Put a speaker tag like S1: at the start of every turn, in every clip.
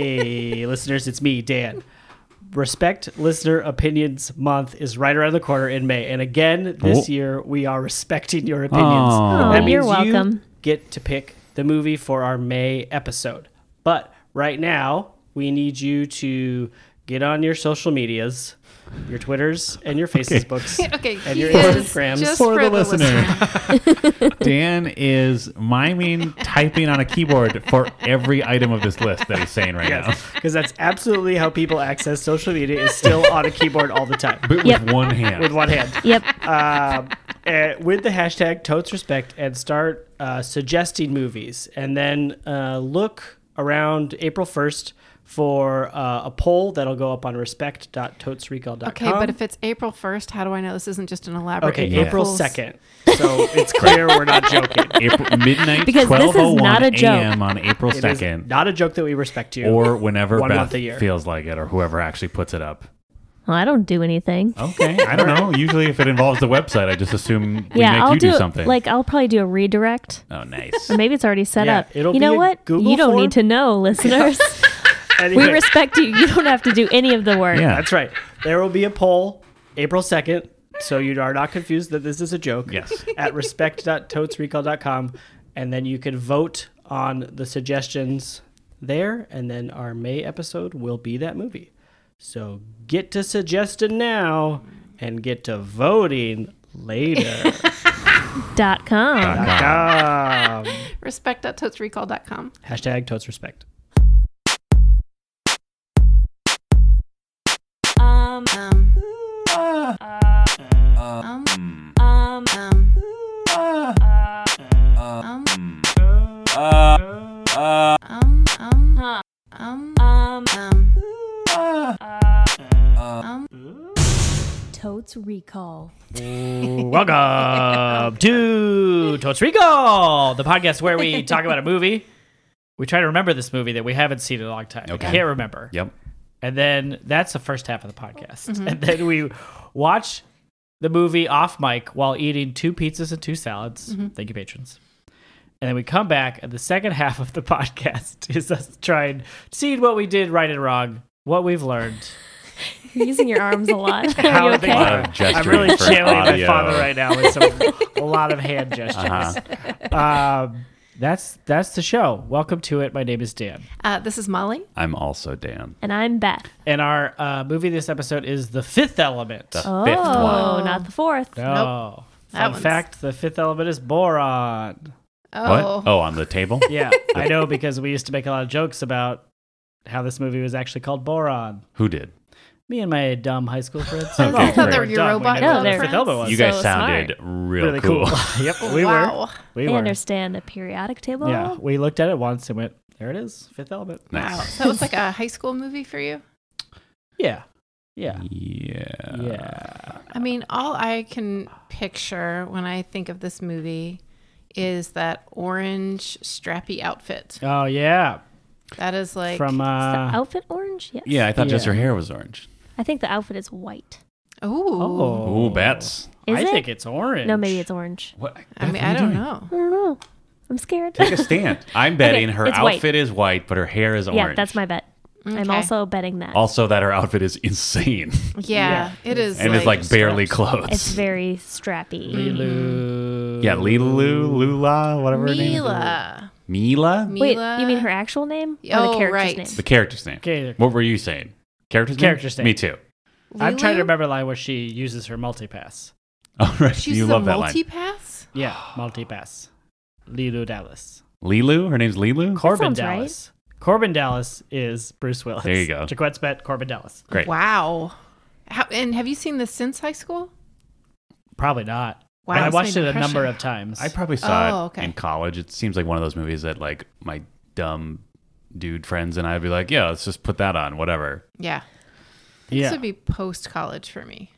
S1: Hey, listeners, it's me, Dan. Respect Listener Opinions Month is right around the corner in May. And again, this
S2: Oh.
S1: year, we are respecting your opinions.
S2: Aw.
S1: that
S3: Aw,
S1: means
S3: you're
S1: you
S3: welcome.
S1: get to pick the movie for our May episode. But right now, we need you to get on your social medias, your Twitters, and your Facebooks.
S4: Okay,
S1: And
S4: he
S1: your
S4: is
S1: Instagrams.
S4: just
S2: for, the,
S4: listener.
S2: listener. Dan is miming typing on a keyboard for every item of this list that he's saying right
S1: Yes,
S2: now.
S1: because that's absolutely how people access social media is still on a keyboard all the time
S2: But
S3: Yep.
S2: with one hand.
S1: with one hand.
S3: Yep.
S1: Um, uh, with the hashtag totes respect and start uh, suggesting movies and then uh, look around april 1st for uh, a poll that'll go up on respect.totesrecall.com
S4: Okay, but if it's April 1st, how do I know this isn't just an elaborate
S1: Um, okay
S2: Yeah.
S1: april
S4: Fools?
S1: 2nd so it's clear we're not joking
S2: April, midnight,
S3: Because this is
S2: 1201
S3: not a joke.
S2: a.m. on April
S1: It is
S2: 2nd.
S1: not a joke that we respect you
S2: or whenever
S1: One month
S2: Beth
S1: a year.
S2: feels like it, or whoever actually puts it up.
S3: Well, I don't do anything.
S2: Okay, I don't know. Usually, if it involves the website, I just assume we
S3: yeah,
S2: make
S3: I'll
S2: you
S3: do,
S2: do something.
S3: Like I'll probably do a redirect.
S2: oh, nice.
S3: Or maybe it's already set
S1: Yeah,
S3: up.
S1: it'll
S3: you
S1: be
S3: know
S1: a
S3: what?
S1: Google
S3: you don't
S1: form.
S3: need to know, listeners.
S1: Anyway,
S3: we respect you. You don't have to do any of the work.
S2: Yeah,
S1: that's right there will be a poll april 2nd so you are not confused that this is a joke
S2: Yes.
S1: at respect.totesrecall.com and then you can vote on the suggestions there and then our may episode will be that movie so get to suggesting now and get to voting later
S3: Dot com.
S2: right.
S1: um,
S4: Respect.totesrecall.com.
S1: hashtag totes respect
S3: Um,
S4: Um, um, um, um, um, um, um, um, um, um.
S3: Um. Totes recall.
S1: welcome to totes recall the podcast where we talk about a movie we try to remember this movie that we haven't seen in a long time
S2: Okay.
S1: i can't remember
S2: Yep.
S1: And then that's the first half of the podcast.
S3: Mm-hmm.
S1: And then we watch the movie off mic while eating two pizzas and two salads.
S3: Mm-hmm.
S1: Thank you, patrons. And then we come back, and the second half of the podcast is us trying, seeing what we did right and wrong, what we've learned.
S3: You're using your arms a lot.
S1: How
S3: Are you
S1: they-
S3: okay?
S2: lot of
S1: I'm
S2: gesturing
S1: really
S2: for
S1: channeling my
S2: audio.
S1: father right now with some, a lot of hand gestures.
S2: Uh-huh.
S1: Um, that's that's the show. Welcome to it. My name is Dan.
S4: Uh, this is Molly.
S2: I'm also Dan.
S3: And I'm Beth.
S1: And our uh, movie this episode is The Fifth Element.
S2: The
S3: Oh,
S2: fifth one.
S3: not the fourth.
S1: No.
S4: That
S1: Fun
S4: one's-
S1: fact the fifth element is boron.
S4: Oh,
S2: What? Oh, on the table?
S1: Yeah, I know because we used to make a lot of jokes about how this movie was actually called boron.
S2: Who did?
S1: Me and my dumb high school friends.
S2: I thought
S1: we
S2: they
S4: were your
S1: dumb. We
S4: robot
S1: didn't know
S3: No,
S1: what the
S3: they're-
S1: fifth element was.
S2: You guys
S3: So
S2: sounded real
S1: really cool. yep, we
S4: wow.
S1: were. We
S3: I
S1: were.
S3: understand the periodic table.
S1: Yeah, we looked at it once and went, there it is, fifth element.
S4: Wow.
S2: nice.
S4: So it was like a high school movie for you?
S1: Yeah. Yeah.
S2: Yeah.
S1: Yeah.
S4: I mean, all I can picture when I think of this movie is that orange strappy outfit.
S1: Oh, yeah.
S4: That is like
S1: From,
S3: Is the
S1: uh,
S3: outfit orange? Yes.
S2: Yeah, I thought just
S1: Yeah.
S2: her hair was orange.
S3: I think the outfit is white.
S4: ooh.
S1: oh.
S2: Ooh, bats.
S3: Is
S1: I
S3: it?
S1: think it's orange.
S3: No, maybe it's orange.
S2: What?
S4: I mean, I don't know.
S3: I don't know. I'm scared.
S2: Take a stand. I'm betting her
S3: it's white.
S2: outfit is white, but her hair is orange.
S3: yeah, that's my bet. I'm
S4: Okay.
S3: also betting that.
S2: Also, that her outfit is insane
S4: Yeah, it is.
S2: and is like barely clothes.
S3: it's very strappy.
S2: Mm.
S1: Lulu.
S2: yeah, Lila Lu, Lula, whatever her name is.
S4: Mila.
S2: Mila?
S3: Wait,
S4: Mila.
S3: you mean her actual name or the
S4: Oh,
S3: character's
S4: right.
S3: name?
S2: The character's name.
S1: Okay.
S2: What were you saying? Character's name?
S1: Character's name.
S2: Me too.
S1: I'm trying to
S4: Lulu?
S1: remember the line where she uses her multipass.
S2: All right.
S4: She's
S2: you
S4: the
S2: love that line.
S4: multi-pass?
S1: Yeah, multipass. Lilu Dallas.
S2: Lilu? Her name's Lilu?
S1: Corbin
S3: sounds right.
S1: Dallas. Corbin Dallas is Bruce Willis.
S2: There you go.
S1: Jaquette's bet Corbin Dallas.
S2: Great.
S4: Wow. How, and have you seen this since high school?
S1: Probably not.
S4: Wow,
S1: But I
S4: that's
S1: watched
S4: my
S1: it a number
S4: impression.
S1: of times.
S2: I probably saw it
S4: Oh, okay.
S2: in college. It seems like one of those movies that like my dumb dude friends and I'd be like, yeah, let's just put that on, whatever.
S4: Yeah. This
S1: yeah.
S4: would be post college for me.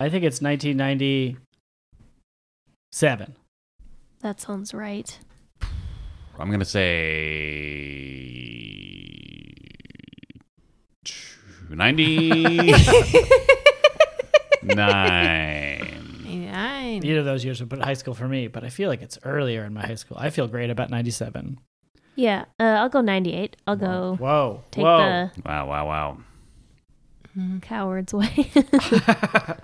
S1: I think it's 1997.
S3: That sounds right.
S2: I'm gonna say ninety nine.
S4: Nine. Uh,
S1: Either of those years would put high school for me, but I feel like it's earlier in my high school. I feel great about 97.
S3: Yeah, uh, I'll go 98. I'll go
S1: Whoa.
S3: take
S1: Whoa.
S2: Wow, wow, wow.
S3: the coward's way.
S1: yeah.
S2: Oh,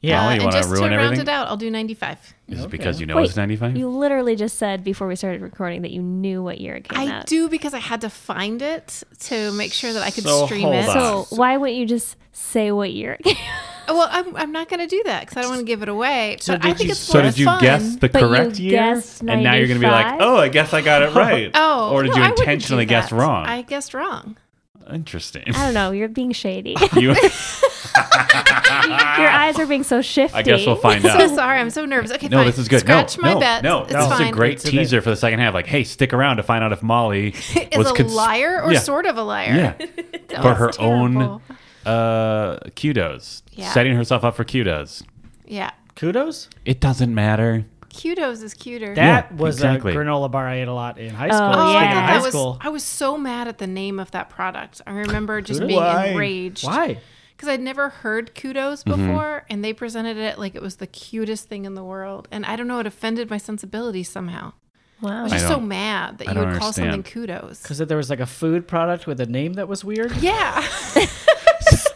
S2: you
S4: and
S2: wanna
S4: just
S2: ruin
S4: to round
S2: everything?
S4: it out, I'll do 95.
S2: Is
S1: Okay.
S2: it because you know
S3: Wait,
S2: it's 95?
S3: you literally just said before we started recording that you knew what year it came
S4: I
S3: out.
S4: do because I had to find it to make sure that I could
S1: So
S4: stream
S1: hold
S4: it.
S1: on.
S2: Ah,
S3: So why wouldn't you just say what year? it came out?
S4: Well, I'm, I'm not going to do that because I don't want to give it away.
S1: So
S4: but
S1: did
S4: I think
S1: you-
S4: it's
S2: so
S4: more
S2: did you
S4: fun.
S2: guess the
S3: But you
S2: correct year?
S3: guessed
S2: And now you're going to be like,
S3: 95?
S2: oh, I guess I got it right.
S4: Oh,
S2: Or did
S4: no,
S2: you
S4: I wouldn't do
S2: intentionally guess
S4: that.
S2: wrong?
S4: I guessed wrong.
S2: Interesting.
S3: I don't know. You're being shady.
S2: you,
S3: Your eyes are being so shifty.
S2: I guess we'll find
S4: I'm
S2: out.
S4: so sorry. I'm so nervous. Okay,
S2: No,
S4: fine.
S2: this is good.
S4: Scratch
S2: no,
S4: my
S2: no,
S4: bet.
S2: no,
S4: it's
S2: this
S4: fine.
S2: is a great
S1: It's in there.
S2: teaser for the second half. Like, hey, stick around to find out if Molly
S4: Is
S2: was
S4: a
S2: cons-
S4: liar or
S2: Yeah.
S4: sort of a liar?
S2: Yeah,
S4: That
S2: for
S4: was
S2: her
S4: terrible.
S2: own uh, kudos,
S4: Yeah.
S2: setting herself up for kudos.
S4: Yeah,
S1: Kudos.
S2: It doesn't matter.
S4: Kudos is cuter.
S1: That
S2: Yeah,
S1: was
S2: exactly.
S1: a granola bar I ate a lot in high
S3: Oh,
S1: school.
S3: yeah.
S1: Speaking
S4: I
S1: of
S4: thought
S1: high
S4: that
S1: school.
S4: was, I was so mad at the name of that product. I remember just being
S2: Why? Mm-hmm.
S4: enraged.
S1: Why?
S4: Because I'd never heard kudos before, and they presented it like it was the cutest thing in the world. And I don't know, it offended my sensibilities somehow. I
S3: Wow.
S4: was
S2: I
S4: just so
S2: don't-
S4: mad that
S2: I
S4: you would
S2: don't
S4: call something
S2: understand.
S4: kudos.
S1: Because there was like a food product with a name that was weird.
S4: Yeah.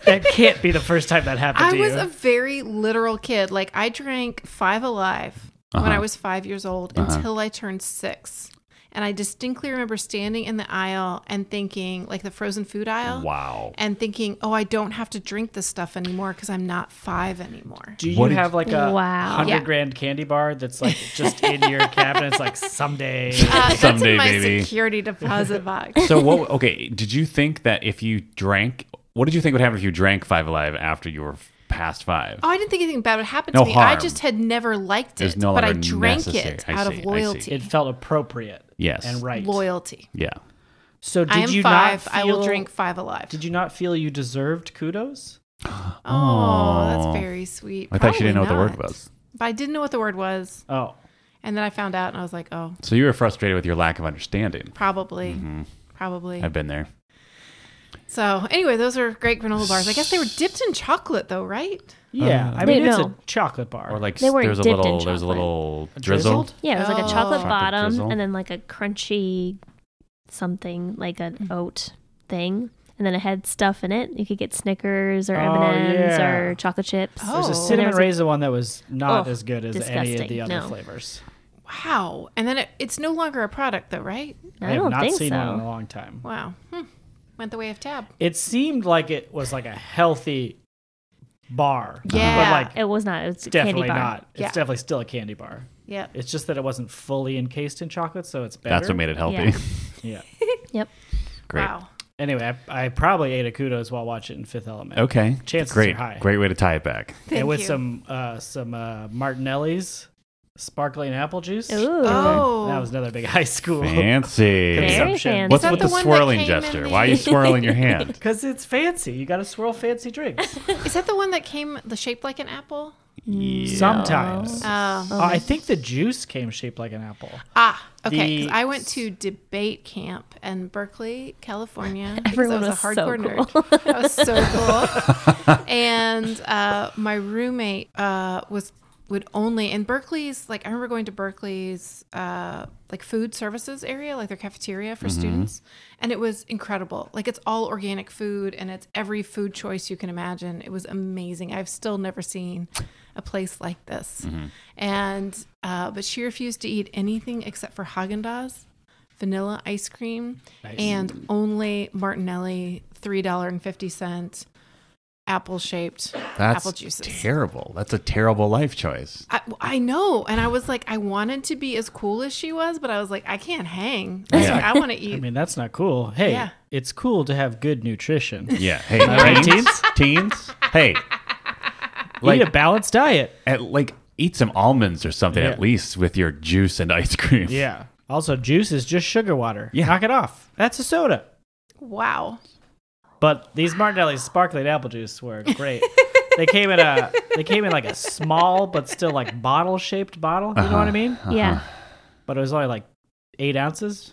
S1: that can't be the first time that happened
S4: I
S1: to
S4: was
S1: you.
S4: a very literal kid. Like I drank Five Alive when
S2: Uh-huh.
S4: I was five years old until I turned six. And I distinctly remember standing in the aisle and thinking, like the frozen food aisle,
S2: Wow.
S4: and thinking, oh, I don't have to drink this stuff anymore because I'm not five anymore.
S1: Do you
S2: What did-
S1: have like a
S3: Wow.
S1: hundred
S4: Yeah.
S1: grand candy bar that's like just in your cabinet? It's like someday.
S4: Uh, that's
S2: Someday,
S4: in my
S2: baby.
S4: security deposit box.
S2: So what? Okay, did you think that if you drank, what did you think would happen if you drank Five Alive after you were f- past five?
S4: Oh, I didn't think anything bad would happen
S2: No
S4: to me. I
S2: harm.
S4: just had never liked
S2: It's
S4: it,
S2: no
S4: but I
S2: longer
S4: drank
S2: necessary.
S4: it
S2: I
S4: out
S2: see, I
S4: of
S2: see.
S4: loyalty.
S1: it felt appropriate.
S2: Yes.
S1: And right.
S4: Loyalty.
S2: Yeah.
S1: So did
S4: I am
S1: you
S4: five.
S1: not?
S4: I will
S1: feel-
S4: drink Five Alive.
S1: Did you not feel you deserved kudos?
S4: Oh,
S2: Oh.
S4: that's very sweet.
S2: I thought she didn't know
S4: Probably
S2: what the word
S4: not.
S2: was.
S4: But I didn't know what the word was.
S2: Uh,
S1: Oh,
S4: And then I found out and I was like, oh,
S2: So you were frustrated with your lack of understanding.
S4: probably.
S2: Mm-hmm.
S4: Probably.
S2: I've been there.
S4: So, anyway, those are great granola bars. I guess they were dipped in chocolate, though, right?
S1: yeah.
S2: Uh,
S1: I mean,
S3: Wait,
S1: it's
S3: no.
S1: a chocolate bar.
S2: Or like
S3: They weren't
S2: there's a
S3: dipped in
S2: little there's a
S3: chocolate.
S2: little
S1: Drizzled?
S2: drizzled.
S3: Yeah, it was like
S4: Oh.
S3: a chocolate
S2: Chocolate
S3: bottom
S2: drizzle.
S3: and then like a crunchy something like an oat thing. And then it had stuff in it. You could get Snickers or
S1: Oh,
S3: M&Ms
S1: yeah.
S3: or chocolate chips.
S4: Oh.
S1: There's a
S4: And
S1: cinnamon
S3: there's a-
S1: raisin one that was not
S3: Ugh,
S1: as good as any of
S3: disgusting.
S1: the other
S3: No.
S1: flavors.
S4: Wow. And then it, it's no longer a product, though, right?
S1: I
S3: I
S1: have
S3: don't
S1: not
S3: think
S1: seen one in a
S3: so.
S1: long time.
S4: Wow. Hmm. Went the way of tab.
S2: Uh-huh.
S1: It seemed like it was like a healthy bar.
S4: Yeah.
S1: But like
S3: It was not. It was a
S1: definitely
S3: candy bar.
S1: not. It's
S4: Yeah.
S1: definitely still a candy bar.
S4: Yeah.
S1: It's just that it wasn't fully encased in chocolate, so it's better.
S2: That's what made it healthy.
S3: Yeah.
S1: Yeah.
S3: Yep.
S2: Great.
S4: Wow.
S1: Anyway, I, I probably ate a kudos while watching Fifth Element.
S2: Okay.
S1: Chances
S2: Great.
S1: are high.
S2: Great way to tie it back.
S4: Thank
S1: and with
S4: you.
S1: some uh, some uh, Martinelli's sparkling apple juice.
S3: Ooh.
S4: Oh.
S1: That was another big high school
S2: Fancy.
S3: Very
S1: consumption.
S3: fancy.
S2: What's
S4: Is that
S2: with the,
S4: the one that
S2: swirling
S4: came in
S2: gesture?
S4: the-
S2: Why are you swirling your hand?
S1: Because it's fancy. You got to swirl fancy drinks.
S4: Is that the one that came, the shape like an apple?
S1: Sometimes.
S4: Oh.
S1: Uh, I think the juice came shaped like an apple.
S4: Ah, okay. 'cause
S1: The-
S4: I went to debate camp in Berkeley, California. because
S3: Everyone
S4: I
S3: was
S4: was,
S3: so
S4: a hardcore nerd. I was so cool. and uh, my roommate uh, was would only in Berkeley's. Like I remember going to Berkeley's uh, like food services area, like their cafeteria for students, and it was incredible. Like it's all organic food, and it's every food choice you can imagine. It was amazing. I've still never seen a place like this. And uh, but she refused to eat anything except for Haagen Dazs, vanilla ice cream, and only Martinelli three dollar and fifty cent apple shaped
S2: That's
S4: apple juices.
S2: terrible. That's a terrible life choice.
S4: I, I know, and I was like, I wanted to be as cool as she was, but I was like, I can't hang.
S2: Yeah.
S4: Like, I want to eat.
S1: I mean, that's not cool. Hey,
S4: Yeah.
S1: it's cool to have good nutrition.
S2: Yeah. Hey,
S1: right,
S2: teens? teens? Hey,
S1: Eat a balanced diet.
S2: at, like eat some almonds or something
S1: Yeah.
S2: at least with your juice and ice cream.
S1: Yeah. Also, juice is just sugar water.
S2: Yeah.
S1: Knock it off. That's a soda.
S4: wow.
S1: But these Martinelli's sparkling apple juice were great. they came in a they came in like a small but still like bottle shaped bottle. You know
S2: Uh-huh.
S1: what I mean?
S3: Yeah.
S1: But it was only like eight ounces.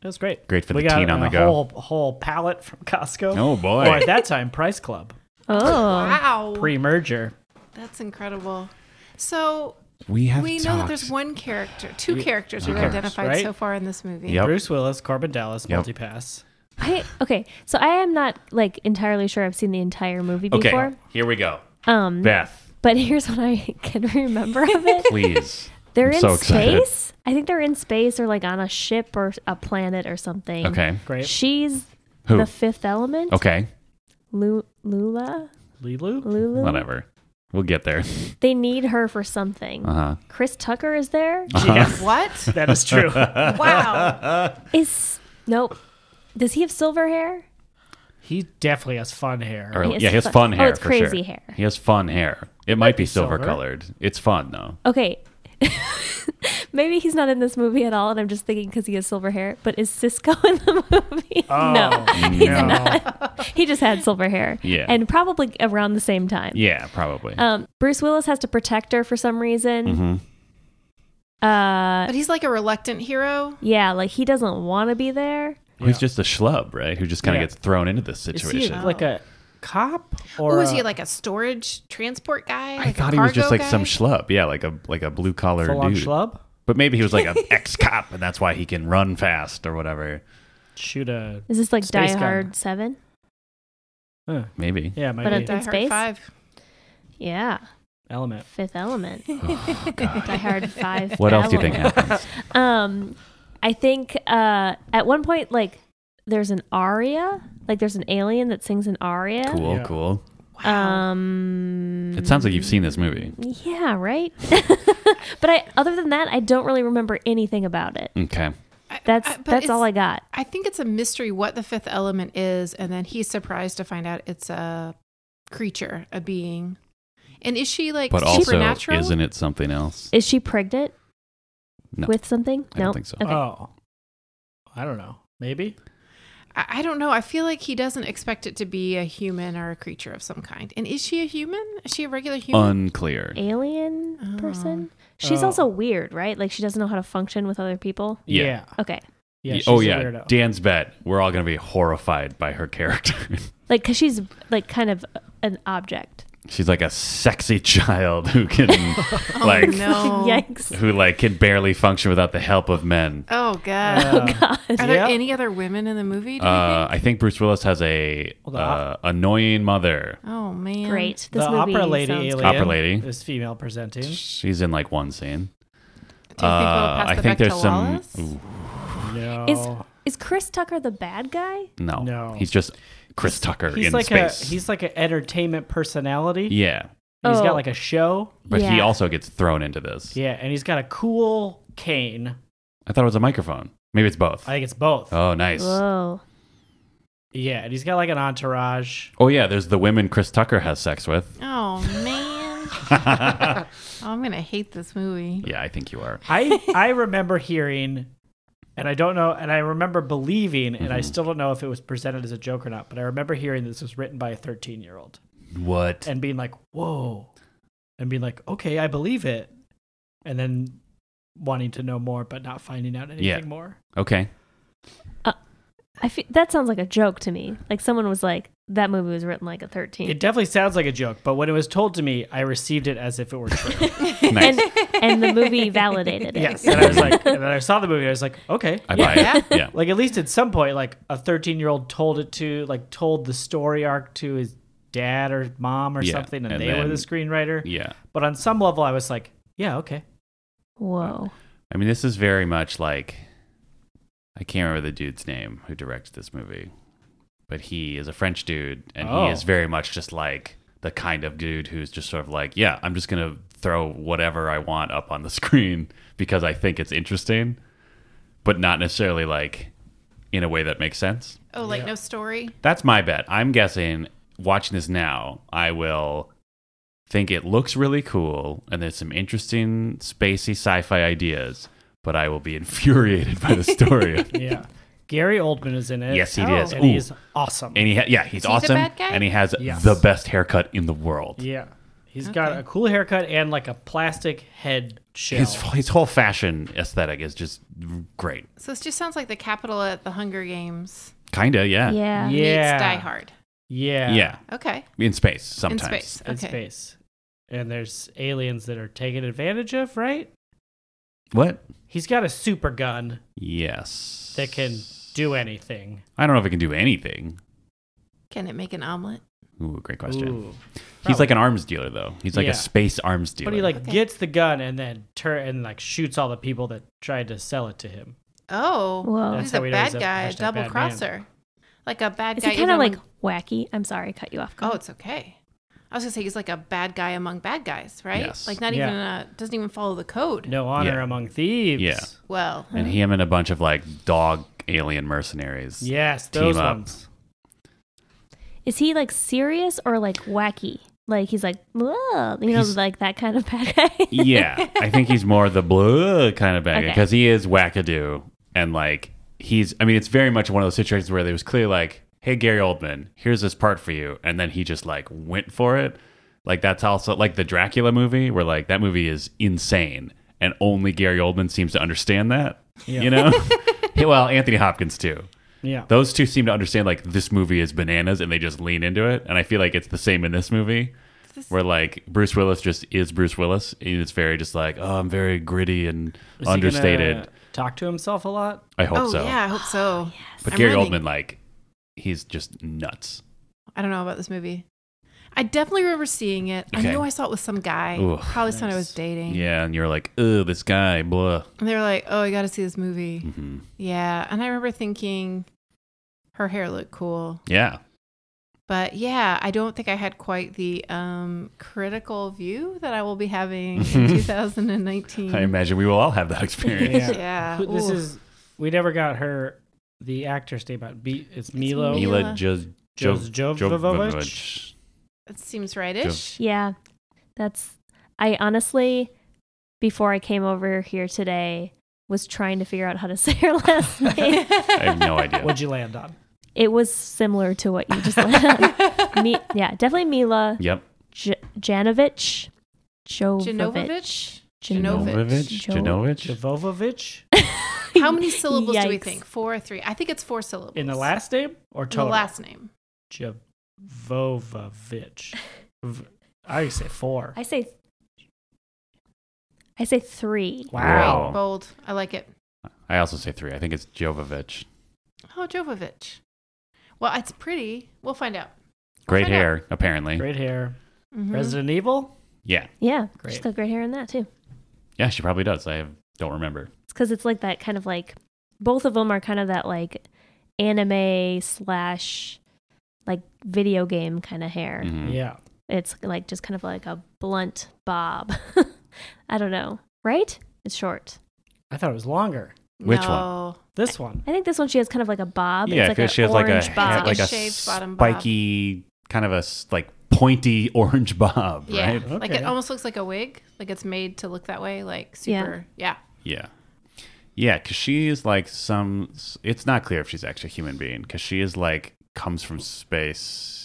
S1: It was great.
S2: Great for
S1: we
S2: the
S1: got
S2: teen on
S1: a
S2: the go.
S1: Whole whole pallet from Costco.
S2: Oh boy.
S1: Or at that time, Price Club
S3: Oh.
S2: um,
S4: Wow.
S1: pre merger.
S4: That's incredible. So
S2: We have
S4: We know
S2: talked.
S4: that there's one character, two characters we've
S1: characters,
S4: identified
S1: right?
S4: so far in this movie.
S2: Yep.
S1: Bruce Willis, Corbin Dallas,
S2: Yep.
S1: multipass.
S3: I okay, so I am not like entirely sure I've seen the entire movie
S2: okay,
S3: before.
S2: here we go.
S3: Um,
S2: Beth,
S3: but here's what I can remember of it.
S2: please.
S3: They're
S2: I'm
S3: in
S2: so excited.
S3: space. I think they're in space or like on a ship or a planet or something.
S2: Okay.
S1: Great.
S3: She's
S2: Who?
S3: the fifth element.
S2: Okay.
S3: Lu- Lula?
S1: Lilu?
S3: Lulu?
S2: Whatever. We'll get there.
S3: They need her for something.
S2: Uh huh.
S3: Chris Tucker is there.
S2: Uh-huh.
S1: Yes,
S4: What?
S1: that is true.
S4: Wow.
S3: Is nope. Does he have silver hair?
S1: he definitely has fun hair.
S2: Or,
S3: He has
S2: yeah, he has
S3: fu-
S2: fun
S3: oh,
S2: hair.
S3: it's
S2: for
S3: crazy
S2: sure.
S3: hair.
S2: He has fun hair. It might be silver
S1: silver.
S2: colored. It's fun though.
S3: Okay. Maybe he's not in this movie at all, and I'm just thinking because he has silver hair. But is Cisco in the movie?
S1: Oh,
S3: No, he's
S2: no.
S3: not. He just had silver hair.
S2: Yeah.
S3: And probably around the same time.
S2: Yeah, probably.
S3: Um, Bruce Willis has to protect her for some reason.
S2: hmm
S3: Uh,
S4: But he's like a reluctant hero.
S3: yeah, like he doesn't want to be there.
S2: He's just a schlub, right? Who just kind of
S1: Yeah.
S2: gets thrown into this
S1: Is
S2: situation.
S1: he like a cop? Or
S4: Or was he
S1: a
S4: like a storage transport guy?
S2: I
S4: Like a
S2: thought he was
S4: cargo
S2: just like some
S4: guy?
S2: schlub. Yeah, like a like a blue collar
S1: full-on
S2: dude.
S1: schlub?
S2: But maybe he was like an ex cop, and that's why he can run fast or whatever.
S1: Shoot a...
S3: Is this like
S1: Space
S3: Die
S1: gun.
S3: Hard Seven?
S1: Huh.
S2: Maybe.
S1: Yeah,
S3: But
S1: might
S3: a
S1: be.
S4: Die
S3: In
S4: Hard
S3: space?
S4: Five.
S3: Yeah,
S1: Element.
S3: Fifth Element,
S2: Oh, God.
S3: Die Hard Five.
S2: What else do you think
S3: Element.
S2: happens?
S3: Um, I think uh, at one point, like there's an aria, like there's an alien that sings an aria.
S2: Cool,
S1: Yeah.
S2: cool.
S4: Wow.
S3: Um,
S2: It sounds like you've seen this movie.
S3: yeah, right. but I, other than that, I don't really remember anything about it.
S2: Okay.
S4: I-
S3: That's
S4: I- Uh, but
S3: that's all
S4: it's-
S3: I got.
S4: I think it's a mystery what the fifth element is, and then he's surprised to find out it's a creature, a being. And is she like
S2: But also,
S4: supernatural?
S2: isn't it something else?
S3: Is she pregnant
S2: No.
S3: with something?
S2: I don't
S3: no,
S2: think so.
S3: Okay.
S1: Oh. I don't know. Maybe?
S4: I, I don't know. I feel like he doesn't expect it to be a human or a creature of some kind. And is she a human? Is she a regular human?
S2: Unclear.
S3: alien
S4: Oh.
S3: person. She's
S1: Oh.
S3: also weird, right? Like she doesn't know how to function with other people.
S2: Yeah.
S1: Yeah.
S3: Okay,
S1: Yeah,
S2: Y-
S1: she's
S2: oh
S1: a
S2: yeah,
S1: weirdo.
S2: Dan's bet. We're all gonna be horrified by her character.
S3: like because she's like kind of an object.
S2: She's like a sexy child who can like
S4: Oh, no.
S3: Yikes!
S2: who like can barely function without the help of men.
S4: Oh god.
S1: Uh,
S4: Are there
S1: yeah.
S4: any other women in the movie? Do you
S2: Uh, I think Bruce Willis has a
S1: Well, the
S2: uh, annoying mother.
S4: think? Oh man.
S3: Great. This
S1: the
S3: movie
S1: opera lady
S3: sounds
S1: alien
S3: great.
S2: Opera lady.
S1: is female presenting.
S2: She's in like one scene.
S4: Do you think they'll pass
S2: Uh, I
S4: the
S2: think
S4: buck to
S2: there's some.
S4: Wallace?
S2: Ooh,
S1: No.
S3: Is is Chris Tucker the bad guy?
S2: no,
S1: No.
S2: he's just Chris Tucker
S1: he's
S2: in
S1: like
S2: space.
S1: a he's like an entertainment personality.
S2: yeah,
S1: He's
S3: Oh.
S1: got like a show.
S2: but he
S3: Yeah.
S2: also gets thrown into this.
S1: Yeah, and he's got a cool cane.
S2: I thought it was a microphone. Maybe it's both.
S1: I think it's both.
S2: oh, nice.
S3: Whoa!
S1: yeah, and he's got like an entourage.
S2: Oh yeah, there's the women Chris Tucker has sex with.
S4: Oh man.
S2: yeah,
S4: Oh, I'm gonna hate this movie.
S2: I think you are.
S1: I I remember hearing and I don't know and I remember believing and I still don't know if it was presented as a joke or not, but I remember hearing this was written by a 13-year-old
S2: What?
S1: and being like, "Whoa." And being like, "Okay, I believe it." And then wanting to know more but not finding out anything more.
S2: Okay.
S3: I fe- that sounds like a joke to me. Like someone was like, "That movie was written like a 13.
S1: It definitely sounds like a joke, but when it was told to me, I received it as if it were true.
S2: Nice.
S3: and and the movie validated it.
S1: yes. And I was like, and then I saw the movie, I was like, okay.
S2: I buy it. Yeah.
S1: Like at least at some point, like a thirteen year old told it to like told the story arc to his dad or mom or
S2: Yeah,
S1: something, and,
S2: and
S1: they were
S2: then-
S1: the screenwriter.
S2: Yeah.
S1: But on some level I was like, Yeah, okay.
S3: Whoa!
S2: I mean, this is very much like I can't remember the dude's name who directs this movie, but he is a French dude, and
S1: Oh.
S2: he is very much just like the kind of dude who's just sort of like, yeah, I'm just gonna throw whatever I want up on the screen because I think it's interesting, but not necessarily like in a way that makes sense.
S4: Oh, like no story.
S2: That's my bet. I'm guessing watching this now, I will think it looks really cool and there's some interesting spacey sci-fi ideas, but I will be infuriated by the story.
S1: Yeah. Gary Oldman is in it.
S2: yes, he
S4: Oh.
S2: is.
S1: And
S2: Ooh.
S1: he's awesome.
S2: and he ha- yeah, he's
S4: he the
S2: awesome
S4: bad guy?
S2: and he has
S1: Yes.
S2: the best haircut in the world.
S1: yeah. he's got
S4: Okay.
S1: a cool haircut and like a plastic head shell.
S2: His his whole fashion aesthetic is just great.
S4: So this just sounds like the capital at the Hunger Games
S2: Kind of, yeah.
S3: Yeah.
S1: Yeah.
S4: meets Die Hard.
S1: Yeah.
S2: Yeah.
S4: Okay.
S2: In space sometimes.
S4: In space.
S1: In
S4: Okay.
S1: space. and there's aliens that are taken advantage of, right?
S2: What?
S1: He's got a super gun
S2: Yes.
S1: that can do anything.
S2: I don't know if it can do anything.
S4: Can it make an omelet?
S2: Ooh, great question.
S1: Ooh.
S2: He's like an arms dealer, though. He's like
S1: Yeah.
S2: a space arms dealer.
S1: But he like
S4: Okay.
S1: gets the gun and then turn and like shoots all the people that tried to sell it to him.
S4: Oh,
S3: Whoa.
S1: That's
S4: he's
S1: how
S4: a
S1: we know
S4: bad
S1: he's a
S4: guy, a
S1: hashtag bad
S4: double
S1: man.
S4: crosser, like a bad
S3: Is
S4: guy.
S3: he kind of
S4: even
S3: like
S4: when-
S3: wacky? I'm sorry, cut you off. Go
S4: Oh,
S3: ahead.
S4: it's okay. I was gonna say he's like a bad guy among bad guys, right?
S2: Yes.
S4: Like not
S1: Yeah.
S4: even uh, doesn't even follow the code.
S1: No honor
S2: Yeah.
S1: among thieves.
S2: Yeah.
S4: Well,
S2: and him and a bunch of like dog alien mercenaries.
S1: Yes,
S2: Team
S1: those
S2: up.
S1: ones.
S3: Is he like serious or like wacky? Like he's like, whoa, you know,
S2: He's- E
S3: like that kind of bad guy.
S2: yeah, I think he's more the blah kind of bad
S3: Okay.
S2: because he is wackadoo and like he's. I mean, it's very much one of those situations where there was clear like, "Hey, Gary Oldman, here's this part for you," and then he just like went for it. Like that's also like the Dracula movie where like that movie is insane and only Gary Oldman seems to understand that. You know, Yeah, well, Anthony Hopkins too.
S1: Yeah.
S2: Those two seem to understand like this movie is bananas and they just lean into it. And I feel like it's the same in this movie where like Bruce Willis just is Bruce Willis and it's very just like, oh, I'm very gritty and
S1: Is he
S2: understated.
S1: gonna Talk to himself a lot.
S2: I hope
S4: oh
S2: so.
S4: yeah, I hope so.
S2: But
S4: I'm
S2: Gary
S4: running.
S2: Oldman, like, he's just nuts.
S4: I don't know about this movie. I definitely remember seeing it.
S2: Okay.
S4: I know I saw it with some guy,
S2: Ooh,
S4: probably someone I was
S1: nice.
S4: dating.
S2: Yeah. And you're like, oh, this guy, blah.
S4: And they were like, "Oh, I got to see this movie."
S2: hmm
S4: Yeah, and I remember thinking her hair looked cool.
S2: Yeah.
S4: But yeah, I don't think I had quite the um, critical view that I will be having in 2019.
S2: I imagine we will all have that experience.
S1: Yeah.
S4: yeah.
S1: Who- this
S4: Uh, Ooh.
S1: is we never got her the actor's name out. Be it's Milo
S4: Mila
S2: Mila Jo- Jo-
S1: Joz- Jovovich.
S2: Jovovich.
S4: It seems rightish.
S3: Yeah, that's. I honestly, before I came over here today, was trying to figure out how to say her last name.
S2: I have no idea.
S1: What'd you land on?
S3: it was similar to what you just. Me, yeah, definitely Mila
S2: Yep.
S3: J- Janovich. Jovovich.
S4: Janovovich?
S3: Jano-
S2: Jovovich.
S3: Jo-
S2: Jovovich.
S1: Jovovich
S4: How many syllables do we
S3: Yikes.
S4: think? Four or three? I think it's four syllables.
S1: in the last name or
S4: In
S1: total?
S4: the last name.
S1: Jovovich. V- I say four.
S3: I say. I say three.
S2: Wow.
S1: Wow.
S4: Great, bold. I like it.
S2: I also say three. I think it's Jovovich.
S4: Oh, Jovovich. Well, it's pretty. We'll find out.
S2: Great
S4: Why not?
S2: hair, apparently.
S1: Great hair.
S4: Mhm.
S1: Resident Evil.
S2: Yeah.
S3: Yeah,
S1: Great.
S3: she's got great hair in that too.
S2: Yeah, she probably does. I have- don't remember.
S3: It's because it's like that kind of like both of them are kind of that like anime slash like video game kind of hair.
S2: Mhm.
S1: Yeah.
S3: It's like just kind of like a blunt bob. I don't know, right? It's short.
S1: I thought it was longer.
S2: Which one?
S4: No.
S1: This one.
S3: I think this one she has kind of like a bob.
S2: Yeah,
S3: it's
S2: I
S3: like
S2: feel
S3: an
S2: she has like a,
S3: orange
S2: ha-
S3: bob.
S2: like
S4: It's like
S2: a
S4: a shaved bottom bob.
S2: spiky, kind of a s- like pointy orange bob,
S4: Yeah.
S2: right?
S4: Like
S1: Okay.
S4: it almost looks like a wig. Like it's made to look that way. Like super. Yeah.
S2: Yeah. Yeah, because she is like some. s- It's not clear if she's actually a human being because she is like comes from space.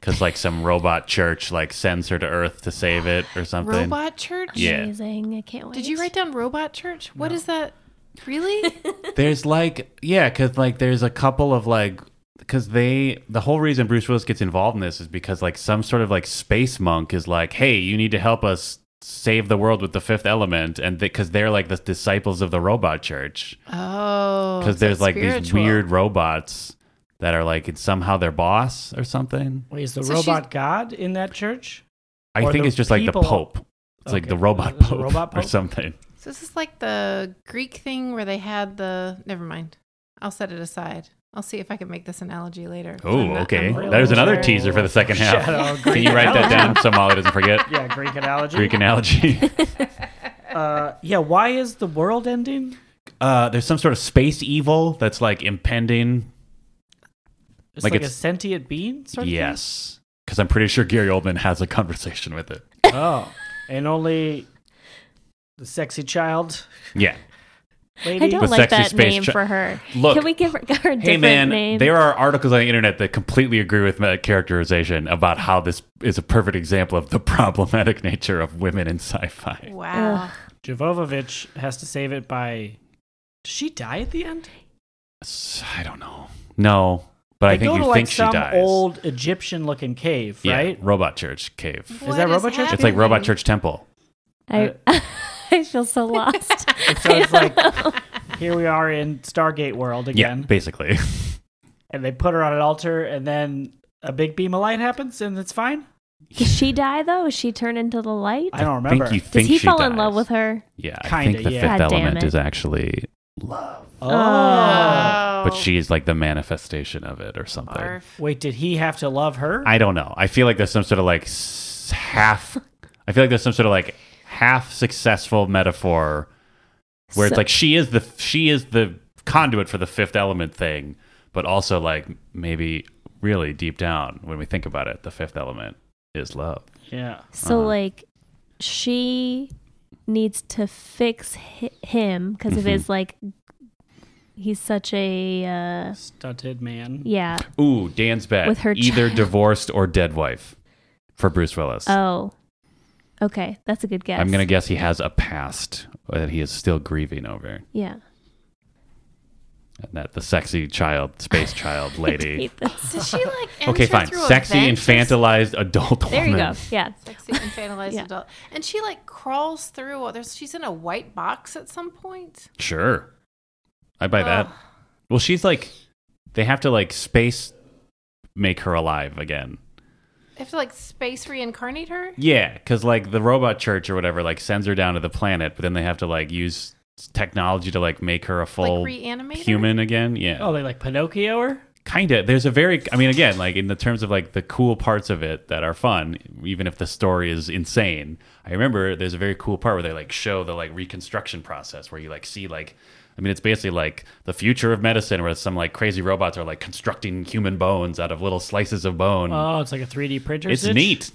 S2: Because like some robot church like sends her to Earth to save it or something.
S4: Robot church?
S2: Yeah.
S3: Amazing. I can't wait.
S4: Did you write down robot church? What is that? Really?
S2: There's like, yeah, because like there's a couple of like, because they, the whole reason Bruce Willis gets involved in this is because like some sort of like space monk is like, hey, you need to help us save the world with the fifth element. And because they're like the disciples of the robot church.
S4: oh.
S2: Because
S4: it's
S2: there's
S4: that
S2: like these
S4: spiritual.
S2: weird robots that are like, it's somehow their boss or something.
S1: Wait, is the
S4: So
S1: robot god in that church?
S2: I
S1: Or
S2: think
S1: the
S2: it's just like the
S1: people-
S2: Pope. It's like
S1: Okay.
S2: the robot,
S1: The
S2: pope
S1: robot
S2: or
S1: pope?
S2: something.
S4: So this is like the Greek thing where they had the. Never mind. I'll set it aside. I'll see if I can make this analogy later. 'cause I'm
S2: Oh,
S4: not-
S2: okay.
S4: I'm really
S2: There's another
S4: sure.
S2: teaser for the second half.
S1: Shadow,
S2: Can
S1: Greek
S2: you write that
S1: analogy.
S2: down so Molly doesn't forget?
S1: Yeah, Greek analogy.
S2: Greek analogy.
S1: uh, yeah, why is the world ending?
S2: uh, there's some sort of space evil that's like impending.
S1: It's
S2: Like
S1: like, a
S2: it's-
S1: sentient being sort of thing?
S2: Yes, because I'm pretty sure Gary Oldman has a conversation with it.
S1: Oh, and only the sexy child
S2: Yeah.
S1: lady.
S3: I don't
S2: With
S3: like
S2: sexy
S3: that
S2: space
S3: name
S2: chi-
S3: for her.
S2: Look,
S3: Can we give her, her a different
S2: Hey man,
S3: name?
S2: there are articles on the internet that completely agree with my characterization about how this is a perfect example of the problematic nature of women in sci-fi.
S4: Wow.
S1: Jovovich has to save it by. Does she die at the end?
S2: S- I don't know. No, But I
S1: they go
S2: think
S1: to
S2: you
S1: like
S2: think she
S1: some
S2: dies.
S1: old Egyptian looking cave,
S2: yeah,
S1: right?
S2: Robot Church cave.
S1: Is that Robot Church?
S2: It's like Robot
S4: happening?
S2: Church Temple.
S3: I, I feel so lost.
S1: And so it's like here we are in Stargate World
S2: Yeah,
S1: again,
S2: basically.
S1: and they put her on an altar, and then a big beam of light happens, and it's fine.
S3: Does she die though? Does she turn into the light?
S1: I don't
S2: I
S1: remember.
S2: think you
S3: Does
S2: think
S3: he
S2: she
S3: fall
S2: dies.
S3: in love with her?
S2: Yeah, I
S1: Kinda,
S2: think the
S1: yeah.
S2: fifth
S3: God damn
S2: element
S3: it.
S2: is actually love,
S1: oh,
S2: but she's like the manifestation of it or something.
S4: Oh, Barf.
S1: wait, did he have to love her?
S2: I don't know. I feel like there's some sort of like s- half. I feel like there's some sort of like half successful metaphor where it's
S3: So-
S2: like she is the she is the conduit for the fifth element thing, but also like maybe really deep down when we think about it, the fifth element is love.
S1: yeah,
S3: So
S2: Uh-huh.
S3: like, she needs to fix hi- him because of his like. He's such a uh,
S1: stunted man.
S3: yeah.
S2: Ooh, Dan's bet.
S3: With her
S2: either
S3: child.
S2: divorced or dead wife for Bruce Willis.
S3: Oh, okay, that's a good guess.
S2: I'm gonna guess he has a past that he is still grieving over,
S3: yeah.
S2: and that the sexy child, space child lady.
S3: Hate this.
S4: Does she like
S2: Okay,
S4: enter
S2: fine.
S4: through a
S2: Sexy,
S4: vent or
S2: infantilized adult
S3: There you
S2: woman.
S3: go. Yeah.
S4: Sexy infantilized
S3: Yeah.
S4: adult. And she like crawls through. Well, there's she's in a white box at some point.
S2: Sure. I buy that.
S4: Ugh.
S2: Well, she's like, they have to like space make her alive again.
S4: They have to like space reincarnate her.
S2: Yeah, because like the robot church or whatever like sends her down to the planet, but then they have to like use technology to like make her a full
S4: like reanimate her?
S2: human again. Yeah.
S1: Oh, they like Pinocchio her.
S2: kind of there's a very i mean again like in the terms of like the cool parts of it that are fun even if the story is insane i remember there's a very cool part where they like show the like reconstruction process where you like see like i mean it's basically like the future of medicine where some like crazy robots are like constructing human bones out of little slices of bone
S1: Oh, it's like a 3D printer.
S2: it's
S1: stitch?
S2: neat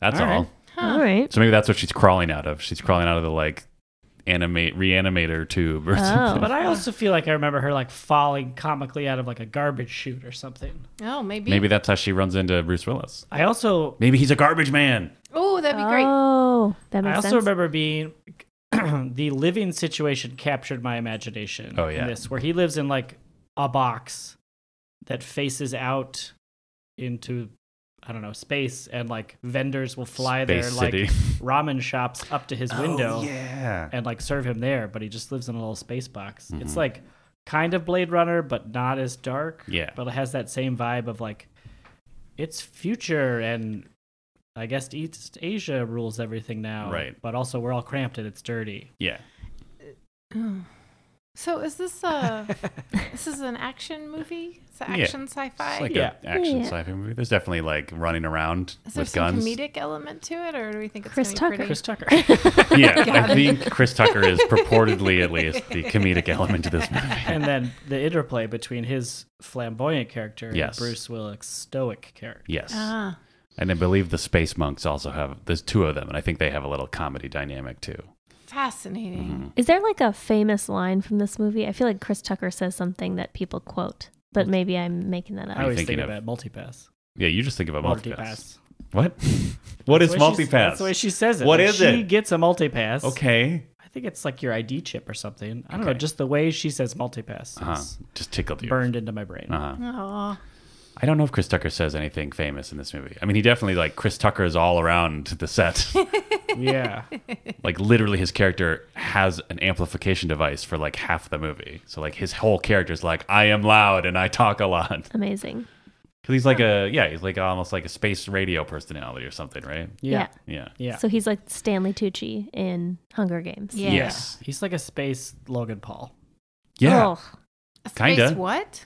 S2: that's
S1: All right.
S2: all
S3: All right.
S2: so maybe that's what she's crawling out of she's crawling out of the like animate reanimator tube or
S3: Oh.
S2: something
S1: But I also feel like I remember her like falling comically out of like a garbage chute or something.
S4: Oh, maybe.
S2: maybe that's how she runs into bruce willis
S1: I also
S2: maybe he's a garbage man
S4: Oh, that'd be great.
S3: Oh, that
S1: I
S3: makes
S1: also
S3: sense.
S1: remember being the living situation captured my imagination.
S2: Oh,
S1: in
S2: yeah.
S1: this where he lives in like a box that faces out into I don't know space, and like vendors will fly there,
S2: Space
S1: like
S2: City.
S1: ramen shops up to his window
S2: Oh, yeah.
S1: and like serve him there. But he just lives in a little space box. It's
S2: Mm-hmm.
S1: like kind of Blade Runner, but not as dark.
S2: Yeah.
S1: but it has that same vibe of like it's future and I guess East Asia rules everything now.
S2: Right.
S1: But also we're all cramped and it's dirty.
S2: Yeah.
S4: So is this a this is an action movie? It's an
S2: Yeah.
S4: action sci-fi.
S2: It's like
S1: Yeah.
S2: an action
S3: Yeah.
S2: sci-fi movie. There's definitely like running around
S4: is there
S2: with
S4: some
S2: guns.
S4: comedic element to it, or do we think it's
S3: Chris
S4: gonna be
S3: Tucker.
S1: Chris Tucker.
S2: yeah,
S4: Got
S2: I
S4: it.
S2: think Chris Tucker is purportedly at least the comedic element to this movie.
S1: and then the interplay between his flamboyant character
S2: Yes.
S1: and Bruce Willis' stoic character.
S2: Yes.
S4: Ah,
S2: And I believe the space monks also have there's two of them and I think they have a little comedy dynamic too.
S4: fascinating.
S3: Is there like a famous line from this movie? I feel like Chris Tucker says something that people quote, but maybe I'm making that
S1: I
S3: up.
S2: you
S1: always think
S2: thinking
S1: of
S2: of?
S1: that multipass.
S2: Yeah, you just think about multipass.
S1: Multipass.
S2: What? what is
S1: That's the way she's-
S2: multipass?
S1: That's the way she says it. What
S2: What
S1: is
S2: is
S1: She
S2: it?
S1: gets a multipass.
S2: okay.
S1: I think it's like your ID chip or something. I don't know.
S2: Okay.
S1: Just the way she says multipass
S2: Uh-huh.
S1: is
S2: Just tickled you.
S1: burned into my brain.
S2: Uh-huh.
S4: Oh,
S2: I don't know if Chris Tucker says anything famous in this movie. I mean, he definitely like Chris Tucker is all around the set.
S1: Yeah.
S2: like literally his character has an amplification device for like half the movie. So like his whole character is like I am loud and I talk a lot.
S3: Amazing.
S2: Cuz he's like a yeah, he's like almost like a space radio personality or something, right?
S1: Yeah.
S3: Yeah.
S2: Yeah.
S1: Yeah.
S3: So he's like Stanley Tucci in Hunger Games.
S4: yeah.
S2: Yes.
S1: He's like a space Logan Paul.
S2: Yeah.
S3: Oh,
S4: A space
S2: Kinda.
S4: What?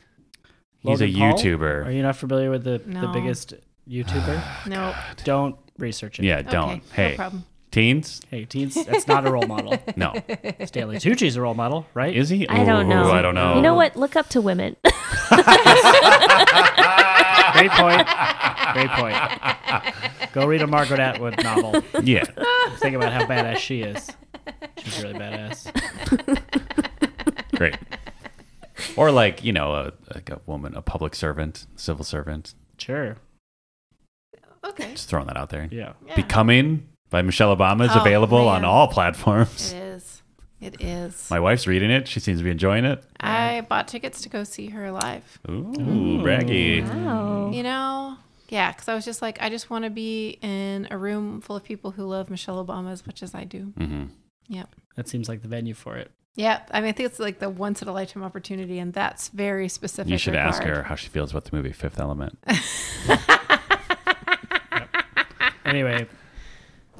S2: He's a
S1: Logan Paul?
S2: YouTuber.
S1: Are you not familiar with the, the
S4: No.
S1: biggest YouTuber?
S4: No.
S1: Don't research it.
S2: yeah,
S4: Okay,
S2: Oh, don't.
S4: No
S2: hey.
S4: problem.
S2: teens?
S1: Hey, teens, that's not a role model.
S2: No.
S1: Stanley Tucci's a role model, right?
S2: Is he?
S3: I don't
S2: Ooh,
S3: know.
S2: I don't know.
S3: You know what? Look up to women. Oh
S1: Great point. Great point. Go read a Margaret Atwood novel.
S2: Yeah.
S1: Think about how badass she is. She's really badass.
S2: Great. Or like, you know, a like a woman, a public servant, civil servant.
S1: Sure.
S4: Okay.
S2: Just throwing that out there.
S1: Yeah.
S4: Yeah.
S2: Becoming by Michelle Obama is
S4: Oh,
S2: available on
S4: man.
S2: all platforms.
S4: It is. It is.
S2: My wife's reading it. She seems to be enjoying it.
S4: I bought tickets to go see her live.
S2: Ooh, braggy.
S1: Mm.
S3: Wow.
S4: You know, yeah, because I was just like, I just want to be in a room full of people who love Michelle Obama as much as I do.
S2: hmm
S4: Yep.
S1: That seems like the venue for it.
S4: Yep. I mean, I think it's like the once in a lifetime opportunity, and that's very specific.
S2: You should ask
S4: regard.
S2: her how she feels about the movie Fifth Element.
S1: Anyway,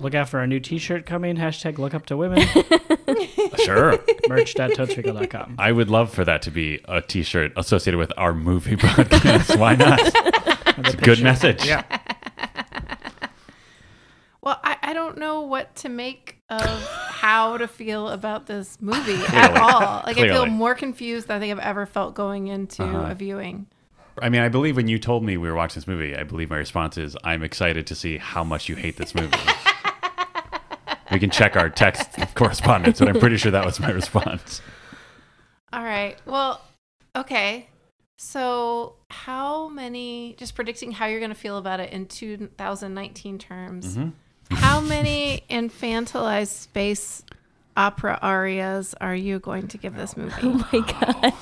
S1: look out for our new T-shirt coming. Hashtag Look Up to Women.
S2: sure.
S1: Merch.toadstrickle.com.
S2: I would love for that to be a t shirt associated with our movie podcast. Why not? It's a good message.
S1: Yeah.
S4: Well, I, I don't know what to make of how to feel about this movie at all. Like, I feel
S2: Clearly. Uh-huh.
S4: more confused than I think I've ever felt going into a viewing.
S2: I mean, I believe when you told me we were watching this movie, I believe my response is, I'm excited to see how much you hate this movie. we can check our text correspondence, but I'm pretty sure that was my response.
S4: All right. Well, okay. So, how many, just predicting how you're going to feel about it in 2019 terms,
S2: Mm-hmm.
S4: how many infantilized space opera arias are you going to give this movie?
S3: Oh my god.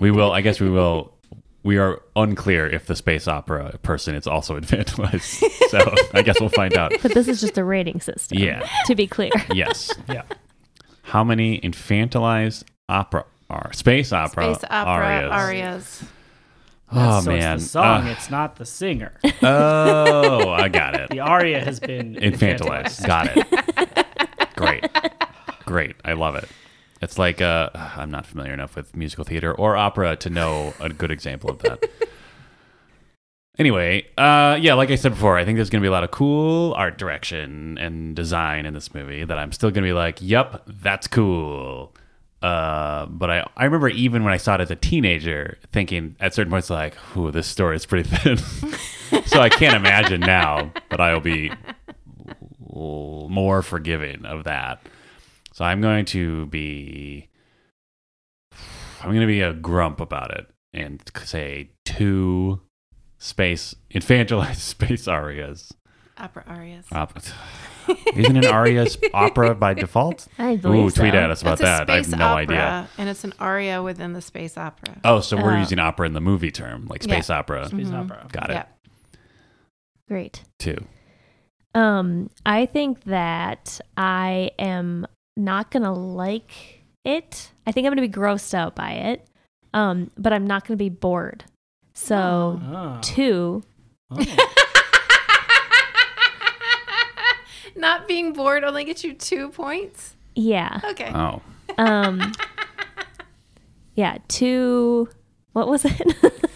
S2: We will, I guess we will. We are unclear if the space opera person is also infantilized. So I guess we'll find out.
S3: But this is just a rating system.
S2: Yeah.
S3: To be clear.
S2: Yes.
S1: Yeah.
S2: How many infantilized opera are space opera
S4: Space opera
S2: arias?
S4: arias.
S2: Oh
S1: so
S2: man.
S1: it's the song.
S2: Uh,
S1: it's not the singer.
S2: oh, I got it.
S1: The aria has been
S2: Infantilized. Got it. Great. Great. I love it. It's like uh, I'm not familiar enough with musical theater or opera to know a good example of that. Anyway, uh, yeah, like I said before, I think there's going to be a lot of cool art direction and design in this movie that I'm still going to be like, yep, that's cool. Uh, but I, I remember even when I saw it as a teenager thinking at certain points, like, ooh, this story is pretty thin. so I can't imagine now, but I'll be l- more forgiving of that. So I'm going to be, I'm going to be a grump about it and say two space infantilized space arias.
S4: Opera arias.
S2: Op- Isn't an aria sp- opera by default?
S3: I believe
S2: Ooh, tweet
S3: so.
S2: at us about
S4: It's a
S2: that. I have
S4: space
S2: no
S4: opera,
S2: idea.
S4: And it's an aria within the space opera.
S2: Oh, so we're
S3: Oh.
S2: using opera in the movie term, like
S4: Yeah.
S2: space opera.
S1: Space
S4: Mhm.
S1: opera.
S2: Got it.
S4: Yeah.
S3: Great.
S2: Two.
S3: Um, I think that I am not gonna like it. I think I'm gonna be grossed out by it. Um, but I'm not gonna be bored. So
S1: Oh.
S3: two.
S1: Oh.
S4: Not being bored only gets you two points.
S3: Yeah.
S4: Okay.
S2: Oh.
S3: Um Yeah, two what was it?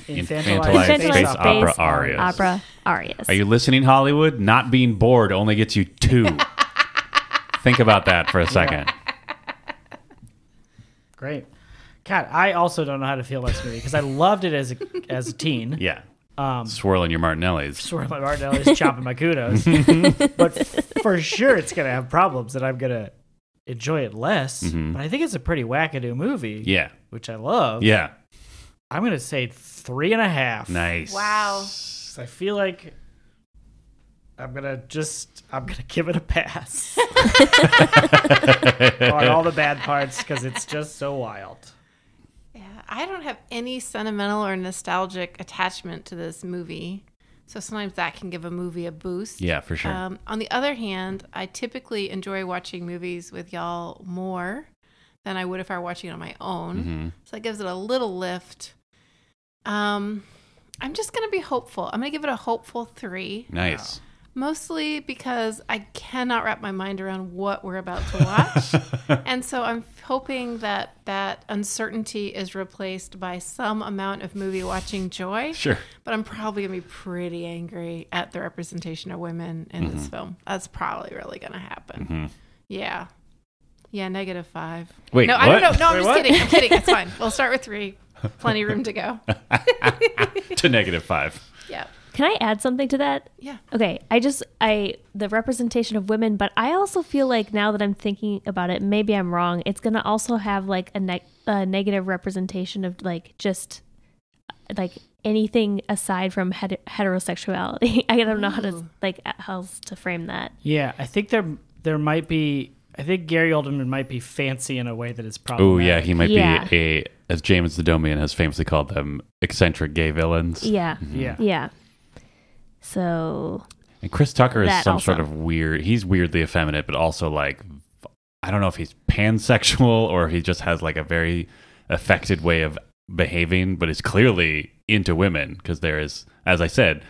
S2: Infantilized
S3: Infantilized
S2: space opera arias.
S3: opera arias.
S2: Are you listening, Hollywood? Not being bored only gets you two. Think about that for a second.
S1: Great. God, I also don't know how to feel about this movie because I loved it as a, as a teen.
S2: Yeah.
S1: Um,
S2: Swirling your Martinellis.
S1: Swear my Martinelli's chopping my kudos. but for sure, it's going to have problems and I'm going to enjoy it less.
S2: Mm-hmm.
S1: But I think it's a pretty wackadoo movie,
S2: Yeah.
S1: which I love.
S2: Yeah.
S1: I'm going to say three and a half.
S2: Nice.
S4: Wow.
S1: I feel like I'm going to just, I'm going to give it a pass on all the bad parts because it's just so wild.
S4: Yeah, I don't have any sentimental or nostalgic attachment to this movie. So sometimes that can give a movie a boost.
S2: Yeah, for sure.
S4: Um, on the other hand, I typically enjoy watching movies with y'all more than I would if I were watching it on my own.
S2: Mm-hmm.
S4: So that gives it a little lift. Um, I'm just going to be hopeful. I'm going to give it a hopeful three,
S2: nice.
S4: mostly because I cannot wrap my mind around what we're about to watch. and so I'm hoping that that uncertainty is replaced by some amount of movie watching joy.
S2: Sure.
S4: But I'm probably gonna be pretty angry at the representation of women in this
S2: Mm-hmm.
S4: film. That's probably really gonna happen. Yeah. Yeah, negative five.
S2: Wait,
S4: no, I don't know.
S2: what?
S4: No, I'm
S1: Wait,
S4: just
S1: what?
S4: kidding. I'm kidding. It's fine. We'll start with three. Plenty room to go.
S2: to negative five.
S4: Yeah.
S3: Can I add something to that?
S4: Yeah.
S3: Okay, I just I the representation of women, but I also feel like now that I'm thinking about it, maybe I'm wrong. It's gonna also have like a, neg a negative representation of like just like anything aside from het- heterosexuality. I don't know how to like how else to frame that.
S1: Yeah, I think there there might be I think Gary Oldman might be fancy in a way that is probably.
S2: Oh yeah, he might
S3: Yeah.
S2: be a as James Adomian has famously called them eccentric gay villains.
S3: Yeah.
S1: yeah.
S2: Mm-hmm.
S3: Yeah. So
S2: And Chris Tucker is
S3: That
S2: some
S3: also.
S2: sort of weird. He's weirdly effeminate, but also like I don't know if he's pansexual or if he just has like a very affected way of behaving, but is clearly into women because there is, as I said,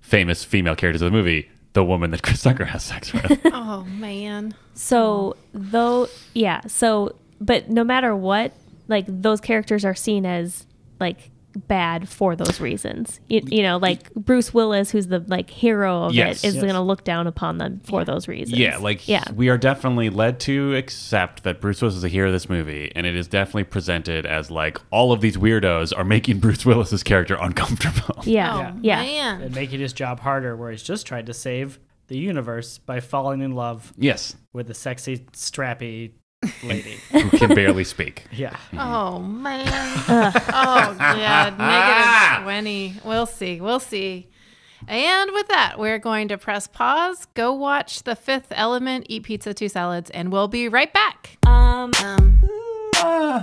S2: famous female characters of the movie. The woman that Chris Tucker has sex with.
S4: Oh man.
S3: So though yeah, so but no matter what, like those characters are seen as like bad for those reasons. You, you know, like Bruce Willis who's the like hero of
S2: Yes.
S3: it is
S1: Yes.
S3: going to look down upon them for those reasons.
S2: Yeah, like
S3: Yeah.
S2: we are definitely led to accept that Bruce Willis is a hero of this movie, and it is definitely presented as like all of these weirdos are making Bruce Willis's character uncomfortable.
S3: Yeah.
S4: Oh
S3: Yeah.
S4: man.
S1: And making his job harder, where he's just trying to save the universe by falling in love
S2: Yes,
S1: with a sexy, strappy lady.
S2: who can barely speak.
S1: yeah.
S4: Oh man. oh god. Negative twenty. We'll see. We'll see. And with that, we're going to press pause, go watch The Fifth Element, eat pizza, two salads, and we'll be right back.
S3: Um
S4: Um.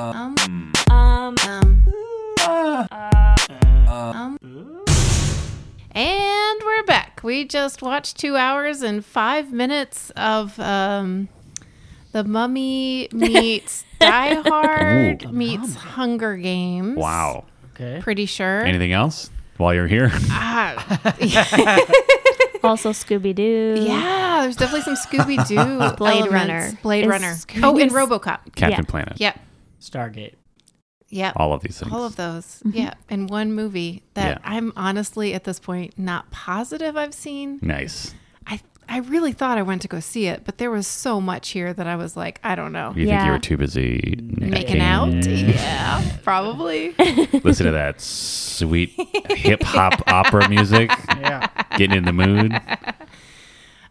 S3: um
S4: Um. um. And we're back. We just watched two hours and five minutes of um, the Mummy meets Die Hard
S2: Ooh.
S4: meets Hunger Games.
S2: Wow.
S1: Okay.
S4: Pretty sure.
S2: Anything else while you're here?
S4: Ah,
S3: also Scooby Doo.
S4: yeah, there's definitely some Scooby Doo.
S3: Blade Runner.
S4: Blade
S3: Is
S4: Runner.
S3: Scooby-
S4: Oh, and RoboCop.
S2: Captain
S3: Yeah.
S2: Planet.
S4: Yep.
S1: Stargate.
S4: Yep.
S2: All of these things.
S4: All of those. Yeah. In one movie that
S2: Yeah.
S4: I'm honestly at this point not positive I've seen.
S2: Nice.
S4: I I really thought I went to go see it, but there was so much here that I was like, I don't know.
S2: You think
S3: Yeah.
S2: you were too busy
S4: Making out? Yeah, probably.
S2: Listen to that sweet hip hop opera music.
S1: Yeah.
S2: Getting in the mood.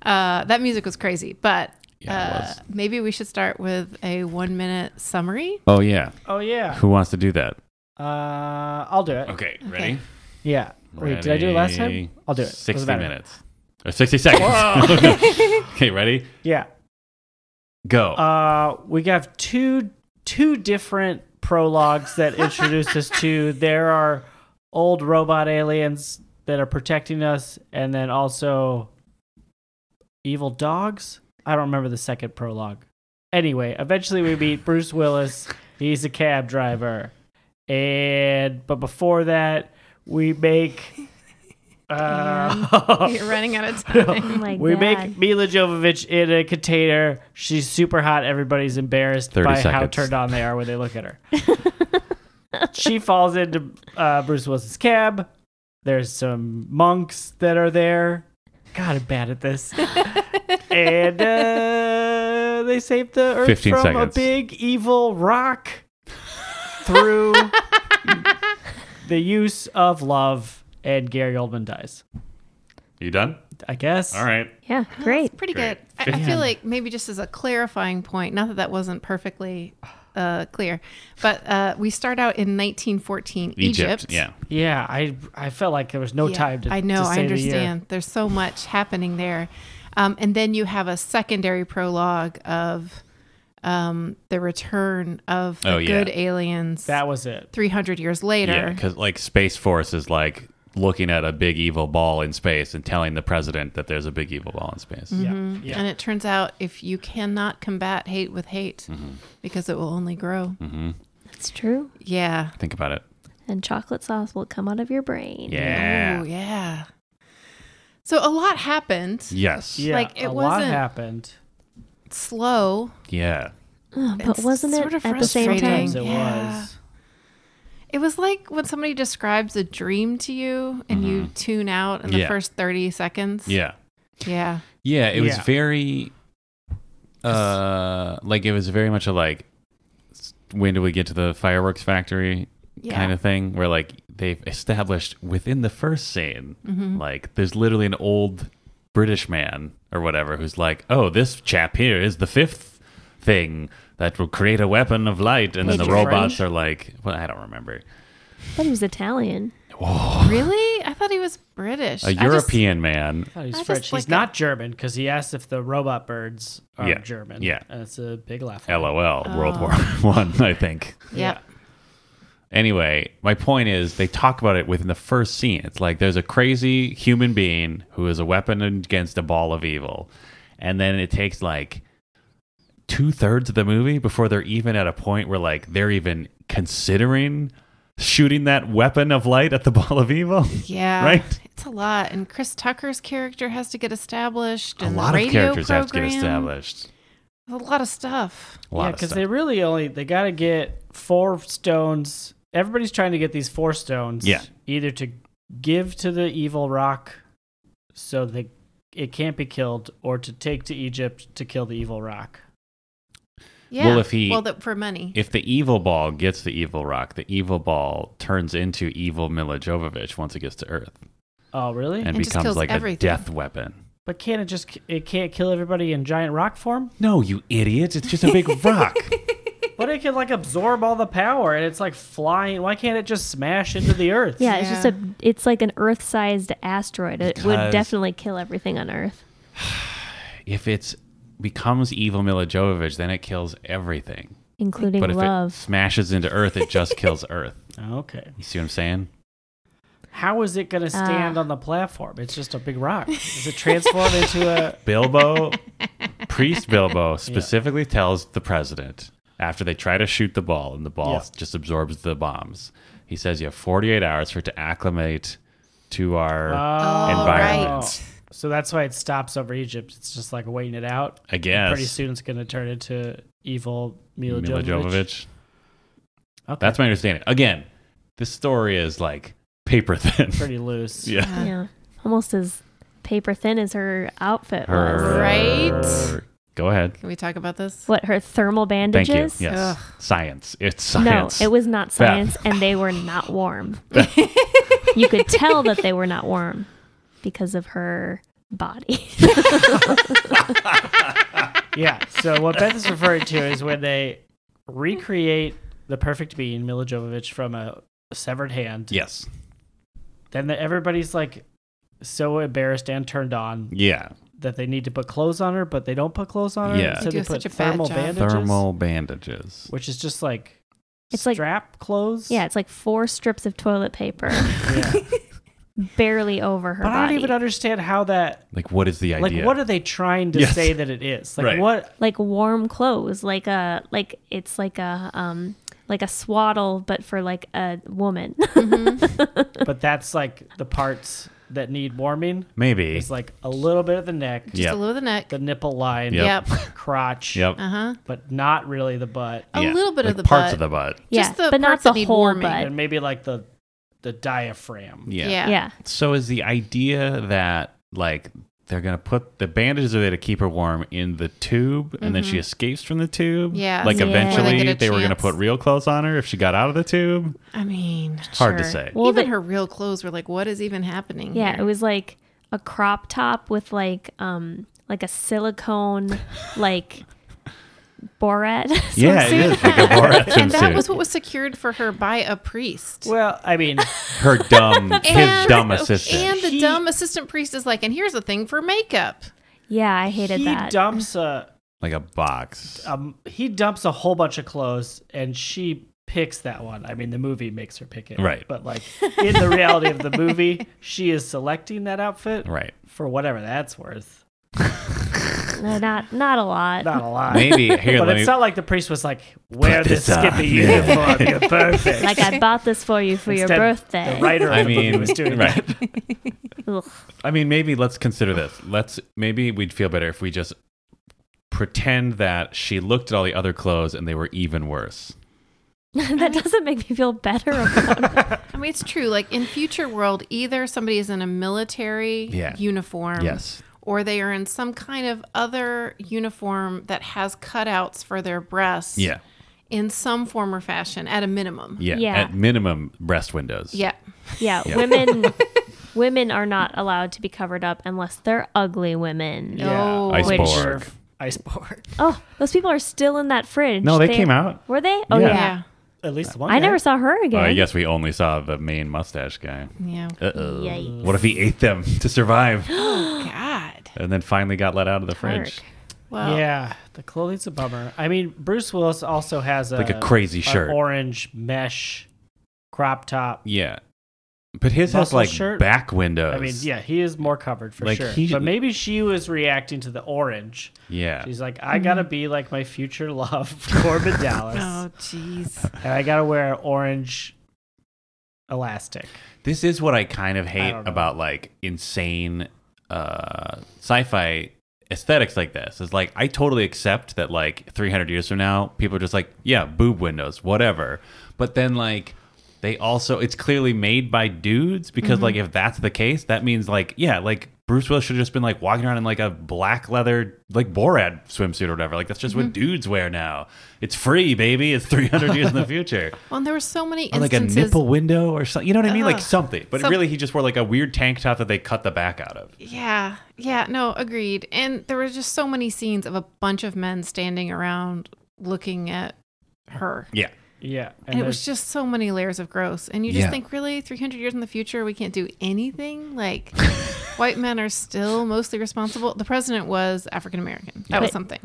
S4: Uh, that music was crazy, but
S2: Yeah, it
S4: uh,
S2: was.
S4: maybe we should start with a one minute summary.
S2: Oh yeah.
S1: Oh yeah.
S2: Who wants to do that?
S1: Uh, I'll do it.
S2: Okay,
S4: ready? Okay.
S1: Yeah. Wait, did I do it last time?
S2: Ready?
S1: I'll do it. Doesn't
S2: 60
S1: matter.
S2: minutes. Or 60 seconds. okay, ready?
S1: Yeah.
S2: Go.
S1: Uh, we have two two different prologues that introduce us to there are old robot aliens that are protecting us, and then also evil dogs. I don't remember the second prologue. Anyway, eventually we meet Bruce Willis. He's a cab driver, and but before that, we make. Uh,
S4: You're running out of time.
S3: Oh my
S1: we
S3: God.
S1: make Mila Jovovich in a container. She's super hot. Everybody's embarrassed
S2: 30
S1: by how
S2: seconds.
S1: turned on they are when they look at her. she falls into uh, Bruce Willis's cab. There's some monks that are there. God, I'm bad at this. and uh, they save the earth
S2: 15
S1: from a
S2: seconds.
S1: big evil rock through the use of love. And Gary Oldman dies.
S2: you done?
S1: I guess.
S2: All right.
S3: Yeah. Great.
S4: Pretty
S2: Great.
S4: good. I, I
S2: Yeah.
S4: feel like maybe just as a clarifying point, not that that wasn't perfectly uh, clear, but uh, we start out in 1914 Egypt.
S2: Egypt. Yeah.
S1: Yeah, I I felt like there was no
S4: Yeah,
S1: time to.
S4: I know.
S1: to say
S4: I
S1: the
S4: understand. There's so much happening there, um, and then you have a secondary prologue of um, the return of the
S2: Oh, yeah.
S4: good aliens.
S1: That was it.
S4: 300 years later.
S2: Yeah, because like Space Force is like looking at a big evil ball in space and telling the president that there's a big evil ball in space.
S1: Yeah, yeah.
S4: Mm-hmm. And it turns out if you cannot combat hate with hate,
S2: Mm-hmm.
S4: because it will only grow.
S2: Mm.
S3: That's true.
S4: Yeah.
S2: Think about it.
S3: And chocolate sauce will come out of your brain.
S2: Yeah.
S4: Oh, yeah. So a lot happened.
S2: Yes.
S1: Yeah,
S4: Like, it
S1: a lot
S4: wasn't-
S1: happened.
S4: Slow.
S2: Yeah.
S3: Ugh, but
S4: It's
S3: wasn't it
S4: sort of
S3: at the same time?
S4: frustrating.
S1: Sometimes it
S4: Yeah.
S1: was.
S4: It was like when somebody describes a dream to you and you tune out in the
S2: Mm-hmm. Yeah.
S4: first 30 seconds.
S2: Yeah.
S4: Yeah.
S2: Yeah, it was
S1: Yeah.
S2: very uh like it was very much a like s- when do we get to the fireworks factory
S4: Yeah.
S2: kind of thing where like they've established within the first scene Mm-hmm.
S4: Mm-hmm.
S2: like there's literally an old British man or whatever who's like, "Oh, this chap here is the fifth thing that will create a weapon of light." And then the
S3: Patriot.
S2: robots are like, "Well, I don't remember."
S3: But he was Italian.
S2: It oh,
S4: Really? I thought he was British.
S2: a European man.
S1: Oh, he's
S4: I just
S1: French. He's
S4: like
S1: not German because he asked if the robot birds are
S2: Yeah,
S1: German.
S2: yeah.
S1: and it's a big laugh.
S2: LOL. World War One, I think.
S4: yeah.
S2: Anyway, my point is they talk about it within the first scene. It's like there's a crazy human being who is a weapon against a ball of evil. And then it takes like two thirds of the movie before they're even at a point where like they're even considering shooting that weapon of light at the ball of evil.
S4: Yeah.
S2: Right?
S4: It's a lot. And Chris Tucker's character has to get established.
S2: a
S4: And
S2: lot
S4: the
S2: of
S4: radio
S2: characters
S4: program.
S2: have to get established.
S4: A lot of stuff.
S2: A lot
S1: yeah,
S2: of stuff.
S1: because they really only they got to get four stones. Everybody's trying to get these four stones.
S2: Yeah.
S1: either to give to the evil rock, so that it can't be killed, or to take to Egypt to kill the evil rock.
S4: Yeah.
S2: Well, if he-
S4: Well, that for money.
S2: if the evil ball gets the evil rock, the evil ball turns into evil Mila Jovovich once it gets to Earth
S1: Oh, really?
S2: and,
S4: And just
S2: becomes
S4: kills
S2: like a
S4: everything.
S2: death weapon.
S1: but can't it just it can't kill everybody in giant rock form?
S2: No, you idiots! It's just a big rock.
S1: But it can like absorb all the power, and it's like flying. Why can't it just smash into the earth?
S3: Yeah, it's just
S4: Yeah.
S3: a it's like an Earth-sized asteroid. It
S2: Because-
S3: would definitely kill everything on Earth.
S2: if it's becomes evil Mila Jovovich, then it kills everything.
S3: Including
S2: But if it
S3: love.
S2: smashes into Earth, it just kills Earth.
S1: Okay.
S2: You see what I'm saying?
S1: How is it going to stand
S3: Uh.
S1: on the platform? It's just a big rock. Does it transform into a?
S2: Bilbo, priest Bilbo, specifically tells the president after they try to shoot the ball and the ball
S1: Yeah.
S2: just absorbs the bombs. He says you have 48 hours for it to acclimate to our
S1: Oh,
S2: environment.
S1: right. So that's why it stops over Egypt. It's just like waiting it out.
S2: I guess.
S1: Pretty soon it's going to turn into evil Mila,
S2: Mila
S1: Jovovich.
S2: Jovovich.
S1: Okay.
S2: That's my understanding. Again, this story is like paper thin.
S1: pretty loose.
S2: yeah.
S4: Yeah.
S3: yeah, almost as paper thin as her outfit was.
S2: Her-
S4: Right?
S2: Go ahead.
S4: Can we talk about this?
S3: What her thermal
S2: Thank
S3: bandages?
S2: you. Yes.
S4: Ugh.
S2: Science. It's
S3: No,
S2: science.
S3: it was not science, and they were not warm. you could tell that they were not warm because of her body.
S1: Yeah. So what Beth is referring to is when they recreate the perfect being, Mila Jovovich, from a severed hand.
S2: Yes.
S1: Then the, everybody's like so embarrassed and turned on
S2: Yeah.
S1: that they need to put clothes on her, but they don't put clothes on her.
S2: Yeah.
S1: So
S4: They
S1: they,
S4: do
S1: put
S4: such a bad
S1: thermal
S4: job.
S1: bandages,
S2: Thermal bandages.
S1: which is just like
S3: It's like-
S1: strap clothes.
S3: yeah, it's like four strips of toilet paper
S1: Yeah.
S3: barely over her
S1: But I
S3: body.
S1: don't even understand how that.
S2: Like, what is the idea?
S1: Like, what are they trying to
S2: Yes.
S1: say that it is? Like,
S2: Right.
S1: what?
S3: like warm clothes, like a like it's like a um like a swaddle, but for like a woman.
S1: But that's like the parts that need warming.
S2: Maybe.
S1: It's like a little bit of the neck,
S4: Just
S2: Yep.
S4: a little of the neck.
S1: the nipple line,
S2: Yep.
S4: Yep.
S1: crotch,
S2: Yep.
S4: Uh huh.
S1: but not really the butt,
S4: A
S2: Yeah.
S4: little bit
S2: Like
S4: of the
S2: parts
S4: butt.
S2: of the butt.
S3: yeah,
S4: Just the
S3: but not
S4: parts
S3: the
S4: that need
S3: whole
S4: warming.
S3: butt.
S1: and maybe like the the diaphragm.
S2: Yeah.
S4: Yeah.
S3: Yeah,
S2: So is the idea that like they're gonna put the bandages are there to keep her warm in the tube, and then she escapes from the tube.
S4: Mm-hmm. Yes.
S2: Like
S3: Yeah.
S2: eventually
S3: Where
S4: they
S2: they,
S4: get a
S2: were gonna
S4: chance.
S2: put real clothes on her if she got out of the tube.
S4: I mean,
S2: Hard to
S4: sure.
S2: say.
S3: Well,
S4: even
S3: the-
S4: her real clothes were like, what is even happening?
S3: yeah.
S4: here?
S3: It was like a crop top with like um like a silicone like Borat.
S2: yeah,
S4: swimsuit.
S2: it is like a Borat
S4: and that
S2: swimsuit.
S4: was what was secured for her by a priest.
S1: Well, I mean,
S2: her dumb, his
S4: And-
S2: dumb assistant.
S4: And the
S1: He-
S4: dumb assistant priest is like, and here's a thing for makeup.
S3: yeah, I hated
S1: he
S3: that.
S1: dumps a
S2: like a box.
S1: um, he dumps a whole bunch of clothes, and she picks that one. I mean, the movie makes her pick it,
S2: Right.
S1: But like in the reality of the movie, she is selecting that outfit
S2: Right.
S1: for whatever that's worth.
S3: No, not not a lot.
S1: Not a lot.
S2: Maybe here.
S1: but
S2: let
S1: it's
S2: me,
S1: not like the priest was like, "Wear this,
S2: this on."
S1: Skippy
S2: Yeah.
S1: uniform, you're perfect."
S3: like I bought this for you for
S1: Instead,
S3: your birthday.
S1: The writer of
S2: I
S1: the movie
S2: mean,
S1: was doing
S2: right.
S1: that.
S3: Ugh.
S2: I mean, maybe let's consider this. Let's maybe we'd feel better if we just pretend that she looked at all the other clothes and they were even worse.
S3: that doesn't make me feel better. About
S4: I mean, it's true. Like in future world, either somebody is in a military
S2: Yeah.
S4: uniform,
S2: Yes.
S4: or they are in some kind of other uniform that has cutouts for their breasts,
S2: Yeah.
S4: in some form or fashion, at a minimum.
S2: Yeah.
S3: Yeah.
S2: At minimum, breast windows.
S4: Yeah.
S3: yeah,
S2: Yeah.
S3: women women are not allowed to be covered up unless they're ugly women.
S4: Oh.
S2: Ice
S3: Which-
S2: Iceborg.
S1: Iceborg.
S3: Oh, those people are still in that fridge.
S2: No, they came out.
S3: Were they? Oh
S2: Yeah.
S3: yeah.
S4: Yeah.
S1: at least one.
S3: I
S1: guy.
S3: never saw her
S2: Oh,
S3: again.
S2: I guess we only saw the main mustache guy.
S4: Yeah.
S2: Uh oh.
S3: Yikes.
S2: What if he ate them to survive
S4: Oh, God.
S2: and then finally got let out of the fridge?
S3: Dark.
S4: Well,
S1: Yeah, the clothing's a bummer. I mean, Bruce Willis also has Uh, a
S2: Like a crazy
S1: an
S2: shirt.
S1: orange mesh crop top.
S2: Yeah. But his has
S1: Muscle
S2: like
S1: shirt?
S2: back windows.
S1: I mean, yeah, he is more covered for
S2: Like,
S1: sure.
S2: he-
S1: but maybe she was reacting to the orange.
S2: Yeah.
S1: She's like, I gotta be like my future love, Corbin Dallas,
S4: Oh, jeez.
S1: and I gotta wear orange elastic.
S2: This is what I kind of hate
S1: don't know.
S2: about like insane uh, sci-fi aesthetics like this. Is like I totally accept that like 300 years from now, people are just like, yeah, boob windows, whatever. But then like they also it's clearly made by dudes because
S1: Mm-hmm.
S2: like if that's the case, that means like yeah, like Bruce Willis should have just been like walking around in like a black leather like Borat swimsuit or whatever. Like that's just
S1: Mm-hmm.
S2: what dudes wear now. It's free, baby. It's 300 years in the future.
S4: Well, and there were so many
S2: Or like a
S4: instances.
S2: nipple window or something. You know what I mean?
S3: Uh-huh.
S2: Like
S4: Ugh.
S2: something. But
S4: Some-
S2: really, he just wore like a weird tank top that they cut the back out of.
S4: Yeah. Yeah. No, agreed. And there were just so many scenes of a bunch of men standing around looking at her.
S2: Yeah.
S1: Yeah, and,
S4: And it was
S1: there's-
S4: just so many layers of gross. And you just
S2: Yeah.
S4: think, really, 300 years in the future, we can't do anything? Like, white men are still mostly responsible. The president was African American. That was
S3: But-
S4: something.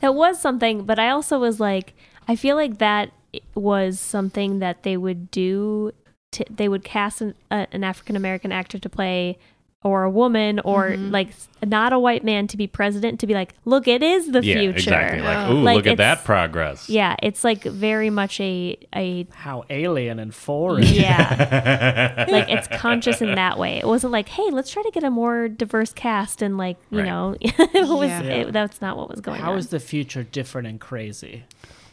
S3: that was something but i also was like i feel like that was something that they would do to, they would cast an, a, an african american actor to play or a woman or
S1: Mm-hmm.
S3: like s- not a white man to be president to be like look it is the
S2: yeah,
S3: future
S2: exactly. Like,
S4: Oh.
S2: ooh,
S3: Like,
S2: look at
S3: it's-
S2: that progress.
S3: yeah it's like very much a a
S1: how alien and foreign.
S3: yeah like it's conscious in that way it wasn't like hey let's try to get a more diverse cast and like you
S2: Right.
S3: know it was
S4: Yeah.
S3: it, that's not what was going
S1: How
S3: on
S1: is the future different and crazy?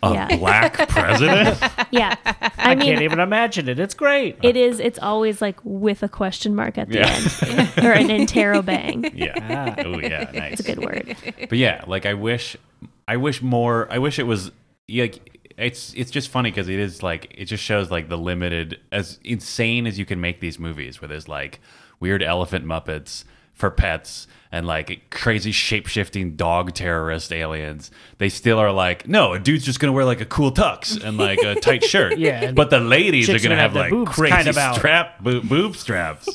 S2: A
S3: Yeah.
S2: black president?
S3: yeah i,
S1: I,
S3: mean
S1: can't even imagine it. It's great.
S3: It is. It's always like with a question mark at the
S2: Yeah.
S3: end or an interrobang.
S2: yeah.
S3: Ah.
S2: Oh, yeah. Nice.
S3: It's a good word.
S2: but yeah, like I wish, I wish more. I wish it was yeah, like it's it's just funny because it is like it just shows like the limited as insane as you can make these movies where there's like weird elephant muppets for pets and like crazy shape shifting dog terrorist aliens. They still are like no, a dude's just gonna wear like a cool tux and like a tight shirt.
S1: Yeah, and
S2: but the ladies are
S1: chicks
S2: gonna
S1: would have
S2: have,
S1: their
S2: like
S1: boobs
S2: crazy
S1: kind of out.
S2: strap boob, boob straps.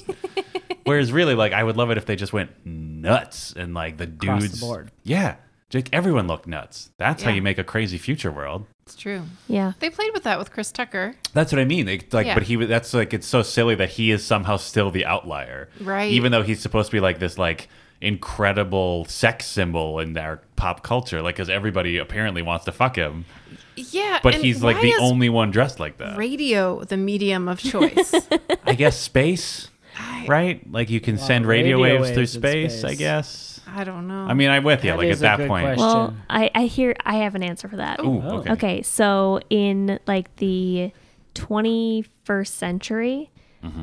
S2: Whereas really, like, I would love it if they just went nuts and like the
S1: Across the
S2: dudes.
S1: board.
S2: Yeah, Jake. Everyone looked nuts. That's how
S4: Yeah.
S2: you make a crazy future world.
S4: It's true.
S3: Yeah.
S4: They played with that with Chris Tucker.
S2: That's what I mean. They- like,
S4: Yeah.
S2: but he. was- That's like it's so silly that he is somehow still the outlier,
S4: Right.
S2: Even though he's supposed to be like this, like incredible sex symbol in our pop culture, like because everybody apparently wants to fuck him,
S4: Yeah.
S2: but
S4: and
S2: he's like
S4: why
S2: the
S4: is
S2: only one dressed like that.
S4: radio the medium of choice.
S2: I guess space, right? Like you can send radio,
S1: radio
S2: waves, through
S1: waves in
S2: space, I
S1: space.
S2: guess.
S4: I don't know.
S2: I mean, I'm with you.
S1: That
S2: like
S1: is
S2: at
S1: a
S2: that
S1: good
S2: point.
S1: question.
S3: Well, I, I hear I have an answer for that.
S2: Ooh,
S1: Oh.
S2: okay.
S3: Okay. So in like the 21st century,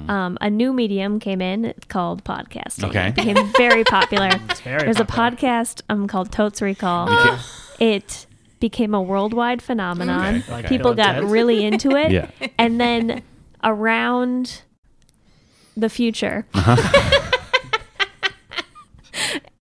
S3: um, a new medium came in It's called podcasting.
S2: Mm-hmm. Okay.
S3: It became very popular.
S1: very
S3: There's
S1: popular.
S3: a podcast um, called Totes Recall.
S2: Okay.
S3: It became a worldwide phenomenon.
S2: Okay, okay.
S3: People
S1: Bill and
S3: got
S1: Ted?
S3: really into it.
S2: Yeah.
S3: And then around the future,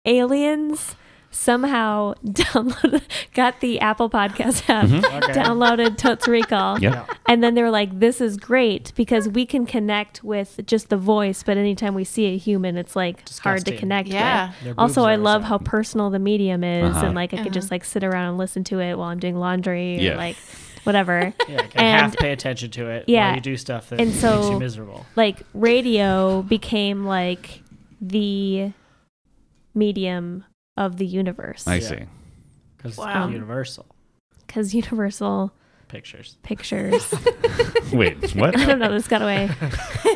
S3: aliens somehow downloaded, got the Apple Podcast app, downloaded Totes Recall.
S2: Mm-hmm. Yeah.
S3: And then they were like, this is great because we can connect with just the voice, but anytime we see a human, it's like hard to
S1: Disgusting.
S3: connect
S4: Yeah.
S3: with.
S1: Their
S3: Also,
S1: boobs
S3: I
S1: are
S3: love
S1: out.
S3: how personal the medium is.
S2: Uh-huh.
S3: And like, I could just like sit around and listen to it while I'm doing laundry
S2: Yeah.
S3: or like whatever.
S1: Yeah, I can half
S3: and
S1: pay attention to it
S3: Yeah.
S1: while you do stuff that
S3: And
S1: makes
S3: so-
S1: you miserable.
S3: like radio became like the medium of the universe
S2: I
S1: Yeah.
S2: see.
S1: Because
S4: Wow.
S1: Universal
S3: because Universal
S1: Pictures.
S3: Pictures.
S2: Wait, what?
S3: I don't know. This got away.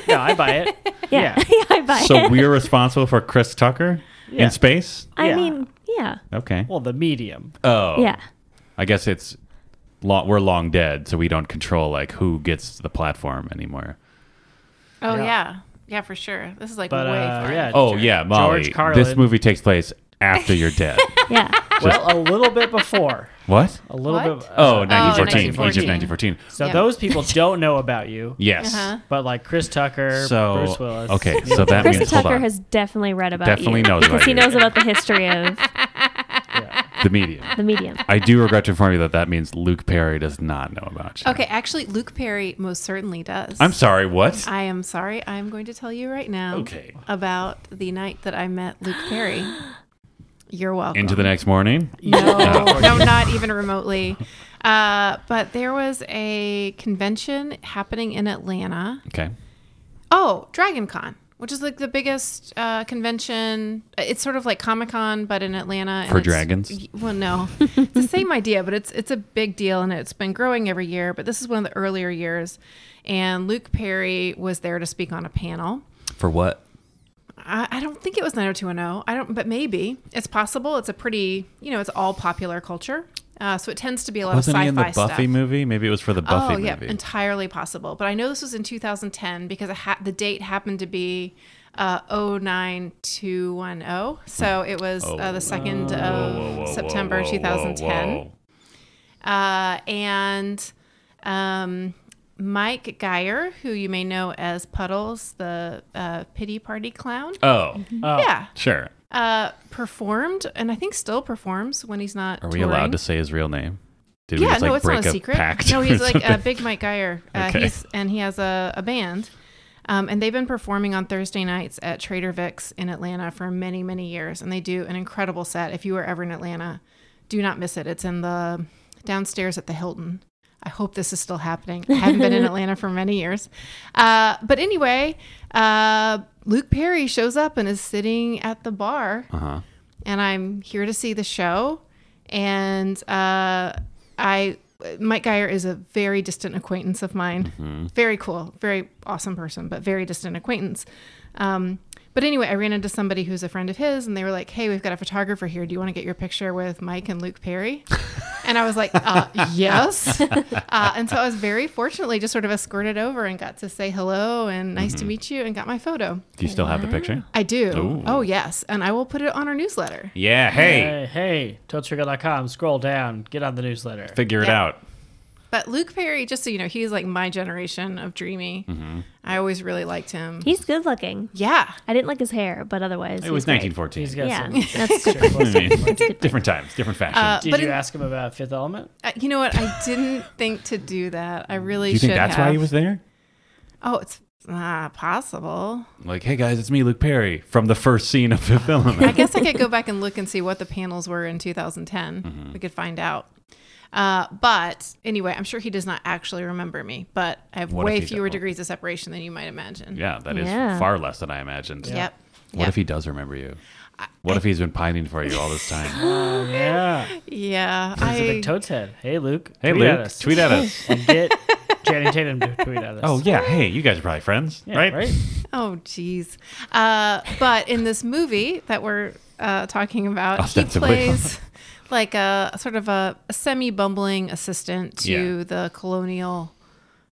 S1: No, I buy it.
S3: Yeah,
S1: Yeah.
S3: yeah. I buy
S2: so
S3: it.
S2: we're responsible for Chris Tucker
S1: Yeah.
S2: in space?
S3: I
S1: Yeah.
S3: mean, yeah,
S2: Okay.
S1: Well, the medium.
S2: Oh.
S3: yeah.
S2: I guess it's lo- we're long dead, so we don't control like who gets the platform anymore.
S4: oh
S1: Yeah.
S4: yeah. yeah, for sure. This is like
S1: But,
S4: way.
S1: uh,
S4: far.
S1: yeah.
S2: Oh
S1: George-
S2: yeah, Molly.
S1: George Carlin.
S2: This movie takes place after you're dead.
S3: Yeah.
S1: Well, a little bit before.
S2: what?
S1: A little
S4: What?
S1: bit.
S2: Oh,
S1: uh,
S2: 1914.
S4: 1914.
S2: Egypt 1914.
S1: So
S4: Yeah.
S1: those people don't know about you,
S2: Yes.
S4: Uh-huh.
S1: but like Chris Tucker,
S2: So
S1: Bruce Willis.
S2: okay, so that
S3: Chris
S2: means hold
S3: Tucker
S2: on.
S3: has definitely read about
S2: Definitely
S3: you.
S2: knows about
S3: because he
S2: you.
S3: knows about the history of
S1: Yeah.
S2: the medium.
S3: the medium.
S2: I do regret to inform you that that means Luke Perry does not know about you.
S4: Okay, actually, Luke Perry most certainly does.
S2: I'm sorry, what?
S4: I am sorry. I'm going to tell you right now.
S2: Okay.
S4: About the night that I met Luke Perry. You're welcome.
S2: Into the next morning?
S4: no, no, not even remotely. Uh, but there was a convention happening in Atlanta.
S2: Okay.
S4: Oh, Dragon Con, which is like the biggest uh, convention. It's sort of like Comic Con, but in Atlanta. and
S2: For
S4: it's-
S2: dragons?
S4: y- Well, no, it's the same idea, but it's it's a big deal, and it's been growing every year. But this is one of the earlier years, and Luke Perry was there to speak on a panel.
S2: For what?
S4: I, I don't think it was 90210. I don't, but maybe it's possible. It's a pretty, you know, it's all popular culture, uh, so it tends to be a lot
S2: Wasn't
S4: of sci-fi
S2: he in the Buffy
S4: stuff.
S2: movie? Maybe it was for the Buffy
S4: oh yeah,
S2: movie.
S4: entirely possible. But I know this was in 2010 because it ha- the date happened to be uh, 09210. oh. So it was
S2: Oh,
S4: uh, the second of September 2010 uh, and um, Mike Geyer, who you may know as Puddles, the uh, pity party clown.
S2: Oh,
S4: Yeah,
S2: sure.
S4: uh, performed, and I think still performs when he's not.
S2: Are we
S4: Uh, touring.
S2: allowed to say his real name? Did
S4: Yeah,
S2: we just like
S4: no, it's
S2: break
S4: not a secret.
S2: pact?
S4: No,
S2: or
S4: he's like a
S2: something?
S4: big Mike Geyer. Uh,
S2: Okay.
S4: he's, and he has a, a band. Um, and they've been performing on Thursday nights at Trader Vic's in Atlanta for many, many years. And they do an incredible set. If you were ever in Atlanta, do not miss it. It's in the downstairs at the Hilton. I hope this is still happening. I haven't been in Atlanta for many years. Uh, but anyway, uh, Luke Perry shows up and is sitting at the bar
S2: uh-huh.
S4: and I'm here to see the show. And uh, I, Mike Geyer is a very distant acquaintance of mine. Very cool, very awesome person, but very distant acquaintance. Um, but anyway, I ran into somebody who's a friend of his, and they were like, "Hey, we've got a photographer here. Do you want to get your picture with Mike and Luke Perry?" and I was like, uh, "Yes." uh, and so I was very fortunately just sort of escorted over and got to say hello and nice to meet you, and got my photo.
S2: Do you still have the picture?
S4: I do.
S2: Ooh.
S4: Oh yes, and I will put it on our newsletter.
S2: Yeah. Hey,
S1: Hey, hey, toadstruggle.com. Scroll down. Get on the newsletter.
S2: figure it
S4: Yeah.
S2: out.
S4: But Luke Perry, just so you know, he's like my generation of dreamy.
S2: Mm-hmm.
S4: I always really liked him.
S3: He's good looking.
S4: yeah.
S3: I didn't like his hair, but otherwise,
S2: It was
S3: he's great.
S2: 1914.
S1: He's got
S3: Yeah,
S1: some.
S3: that's good.
S2: I mean, different times, different
S4: Uh,
S2: fashion.
S1: Did
S4: But
S1: you
S4: in-
S1: ask him about Fifth Element?
S4: Uh, you know what? I didn't think to do that. I really
S2: Do you
S4: should
S2: think that's
S4: have.
S2: why he was there?
S4: Oh, it's uh, possible.
S2: Like, hey guys, it's me, Luke Perry, from the first scene of Fifth Element.
S4: I guess I could go back and look and see what the panels were in 2010.
S2: Mm-hmm.
S4: We could find out. Uh, but anyway, I'm sure he does not actually remember me, but I have
S2: What
S4: way
S2: if he
S4: fewer
S2: don't?
S4: degrees of separation than you might imagine.
S2: yeah, that is
S3: Yeah.
S2: far less than I imagined.
S4: Yep.
S2: What if he does remember you? What if he's been pining for you all this time?
S1: Yeah.
S4: Yeah.
S1: He's a big
S4: I,
S1: toad's head. Hey, Luke.
S2: hey,
S1: tweet
S2: Luke,
S1: at us.
S2: tweet at us.
S1: And get Channing Tatum to tweet at us.
S2: oh yeah, hey, you guys are probably friends,
S1: Yeah,
S2: right?
S1: right?
S4: oh, jeez. Uh, but in this movie that we're uh, talking about, he
S2: Ostensibly.
S4: plays like a sort of a, a semi bumbling assistant to
S2: Yeah.
S4: the colonial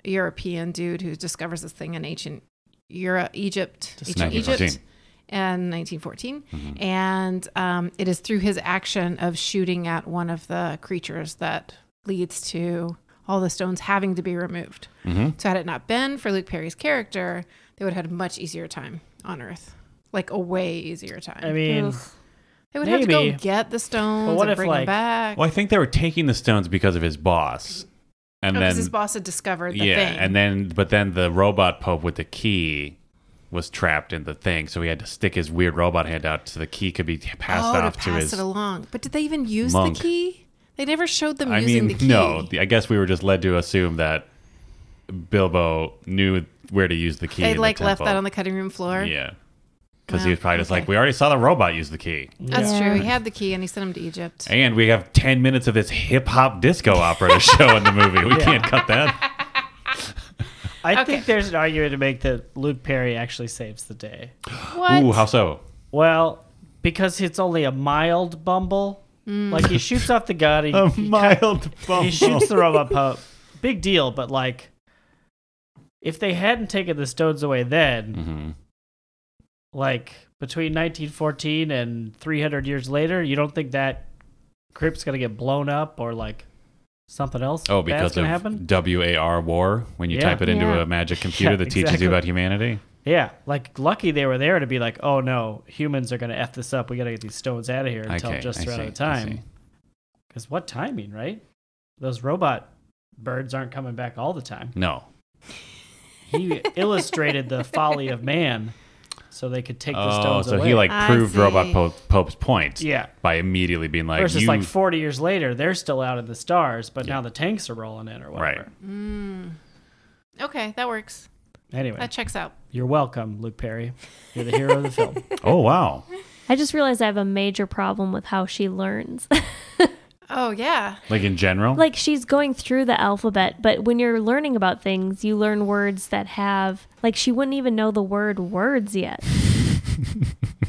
S4: European dude who discovers this thing in ancient Europe, Egypt, ancient Egypt.
S2: 1914.
S4: In 1914,
S2: Mm-hmm.
S4: and um, it is through his action of shooting at one of the creatures that leads to all the stones having to be removed. So, had it not been for Luke Perry's character, they would have had a much easier time on Earth, like a way easier time.
S1: I mean,
S3: Ugh.
S4: They would have to
S1: Maybe.
S4: go get the stones
S1: what
S4: and
S1: if,
S4: bring
S1: like-
S4: them back.
S2: Well, I think they were taking the stones because of his boss, and
S4: Because
S2: then
S4: Oh, his boss had discovered the
S2: yeah,
S4: thing.
S2: and then but then the robot pope with the key was trapped in the thing, so he had to stick his weird robot hand out so the key could be passed
S4: oh,
S2: off
S4: to
S2: to,
S4: pass
S2: his.
S4: it along. But did they even use
S2: monk.
S4: the key? They never showed them
S2: I
S4: using
S2: mean,
S4: the key.
S2: no, I guess we were just led to assume that Bilbo knew where to use the key.
S4: they
S2: in the
S4: like left that
S2: temple.
S4: on the cutting room floor.
S2: yeah, because
S4: Wow,
S2: he was probably just
S4: okay.
S2: like, we already saw the robot use the key.
S4: That's
S3: Yeah.
S4: true. He had the key and he sent him to Egypt.
S2: And we have 10 minutes of this hip hop disco opera to show in the movie. We can't cut that.
S1: I
S4: Okay.
S1: think there's an argument to make that Luke Perry actually saves the day.
S4: What?
S2: Ooh, how so?
S1: Well, because it's only a mild bumble.
S4: Mm.
S1: Like he shoots off the gun, he, he
S2: mild
S1: he shoots the robot pup. Big deal, but like, if they hadn't taken the stones away then,
S2: Mm-hmm.
S1: like between 1914 and 300 years later, you don't think that crypt's gonna get blown up or like something else?
S2: Oh,
S1: bad's
S2: because
S1: gonna
S2: of
S1: happen.
S2: WAR war, when you
S1: Yeah.
S2: type it into
S3: Yeah.
S2: a magic computer that teaches
S1: exactly.
S2: you about humanity.
S1: Yeah, like lucky they were there to be like, oh no, humans are gonna f this up. We gotta get these stones out of here and tell
S2: Okay,
S1: just
S2: I
S1: the right
S2: see,
S1: amount of
S2: I see.
S1: time. Because what timing, right? Those robot birds aren't coming back all the time.
S2: No.
S1: He illustrated the folly of man so they could take the
S2: Oh,
S1: stones
S2: so
S1: away.
S2: he like
S4: I
S2: proved
S4: see.
S2: Robot Pope, Pope's point.
S1: Yeah.
S2: By immediately being like,
S1: Versus
S2: you
S1: like 40 years later, they're still out in the stars, but now the tanks are rolling in or
S2: Right.
S1: whatever.
S4: Mm. Okay, that works.
S1: Anyway,
S4: That checks out.
S1: you're welcome, Luke Perry. You're the hero of the film.
S2: oh wow,
S3: I just realized I have a major problem with how she learns.
S4: Oh yeah.
S2: like in general,
S3: like she's going through the alphabet, but when you're learning about things, you learn words that have like she wouldn't even know the word words yet.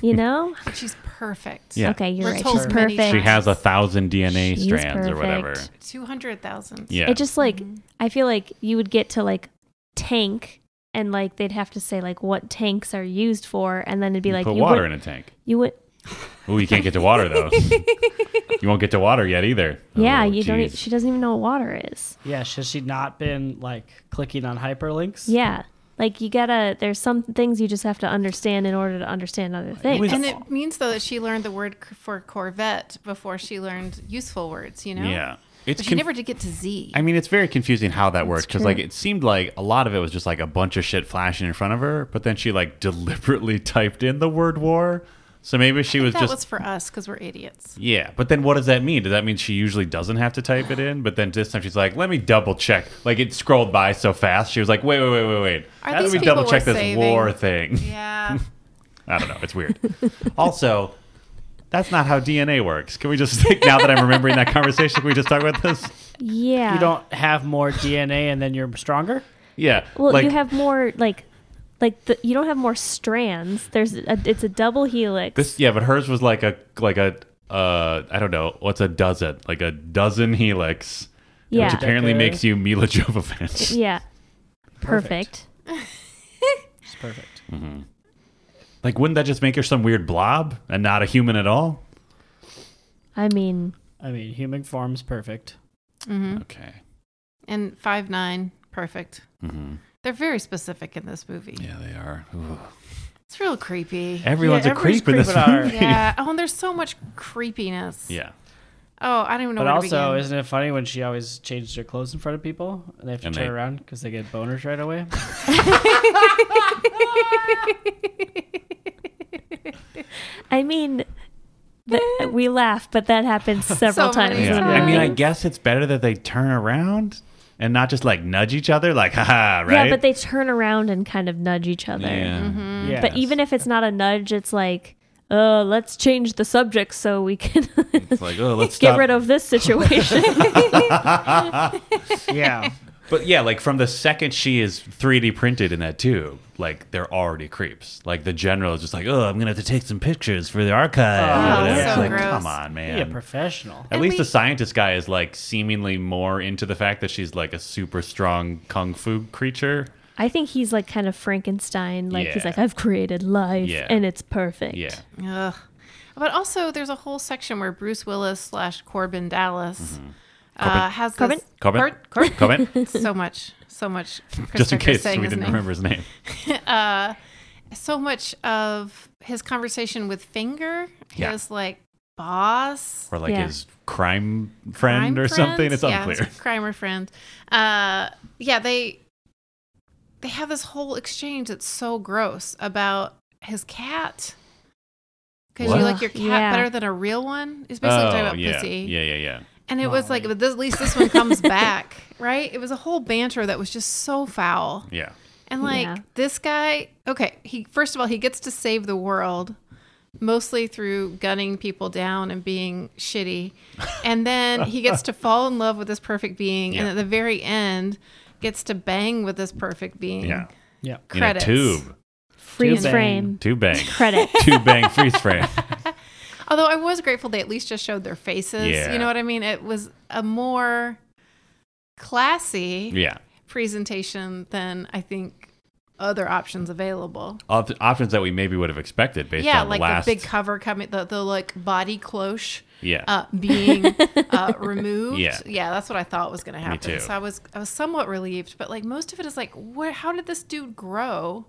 S3: you know?
S4: But she's perfect.
S2: Yeah.
S3: Okay, you're
S4: We're
S3: right.
S4: told
S3: She's
S4: many
S3: perfect.
S2: she
S4: times.
S2: has a thousand DNA
S3: She's
S2: strands or whatever.
S3: perfect.
S4: Two hundred thousand.
S2: Yeah.
S3: It just like I feel like you would get to like tank and like they'd have to say like what tanks are used for and then it'd be like
S2: put
S3: you
S2: water
S3: would,
S2: in a tank.
S3: you would
S2: Oh, you can't get to water though. you won't get to water yet either.
S3: yeah
S2: Oh,
S3: you don't e-
S2: geez.
S3: she doesn't even know what water is
S1: yeah, has she not been like clicking on hyperlinks?
S3: yeah like you gotta there's some things you just have to understand in order to understand other things
S1: With-
S4: And it means though that she learned the word c- for Corvette before she learned useful words. You know.
S2: Yeah. It's
S4: But she
S2: conf-
S4: never did get to Z.
S2: I mean, it's very confusing how that worked because
S3: true.
S2: like it seemed like a lot of it was just like a bunch of shit flashing in front of her, but then she like deliberately typed in the word war. So maybe she was
S4: that
S2: just
S4: was for us because we're idiots.
S2: yeah. But then what does that mean? Does that mean she usually doesn't have to type it in? But then this time she's like, let me double check. Like it scrolled by so fast, she was like, wait, wait, wait, wait, wait.
S4: Are
S2: let
S4: these
S2: me
S4: people
S2: double check
S4: we're
S2: this
S4: saving?
S2: war thing.
S4: Yeah.
S2: I don't know. It's weird. also, that's not how DNA works. Can we just like, now that I'm remembering that conversation, can we just talk about this?
S3: yeah
S1: You don't have more DNA and then you're stronger?
S2: Yeah.
S3: well
S2: like,
S3: you have more like like the, you don't have more strands there's a, it's a double helix
S2: This yeah, but hers was like a like a uh I don't know what's a dozen like a dozen helix,
S3: yeah
S2: which apparently
S1: Deca.
S2: makes you Mila Jovovich.
S3: yeah perfect,
S1: It's perfect.
S2: Like, wouldn't that just make her some weird blob and not a human at all?
S3: i mean
S1: I mean, human form's perfect.
S4: hmm
S2: Okay.
S4: And five nine, perfect.
S2: Mm-hmm.
S4: They're very specific in this movie.
S2: Yeah, they are. Ooh.
S4: It's real creepy.
S2: Everyone's
S1: Yeah,
S2: a creep in
S1: everybody's
S2: this
S1: creeping out.
S2: movie.
S4: Yeah. Oh, and there's so much creepiness.
S2: Yeah.
S4: Oh, I don't even know.
S1: But
S4: where
S1: also,
S4: to begin.
S1: isn't it funny when she always changes her clothes in front of people and they have to
S2: And
S1: turn
S2: they-
S1: around because they get boners right away?
S3: i mean the, we laugh but that happens several times
S4: Eh. many
S3: in
S2: Yeah.
S3: the
S2: I mean, I
S3: movie.
S2: guess it's better that they turn around and not just like nudge each other, like haha, right?
S3: Yeah, but they Mm-hmm. turn around and kind of nudge each other.
S2: Yeah.
S1: Yeah.
S3: But even if it's not a nudge, it's like, oh, let's change the subject so we can
S2: It's like, oh, let's
S3: get
S2: stop-
S3: rid of this situation.
S1: yeah.
S2: But yeah, like from the second she is 3D printed in that tube, like they're already creeps. Like the general is just like, oh, I'm gonna have to take some pictures for the archive.
S1: Oh,
S2: or whatever.
S1: so
S2: It's like,
S4: gross.
S2: come on, man.
S1: Be a professional.
S2: At least the scientist guy is like seemingly more into the fact that she's like a super strong kung fu creature.
S3: I think he's like kind of Frankenstein. Like he's
S2: Yeah.
S3: like, I've created life
S2: Yeah.
S3: and it's perfect.
S2: Yeah.
S4: Ugh. But also, there's a whole section where Bruce Willis slash Corbin Dallas uh, has
S3: Corbin?
S4: this
S2: Mm-hmm. Corbin?
S4: Cor- Cor-
S2: Comment?
S4: so much, so much.
S2: just in
S4: Christopher
S2: case we
S4: saying his
S2: didn't
S4: name.
S2: remember his name.
S4: So much of his conversation with Finger,
S2: Yeah.
S4: his like boss,
S2: Or like
S3: Yeah.
S2: his crime friend
S4: crime
S2: or something.
S4: friend?
S2: It's
S4: Yeah,
S2: unclear.
S4: his crime or friend. Uh, yeah, they they have this whole exchange that's so gross about his cat. Because you
S2: What?
S4: like your cat
S3: Yeah.
S4: better than a real one. It's basically talking about
S2: Oh, yeah.
S4: pussy.
S2: yeah, yeah, yeah.
S4: And it was like, but this, at least this one comes back, right? It was a whole banter that was just so foul.
S2: Yeah.
S4: And like
S3: Yeah.
S4: this guy, okay, he first of all he gets to save the world mostly through gunning people down and being shitty. And then he gets to fall in love with this perfect being and
S2: Yeah.
S4: at the very end gets to bang with this perfect being.
S2: Yeah.
S1: Yeah.
S4: Credits.
S2: In a tube.
S3: Freeze
S1: Tube
S3: frame.
S2: Tube bang.
S3: Credit.
S2: tube bang freeze frame.
S4: Although I was grateful they at least just showed their faces.
S2: Yeah.
S4: You know what I mean? It was a more classy
S2: Yeah.
S4: presentation than I think other options available.
S2: Op- options that we maybe would have expected based
S4: yeah,
S2: on
S4: like
S2: last.
S4: the big cover coming, the, the like body cloche
S2: yeah,
S4: uh, being uh, removed.
S2: Yeah.
S4: that's what I thought was going to happen.
S2: too.
S4: So I was I was somewhat relieved, but like most of it is like, where? How did this dude grow?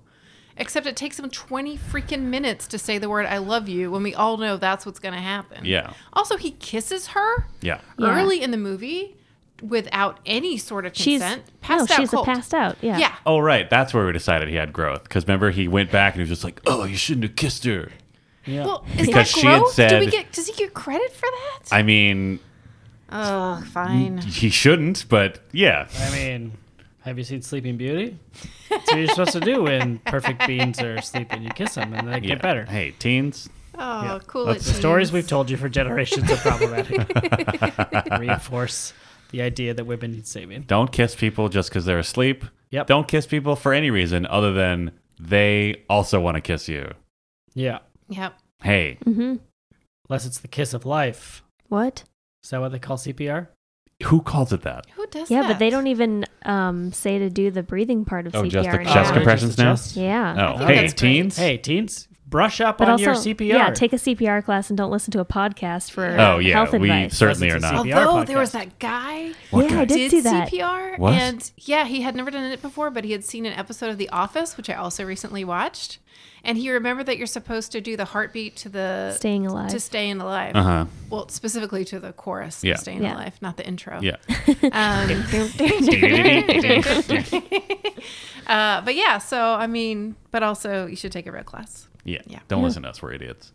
S4: Except it takes them 20 freaking minutes to say the word I love you when we all know that's what's going to happen.
S2: Yeah.
S4: Also, he kisses her
S2: Yeah.
S3: Yeah.
S4: early in the movie without any sort of
S3: She's
S4: consent.
S3: no,
S4: Passed out
S3: she's
S4: cold.
S3: a passed out. Yeah.
S4: Yeah.
S2: Oh, right. That's where we decided he had growth. Because remember, he went back and he was just like, oh, you shouldn't have kissed her.
S1: Yeah.
S4: Well, is
S2: Because
S4: that
S2: she had
S4: gross? Do we
S2: said-
S4: get, does he get credit for that?
S2: I mean,
S4: Oh, fine.
S2: he shouldn't, but yeah.
S1: I mean, have you seen Sleeping Beauty? That's what you're supposed to do when perfect beings are sleeping. You kiss them and they
S2: yeah.
S1: get better.
S2: Hey, teens.
S4: Oh, cool.
S2: That's
S4: it
S1: The stories
S4: is.
S1: we've told you for generations are problematic. Reinforce the idea that women need saving.
S2: Don't kiss people just because they're asleep.
S1: Yep.
S2: Don't kiss people for any reason other than they also want to kiss you.
S1: Yeah.
S4: Yep.
S2: Hey,
S3: Mm-hmm.
S1: Unless it's the kiss of life.
S3: What?
S1: Is that what they call CPR?
S2: who calls it that?
S4: Who does
S3: Yeah,
S4: that?
S3: but they don't even um, say to do the breathing part of
S2: Oh,
S3: CPR
S2: just the
S3: anymore.
S2: chest
S1: Oh,
S2: compressions
S1: just the
S2: now?
S1: chest.
S3: Yeah.
S2: Oh,
S4: think
S2: hey,
S4: that's great.
S2: teens.
S1: Hey, teens, brush up
S3: But
S1: on
S3: also,
S1: your CPR.
S3: yeah, take a CPR class and don't listen to a podcast for
S2: Oh, yeah.
S3: health
S2: we
S3: advice.
S2: certainly are
S1: Unless it's a
S2: not.
S1: CPR
S4: Although there
S1: podcast.
S4: was that guy
S2: What
S3: yeah,
S2: guy?
S3: I did, see that.
S4: CPR.
S2: What?
S4: And yeah, he had never done it before, but he had seen an episode of The Office, which I also recently watched. And he remembered that you're supposed to do the heartbeat to the
S3: Staying alive.
S4: to staying alive.
S2: Uh huh.
S4: Well, specifically to the chorus,
S2: Yeah.
S4: of staying
S3: Yeah.
S4: alive, not the intro.
S2: Yeah.
S4: Um, uh, but yeah, so I mean, but also you should take a real class.
S2: yeah.
S4: Yeah.
S2: Don't listen to us. We're idiots.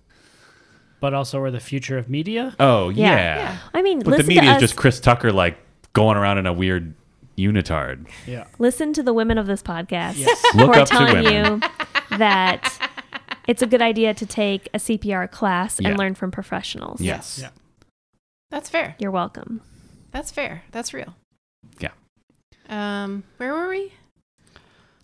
S1: But also, we're the future of media.
S2: Oh,
S3: Yeah.
S2: yeah.
S4: Yeah.
S3: I mean,
S2: But
S3: listen
S2: the media
S3: to
S2: is
S3: us.
S2: just Chris Tucker, like, going around in a weird unitard.
S1: Yeah.
S3: Listen to the women of this podcast
S1: Yes.
S3: who
S2: Look
S3: are
S2: up to
S3: telling
S2: women.
S3: you that it's a good idea to take a CPR class
S2: Yeah.
S3: and learn from professionals.
S2: Yes.
S1: Yeah.
S4: That's fair.
S3: You're welcome.
S4: That's fair. That's real.
S2: Yeah.
S4: Um, where were we?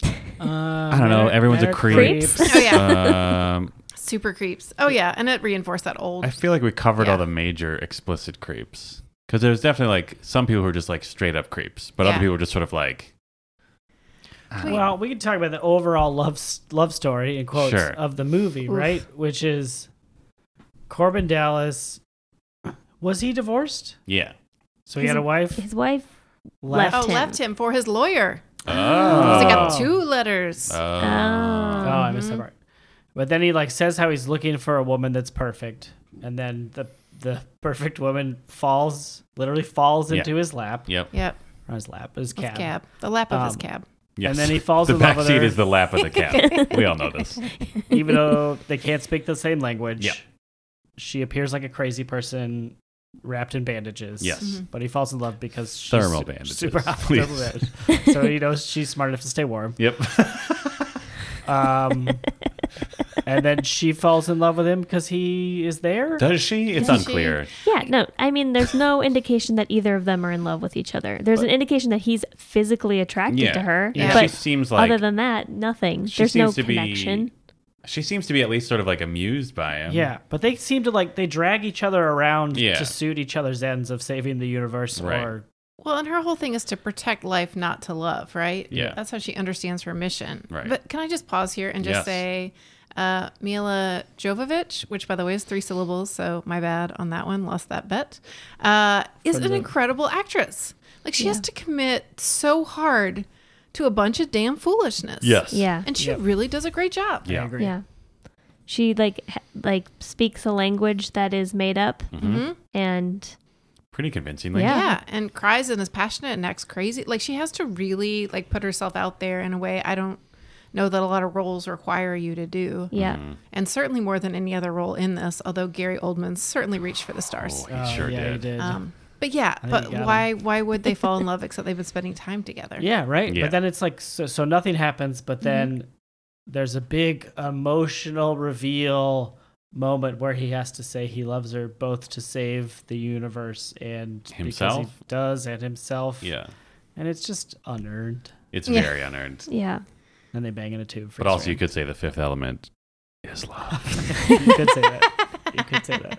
S2: don't
S1: Um,
S2: know, everyone's a creep.
S3: Creeps.
S4: Oh yeah,
S2: um,
S4: super creeps. Oh yeah, and it reinforced that old.
S2: I feel like we covered all
S4: Yeah.
S2: the major explicit creeps because there's definitely like some people who are just like straight up creeps, but
S4: Yeah.
S2: other people are just sort of like,
S1: Well, we can talk about the overall love s- love story in quotes
S2: Sure.
S1: of the movie,
S4: Oof.
S1: right? Which is Corbin Dallas. Was he divorced?
S2: yeah.
S1: So he
S3: His-
S1: had a wife.
S3: His wife.
S1: Left.
S4: oh,
S3: him.
S4: left him for his lawyer.
S2: Oh,
S4: He's
S1: Oh.
S4: got two letters.
S1: Oh,
S3: Oh.
S1: I missed
S2: Mm-hmm.
S1: that part. But then he like says how he's looking for a woman that's perfect, and then the the perfect woman falls, literally falls
S2: Yeah.
S1: into his lap,
S2: yep.
S4: yep,
S1: or his lap, his
S4: his
S1: cab.
S4: cab. The lap of his
S1: Um,
S4: cab.
S2: Yes.
S1: then he falls
S2: the
S1: in love with
S2: backseat
S1: her.
S2: is the lap of the cab. we all know this.
S1: Even though they can't speak the same language,
S2: Yeah.
S1: she appears like a crazy person wrapped in bandages.
S2: Yes. Mhm.
S1: but he falls in love because she's
S2: Thermal
S1: su-
S2: bandages,
S1: super hot.
S2: please.
S1: Thermal bandages. so he knows she's smart enough to stay warm.
S2: Yep.
S1: Um, and then she falls in love with him because he is there.
S2: Does she? It's
S4: Does she?
S2: unclear.
S3: Yeah, no, I mean, there's no indication that either of them are in love with each other. There's an indication that he's physically attracted
S2: Yeah.
S3: to her,
S1: Yeah.
S2: She
S3: but
S2: seems like
S3: other than that, nothing.
S2: she
S3: There's no
S2: seems to be-
S3: connection.
S2: she seems to be at least sort of like amused by him.
S1: Yeah, but they seem to like they drag each other around
S2: Yeah.
S1: to suit each other's ends of saving the universe
S2: Right.
S1: or
S4: Well, and her whole thing is to protect life, not to love, right?
S2: Yeah.
S4: That's how she understands her mission.
S2: Right.
S4: But can I just pause here and just
S2: Yes.
S4: say uh, Mila Jovovich, which by the way is three syllables, so my bad on that one, lost that bet, uh, is an incredible actress. Like she has to commit so hard to a bunch of damn foolishness.
S2: Yes.
S3: Yeah,
S4: And she
S1: Yep.
S4: really does a great job.
S1: I
S2: Yeah.
S1: agree.
S3: yeah. She like ha- like speaks a language that is made up,
S2: Mm-hmm.
S4: Mm-hmm.
S3: and
S2: Pretty convincingly.
S3: Yeah.
S4: yeah and cries and is passionate and acts crazy like she has to really like put herself out there in a way i don't know that a lot of roles require you to do
S3: yeah,
S2: Mm-hmm.
S4: and certainly more than any other role in this although gary oldman certainly reached for the stars
S2: Oh, he
S1: Oh,
S2: sure
S1: yeah,
S2: did.
S1: he did.
S4: um, but yeah
S1: think
S4: but
S1: you got him.
S4: why why would they fall in love except they've been spending time together
S1: yeah, right.
S2: Yeah.
S1: But then it's like so, so nothing happens, but
S2: Mm-hmm.
S1: then there's a big emotional reveal moment where he has to say he loves her both to save the universe and because
S2: Himself?
S1: he does and himself.
S2: Yeah.
S1: And it's just unearned.
S2: It's
S4: Yeah.
S2: very unearned.
S3: yeah.
S1: And they bang in a tube for
S2: But also, you could say the fifth element is love.
S1: you could say that. You could say that.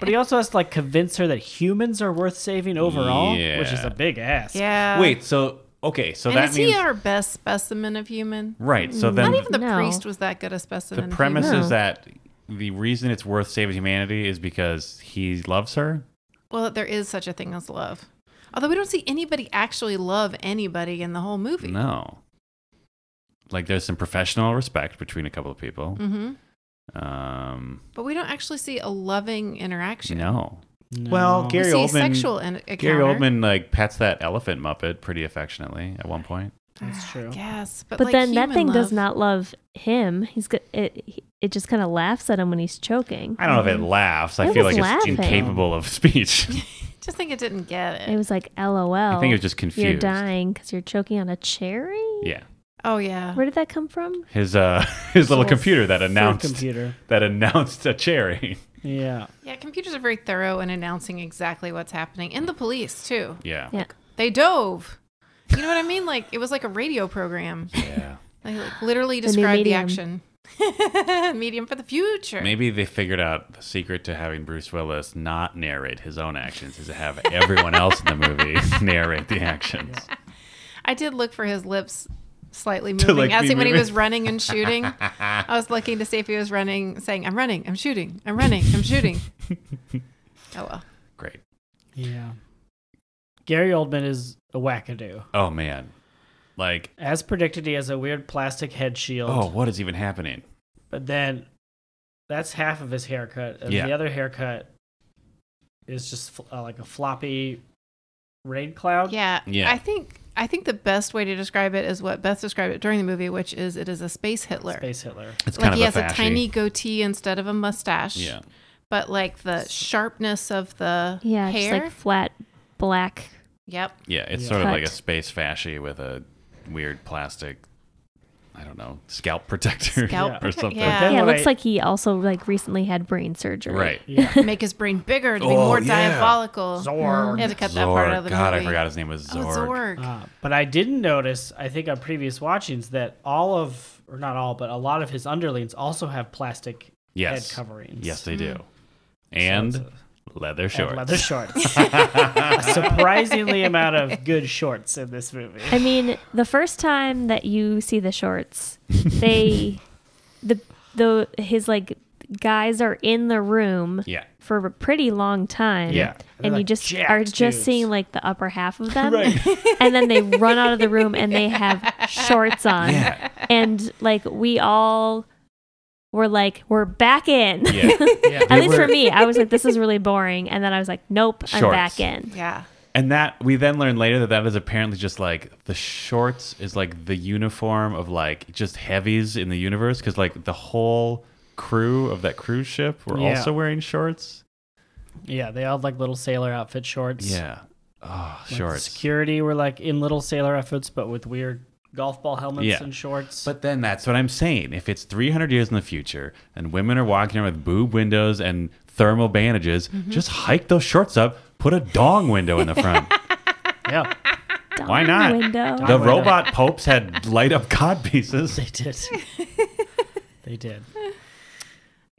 S1: But he also has to like convince her that humans are worth saving overall, which is
S2: Yeah.
S1: a big ask.
S4: yeah
S2: Wait, so, okay, so
S4: and
S2: that
S4: is
S2: means.
S4: he our best specimen of human
S2: right, so
S3: Not
S2: then.
S4: not even the
S3: No.
S4: priest was that good a
S2: The
S4: specimen of
S2: premise
S4: human.
S2: is that the reason it's worth saving humanity is because he loves her.
S4: well there is such a thing as love although we don't see anybody actually love anybody in the whole movie
S2: No, like there's some professional respect between a couple of people.
S4: Mm-hmm.
S3: Mm.
S2: Um,
S4: But we don't actually see a loving interaction.
S2: no,
S1: No.
S2: well,
S4: We
S2: Gary
S4: see
S2: Oldman.
S4: sexual en- encounter.
S2: Gary Oldman like pats that elephant muppet pretty affectionately at one point.
S1: That's true.
S4: Yes, but,
S3: But
S4: Uh, like
S3: then that
S4: human
S3: thing does
S4: love-
S3: not love him. He's good. It he- it just kind of laughs at him when he's choking.
S2: I don't know if it laughs. I
S3: It
S2: feel
S3: was
S2: like
S3: laughing.
S2: it's incapable of speech.
S4: Just think it didn't get it.
S3: It was like, "LOL."
S2: I think it was just confused.
S3: You're dying because you're choking on a cherry.
S2: Yeah,
S4: oh yeah.
S3: Where did that come from?
S2: his uh his little
S1: Little
S2: computer that
S1: Fruit
S2: announced
S1: computer.
S2: that announced a cherry.
S1: Yeah.
S4: Yeah, computers are very thorough in announcing exactly what's happening. And the police too.
S2: Yeah,
S3: Yeah.
S4: They dove. You know what I mean? Like it was like a radio program.
S2: yeah.
S4: They like, literally
S3: new
S4: described the,
S3: medium.
S4: action. medium for the future.
S2: Maybe they figured out the secret to having Bruce Willis not narrate his own actions is to have everyone else in the movie narrate the actions.
S4: I did look for his lips slightly moving
S2: like,
S4: as
S2: be
S4: he, when he
S2: moving.
S4: was running and shooting. I was looking to see if he was running, saying, "I'm running, I'm shooting, I'm running, I'm shooting." oh well.
S2: Great.
S1: Yeah. Gary Oldman is a wackadoo.
S2: Oh man, like
S1: As predicted, he has a weird plastic head shield.
S2: oh, what is even happening?
S1: But then that's half of his haircut. And
S2: Yeah.
S1: the other haircut is just fl- uh, like a floppy rain cloud.
S4: Yeah.
S2: Yeah.
S4: I think I think the best way to describe it is what Beth described it during the movie, which is it is a space Hitler.
S1: Space Hitler.
S2: It's
S4: like
S2: kind
S4: he
S2: of
S4: has
S2: a,
S4: a
S2: fashy-
S4: tiny goatee instead of a mustache.
S2: Yeah,
S4: But like the sharpness of the
S3: Yeah, just
S4: hair.
S3: like flat black.
S4: yep.
S2: yeah. It's
S1: Yeah.
S2: sort of like a
S3: Cut.
S2: space fashy with a weird plastic. I don't know, scalp protector
S4: Scalp
S2: or
S4: protect-
S2: something.
S4: yeah.
S1: Then
S3: Yeah, it
S1: what
S3: looks
S1: I-
S3: like he also like recently had brain surgery.
S2: Right.
S1: Yeah.
S4: Make his brain bigger to be
S2: Oh,
S4: more
S2: yeah.
S4: diabolical. I had
S1: Zorg.
S4: to cut that part out of
S2: Zorg.
S4: the
S2: God, I
S4: movie.
S2: forgot his name was Zorg.
S4: Oh, Zorg.
S1: Uh, but I didn't notice, I think on previous watchings, that all of, or not all, but a lot of his underlings also have plastic
S2: Yes.
S1: head coverings.
S2: Yes,
S4: Hmm.
S2: they do. And leather
S1: And
S2: shorts.
S1: leather shorts. a surprisingly amount of good shorts in this movie.
S3: I mean, the first time that you see the shorts, they the the his like guys are in the room
S2: Yeah.
S3: for a pretty long time.
S2: Yeah. And
S1: they're,
S3: And you
S1: like,
S3: just
S1: jacked
S3: are just
S1: dudes.
S3: seeing like the upper half of them. And then they run out of the room and they have shorts on.
S2: Yeah.
S3: And like we all were like, we're back in.
S2: Yeah.
S1: Yeah.
S3: At least
S2: were-
S3: for me, I was like, this is really boring. And then I was like, nope, I'm
S2: Shorts.
S3: back in.
S4: Yeah.
S2: and that we then learn later that that is apparently just like the shorts is like the uniform of like just heavies in the universe because like the whole crew of that cruise ship were
S1: Yeah.
S2: also wearing shorts.
S1: Yeah, they all had, like little sailor outfit shorts.
S2: Yeah. Oh,
S1: Like,
S2: shorts.
S1: Security were like in little sailor outfits, but with weird golf ball helmets
S2: Yeah.
S1: and shorts.
S2: But then that's what I'm saying. If it's 300 years in the future and women are walking around with boob windows and thermal bandages,
S3: Mm-hmm.
S2: just hike those shorts up, put a dong window in the front.
S1: yeah,
S2: Why
S3: Dong
S2: not?
S3: Window.
S2: the robot popes had light up cod pieces.
S1: they did. they did.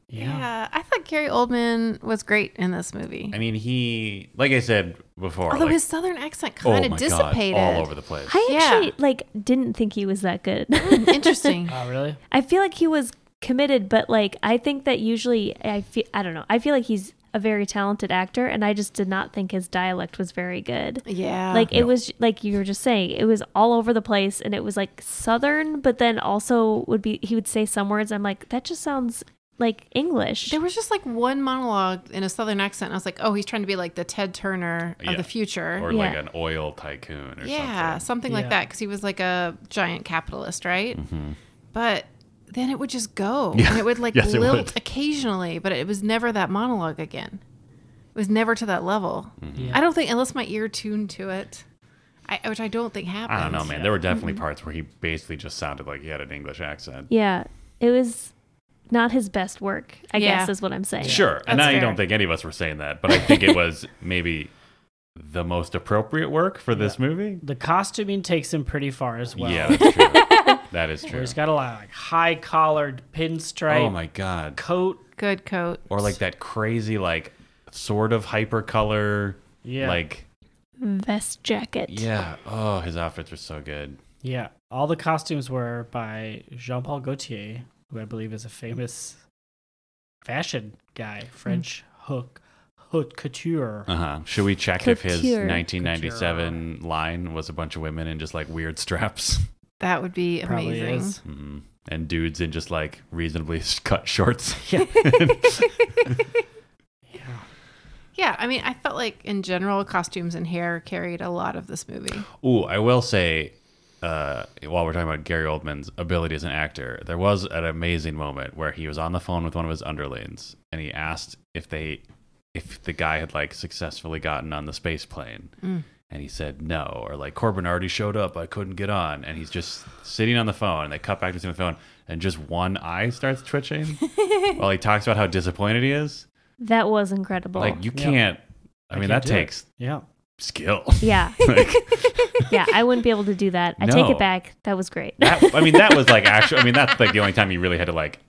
S4: yeah.
S1: Yeah.
S4: I thought Gary Oldman was great in this movie.
S2: I mean, he, like I said before,
S4: Although
S2: like,
S4: his southern accent
S2: oh
S4: kind
S2: my
S4: of dissipated.
S2: god, all over the place.
S3: I
S4: Yeah. Mm.
S3: actually like didn't think he was that good.
S4: Interesting.
S2: Uh,
S1: Oh, really?
S3: I feel like he was committed, but like I think that usually I feel I don't know. I feel like he's a very talented actor, and I just did not think his dialect was very good.
S4: yeah.
S3: Like it was like you were just saying, it was all over the place, and it was like southern, but then also would be he would say some words. I'm like that just sounds like English.
S4: there was just like one monologue in a southern accent. and I was like, oh, he's trying to be like the Ted Turner of
S2: Yeah.
S4: the future.
S2: Or
S3: Yeah.
S2: like an oil tycoon or
S4: yeah,
S2: something.
S4: something like
S1: Yeah.
S4: that. Because he was like a giant capitalist, right? But then it would just go.
S2: Mm-hmm. Yeah.
S4: And it would like
S2: Yes, it
S4: lilt
S2: would.
S4: occasionally, but it was never that monologue again. It was never to that level.
S2: Mm-hmm.
S1: Yeah.
S4: I don't think, unless my ear tuned to it, I, which I don't think happened.
S2: I don't know, man. There were definitely
S3: Mm-hmm.
S2: parts where he basically just sounded like he had an English accent.
S3: yeah, it was not his best work. I
S4: Yeah.
S3: guess is what I'm saying.
S2: Sure. And
S4: That's
S2: I
S4: fair.
S2: don't think any of us were saying that, but I think it was maybe the most appropriate work for this movie.
S1: The costuming takes him pretty far as well.
S2: Yeah, that's true. that is
S1: Where
S2: true.
S1: he's got a lot of like high collared pinstripe
S2: Oh my god.
S1: coat.
S4: Good coat.
S2: Or like that crazy like sort of hyper color.
S1: Yeah.
S2: Like
S3: Vest jacket.
S2: yeah. Oh, his outfits are so good.
S1: Yeah. All the costumes were by Jean Paul Gaultier, who I believe is a famous fashion guy, French hook, haute couture.
S2: Uh huh. Should we check if his
S3: Couture.
S2: 1997 line was a bunch of women in just like weird straps?
S4: That would be
S1: Probably
S4: amazing.
S1: is.
S2: Mhm. And dudes in just like reasonably cut shorts.
S4: Yeah, I mean, I felt like in general, costumes and hair carried a lot of this movie.
S2: Ooh, I will say, uh, while we're talking about Gary Oldman's ability as an actor, there was an amazing moment where he was on the phone with one of his underlings, and he asked if they, if the guy had like successfully gotten on the space plane,
S1: Mm.
S2: and he said no, or like Corbin already showed up, I couldn't get on, and he's just sitting on the phone, and they cut back to him on the phone, and just one eye starts twitching while he talks about how disappointed he is.
S3: That was incredible.
S2: Like you
S1: Yeah.
S2: can't. I, mean,
S1: can't
S2: that
S1: do it.
S2: takes
S1: Yeah.
S2: skill.
S3: yeah,
S2: like,
S3: yeah. I wouldn't be able to do that. I take
S2: No.
S3: it back. That was great.
S2: That, I mean, that was like actual. I mean, that's like the only time you really had to like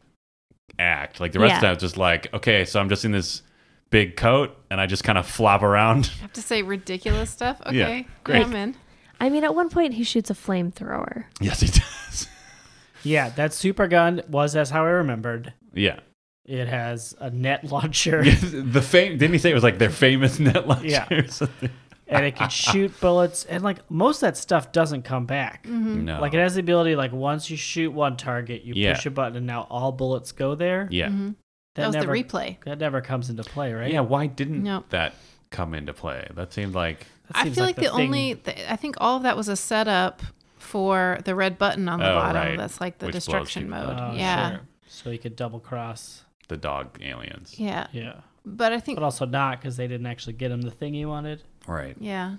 S2: act. Like the rest of the
S3: Yeah.
S2: time, it's just like, okay, so I'm just in this big coat and I just kind of flop around.
S4: I have to say ridiculous stuff.
S2: Yeah,
S4: Okay,
S2: great.
S4: I'm in.
S3: I mean, at one point he shoots a flamethrower.
S2: yes, he does.
S1: Yeah, that super gun was, as how I remembered,
S2: Yeah,
S1: it has a net launcher
S2: the fame. Didn't he say it was like their famous net launcher?
S1: Yeah.
S2: or something?
S1: and it can shoot bullets. And like most of that stuff doesn't come back.
S4: Mm.
S2: No,
S1: Mm-hmm. Like it has the ability, like once you shoot one target, you
S2: Yeah.
S1: push a button and now all bullets go there.
S2: yeah,
S4: Mm-hmm. That, was the replay.
S1: That never comes into play, Mm-hmm. right?
S2: yeah. Why didn't
S4: No.
S2: that come into play? That seemed like
S1: That
S4: I
S1: seems
S4: feel like, the,
S1: thing-
S4: only, the, I think all of that was a setup for the red button on the
S2: Oh,
S4: bottom.
S2: right.
S4: That's like the
S2: Which blows
S4: destruction
S2: people
S4: mode.
S1: Oh,
S4: yeah,
S1: sure. So you could double cross.
S2: the dog aliens.
S4: yeah,
S1: Yeah.
S4: But I think
S1: But also not because they didn't actually get him the thing he wanted.
S2: Right.
S4: Yeah.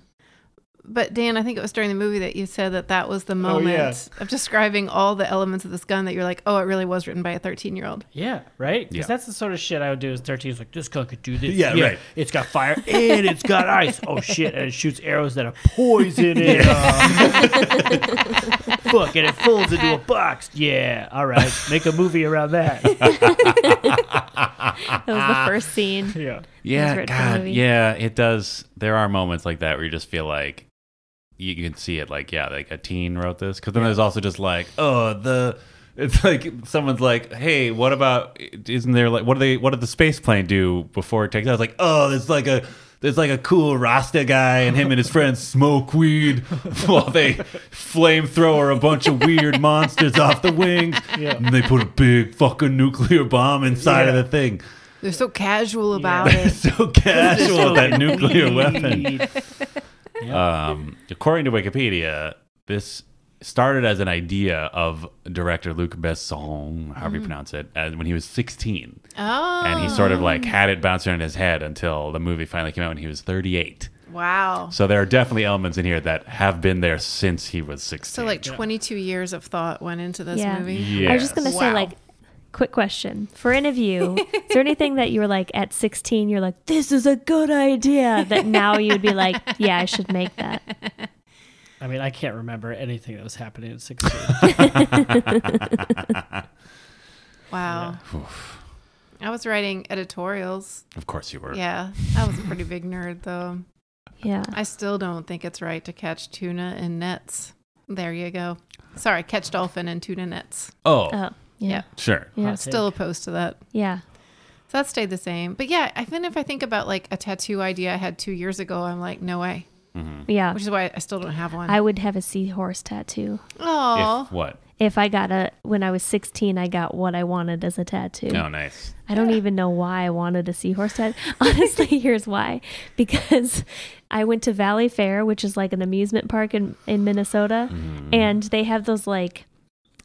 S4: But Dan, I think it was during the movie that you said that that was the moment
S1: Oh, yeah.
S4: of describing all the elements of this gun that you're like, oh, it really was written by a 13 year old.
S1: Yeah, right? Because
S2: Yeah.
S1: that's the sort of shit I would do as 13. It's like, this gun could do this.
S2: Yeah, right.
S1: It's got fire and it's got ice. Oh, shit. And it shoots arrows that are poison. And, uh, fuck, and it folds into a box. Yeah, all right. Make a movie around that.
S3: That was
S2: Ah.
S3: the first scene.
S1: Yeah.
S2: Yeah,
S3: written for the
S2: God,
S3: movie.
S2: yeah, it does. There are moments like that where you just feel like you you can see it. Like, yeah, like a teen wrote this. Because then there's also just like, oh, the it's like someone's like, hey, what about? Isn't there like what do they? What did the space plane do before it takes? off? It's like, oh, there's like a. There's like a cool Rasta guy, and him and his friends smoke weed while they flamethrower a bunch of weird monsters off the wings. And they put a big fucking nuclear bomb inside of
S1: Yeah.
S2: the thing.
S4: They're so casual about
S2: It's
S4: it.
S2: so casual that nuclear weapon.
S1: Indeed.
S2: Um, according to Wikipedia, this started as an idea of director Luc Besson, however you pronounce it, as when he was 16,
S4: Mm-hmm. Oh,
S2: and he sort of like had it bouncing in his head until the movie finally came out when he was 38.
S4: wow.
S2: So there are definitely elements in here that have been there since he was 16.
S4: So, like 22 years of thought went into this
S3: Yeah.
S4: movie.
S2: yes.
S3: I was just gonna say,
S4: Wow.
S3: like, quick question for any of you: Is there anything that you were like at 16? You're like, this is a good idea. That now you'd be like, yeah, I should make that.
S1: I mean, I can't remember anything that was happening at 16.
S4: Wow. I was writing editorials.
S2: of course you were.
S4: Yeah. I was a pretty big nerd, though.
S3: Yeah,
S4: I still don't think it's right to catch tuna in nets. There you go. Sorry, catch dolphin and tuna nets.
S2: Oh,
S3: Oh, yeah,
S2: sure.
S3: yeah,
S1: Hot
S4: Still opposed to that.
S3: yeah.
S4: So that stayed the same. But yeah, even if I think about like a tattoo idea I had two years ago, I'm like, no way.
S2: Mm-hmm.
S3: yeah.
S4: Which is why I still don't have one.
S3: Uh, I would have a seahorse tattoo
S4: Oh,
S2: If what?
S3: if I got a. When I was 16, I got what I wanted as a tattoo.
S2: Oh, nice.
S3: I don't even know why I wanted a seahorse head. Honestly, here's why. Because I went to Valley Fair, which is like an amusement park in, in Minnesota,
S2: Mm-hmm.
S3: and they have those like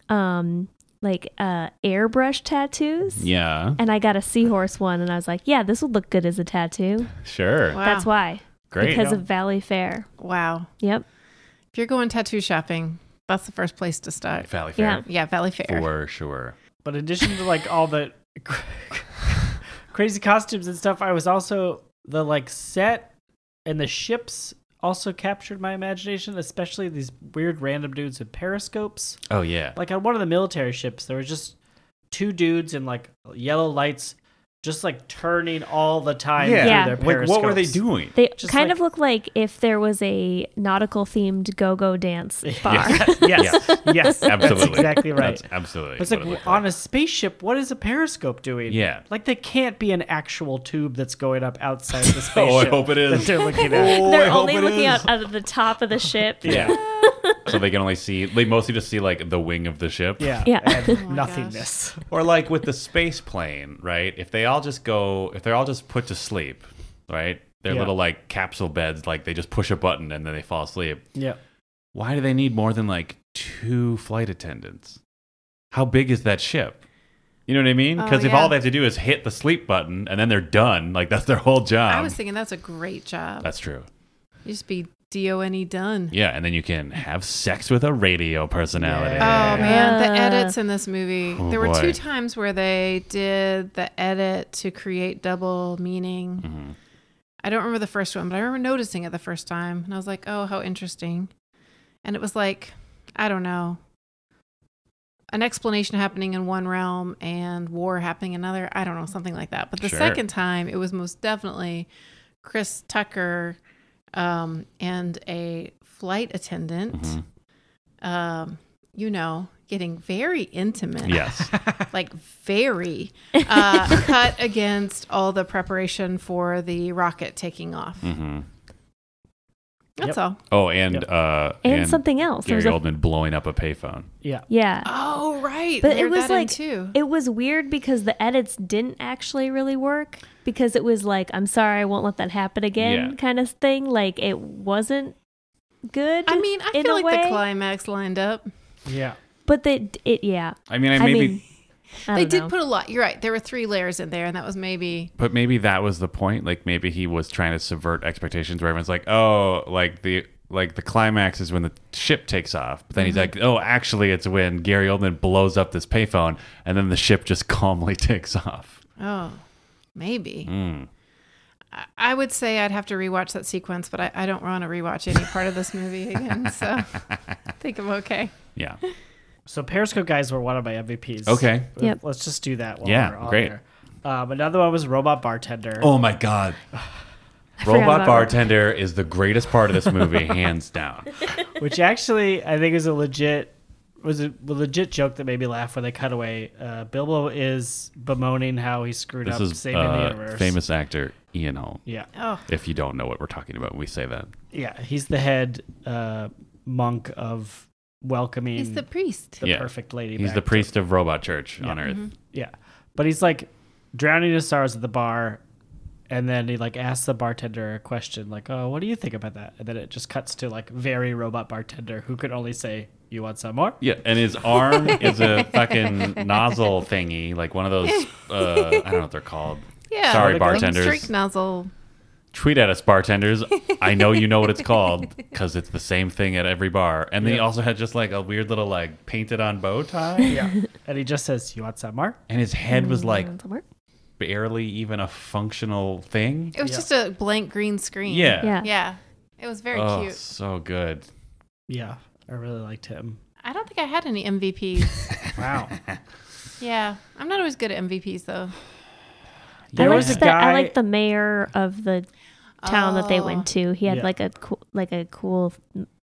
S3: um like uh airbrush tattoos.
S2: Yeah,
S3: And I got a seahorse one and I was like, yeah, this would look good as a tattoo.
S2: sure.
S4: wow.
S3: That's why.
S2: Great.
S3: Because of Valley Fair.
S4: Wow.
S3: Yep.
S4: If you're going tattoo shopping, that's the first place to start.
S2: Valley Fair.
S4: Yeah, Valley Fair.
S2: For sure.
S1: But in addition to like all the crazy costumes and stuff, I was also the like set and the ships also captured my imagination, especially these weird random dudes with periscopes.
S2: Oh, yeah.
S1: Like on one of the military ships, there was just two dudes in like yellow lights, just like turning all the time.
S2: Yeah.
S1: through
S3: Yeah.
S1: Their
S2: Like, what were they
S1: periscopes.
S2: doing?
S3: They
S1: Just
S3: kind
S1: like-
S3: of look like if there was a nautical themed go go dance bar.
S1: Yes, yes,
S2: Absolutely.
S1: That's exactly right.
S2: That's absolutely.
S1: But it's
S2: what
S1: like
S2: it looked
S1: on a spaceship, what is a periscope doing?
S2: Yeah.
S1: like they can't be an actual tube that's going up outside the spaceship.
S2: Oh, I hope it
S1: that
S2: is.
S1: they're looking at.
S2: Oh, I
S3: They're
S2: hope
S3: only
S2: it
S3: looking
S2: is.
S3: out out of the top of the ship.
S1: yeah,
S2: so they can only see they mostly just see like the wing of the ship.
S1: Yeah.
S3: Yeah.
S1: and
S4: my gosh.
S1: nothingness.
S2: Or like with the space plane, right? If they all just go, if they're all just put to sleep, right? Their
S1: Yeah.
S2: little like capsule beds, like they just push a button and then they fall asleep.
S1: Yeah.
S2: Why do they need more than like two flight attendants? How big is that ship? You know what I mean?
S4: Oh,
S2: Because if
S4: yeah.
S2: all they have to do is hit the sleep button and then they're done, like that's their whole job.
S4: I
S3: um,
S4: was thinking that's a great
S3: uh,
S4: job.
S2: that's true.
S4: You just be D O N E done.
S2: Yeah, and then you can have sex with a radio personality.
S1: Yeah.
S4: Oh man, the
S3: Uh,
S4: edits in this movie.
S2: Oh,
S4: there were
S2: boy.
S4: two times where they did the edit to create double meaning.
S2: Mhm.
S4: I don't remember the first one, but I remember noticing it the first time, and I was like, "Oh, how interesting!" And it was like, I don't know, an explanation happening in one realm and war happening in another. I don't know, something like that. But the
S2: Sure.
S4: second time, it was most definitely Chris Tucker um, and a flight attendant,
S2: Mhm.
S4: um, you know, getting very intimate
S2: Yes.
S4: like very uh, cut against all the preparation for the rocket taking off.
S2: hmm
S4: That's
S1: Yep.
S4: all.
S2: Oh, and
S1: Yep.
S2: uh,
S3: and, something else. There
S2: Gary
S3: was a-
S2: Oldman blowing up a payphone.
S1: Yeah.
S3: yeah.
S4: Oh right,
S3: But
S4: They
S3: it
S4: aired
S3: was
S4: that in,
S3: like-
S4: too.
S3: It was weird because the edits didn't actually really work because it was like, I'm sorry, I won't let that happen again
S2: Yeah.
S3: kind of thing. Like it wasn't good.
S4: I mean, I
S3: in
S4: feel
S3: a
S4: like
S3: way,
S4: the climax lined up.
S1: Yeah.
S3: but they it yeah.
S2: I mean, I
S3: I
S2: maybe,
S3: mean, I
S4: they
S3: don't
S4: did
S3: know.
S4: put a lot. You're right. There were three layers in there, and that was maybe
S2: but maybe that was the point. Like maybe he was trying to subvert expectations, where everyone's like, "Oh, like the like the climax is when the ship takes off," but then he's
S3: Mm-hmm.
S2: like, "Oh, actually, it's when Gary Oldman blows up this payphone, and then the ship just calmly takes off."
S4: oh, maybe.
S2: Mm.
S4: I, I would say I'd have to rewatch that sequence, but I, I don't want to rewatch any part of this movie again. So I think I'm okay.
S2: Yeah.
S1: So Periscope guys were one of my MVPs.
S2: Okay.
S3: Yep.
S1: Let's just do that. While
S2: Yeah,
S1: We're on
S2: great.
S1: There. Um, another one was Robot Bartender.
S2: Oh my god.
S3: forgot
S2: Robot
S3: about
S2: Bartender is the greatest part of this movie, hands down.
S1: which actually I think is a legit was a legit joke that made me laugh when they cut away. Uh, Bilbo is bemoaning how he screwed
S2: This
S1: up
S2: is
S1: saving the
S2: uh,
S1: universe.
S2: famous actor Ian Holm.
S1: Yeah,
S4: Oh,
S2: If you don't know what we're talking about when we say that,
S1: yeah, he's the head uh, monk of welcoming
S4: he's
S2: Mm.
S4: the
S1: the,
S4: priest.
S2: Yeah.
S1: perfect lady.
S2: he's
S1: back
S2: the
S1: to-
S2: priest of Robot Church on Earth.
S1: yeah, Mm-hmm. but he's like drowning his sorrows at the bar, and then he like asks the bartender a question like, "Oh, what do you think about that?" And then it just cuts to like very robot bartender who could only say, "You want some more?"
S2: Yeah, and his arm is a fucking nozzle thingy, like one of those. Uh, I don't know what they're called.
S4: Yeah,
S2: Sorry,
S4: like
S2: bartenders.
S4: Streak nozzle.
S2: Tweet at us, bartenders. I know you know what it's called because it's the same thing at every bar. And they
S1: Yeah.
S2: also had just like a weird little like painted on bow tie,
S1: Yeah, and he just says, "You want some more?"
S2: and his head was like
S1: Mm-hmm.
S3: somewhere.
S2: barely even a functional thing.
S4: It was
S1: Yeah.
S4: just a blank green screen.
S2: Yeah.
S3: Yeah.
S4: Yeah. It was very
S2: Oh,
S4: cute.
S2: so good.
S1: Yeah, I really liked him.
S4: I don't think I had any MVPs.
S1: Wow.
S4: yeah. I'm not always good at MVPs though.
S1: there
S3: I
S1: was a
S3: liked the, I
S1: guy.
S3: liked the mayor of the town that they
S4: Oh.
S3: went to. He had
S1: Yeah.
S3: like a cool, like a cool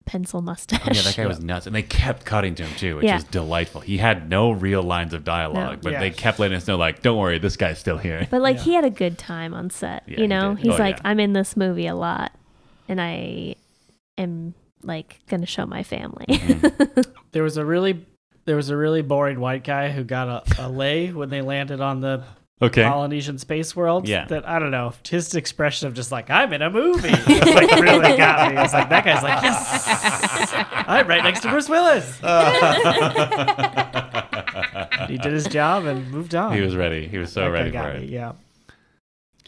S3: pencil mustache.
S2: Oh, Yeah, that guy was nuts, and they kept cutting to him too, which
S3: Yeah.
S2: was delightful. He had no real lines of dialogue,
S3: No.
S2: but
S1: Yeah.
S2: they kept letting us know, like, "Don't worry, this guy's still here."
S3: But like
S1: Yeah.
S3: he had a good time on set.
S2: Yeah, he
S3: you know,
S2: did.
S3: he's
S2: Oh,
S3: like,
S2: yeah.
S3: I'm in this movie a lot, and I am like gonna show my family.
S2: Mm-hmm.
S1: there was a really there was a really boring white guy who got a, a lay when they landed on the
S2: Okay.
S1: Polynesian space world.
S2: Yeah.
S1: That I don't know. His expression of just like I'm in a movie just, like really got me. I was like that guy's like yes. I'm right next to Bruce Willis. he did his job and moved on.
S2: He was ready. He was so
S1: That guy
S2: ready for
S1: got
S2: it.
S1: me, Yeah.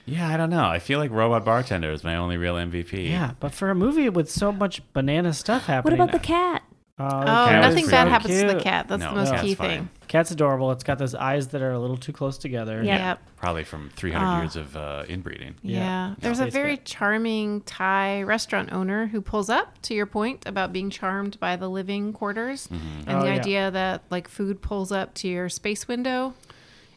S2: Yeah, I don't know. I feel like Robot Bartender is my only real MVP.
S1: Yeah, but for a movie with so much banana stuff
S3: what
S1: happening,
S3: about the cat?
S1: Oh, the
S4: Oh,
S1: cat
S4: nothing
S1: was
S4: bad
S1: so
S4: happens to the
S1: cute.
S4: cat. That's
S2: No,
S4: the most
S1: cat's
S4: key
S2: fine.
S4: thing.
S1: Cat's adorable. It's got those eyes that are a little too close together.
S3: Yeah.
S4: Yep.
S2: Probably from 300
S4: Ah.
S2: years of uh, inbreeding.
S1: Yeah.
S4: Yeah.
S1: No,
S4: There's a
S1: it's
S4: very
S1: good.
S4: charming Thai restaurant owner who pulls up to your point about being charmed by the living quarters and
S1: Oh,
S4: the
S1: yeah.
S4: idea that like food pulls up to your space window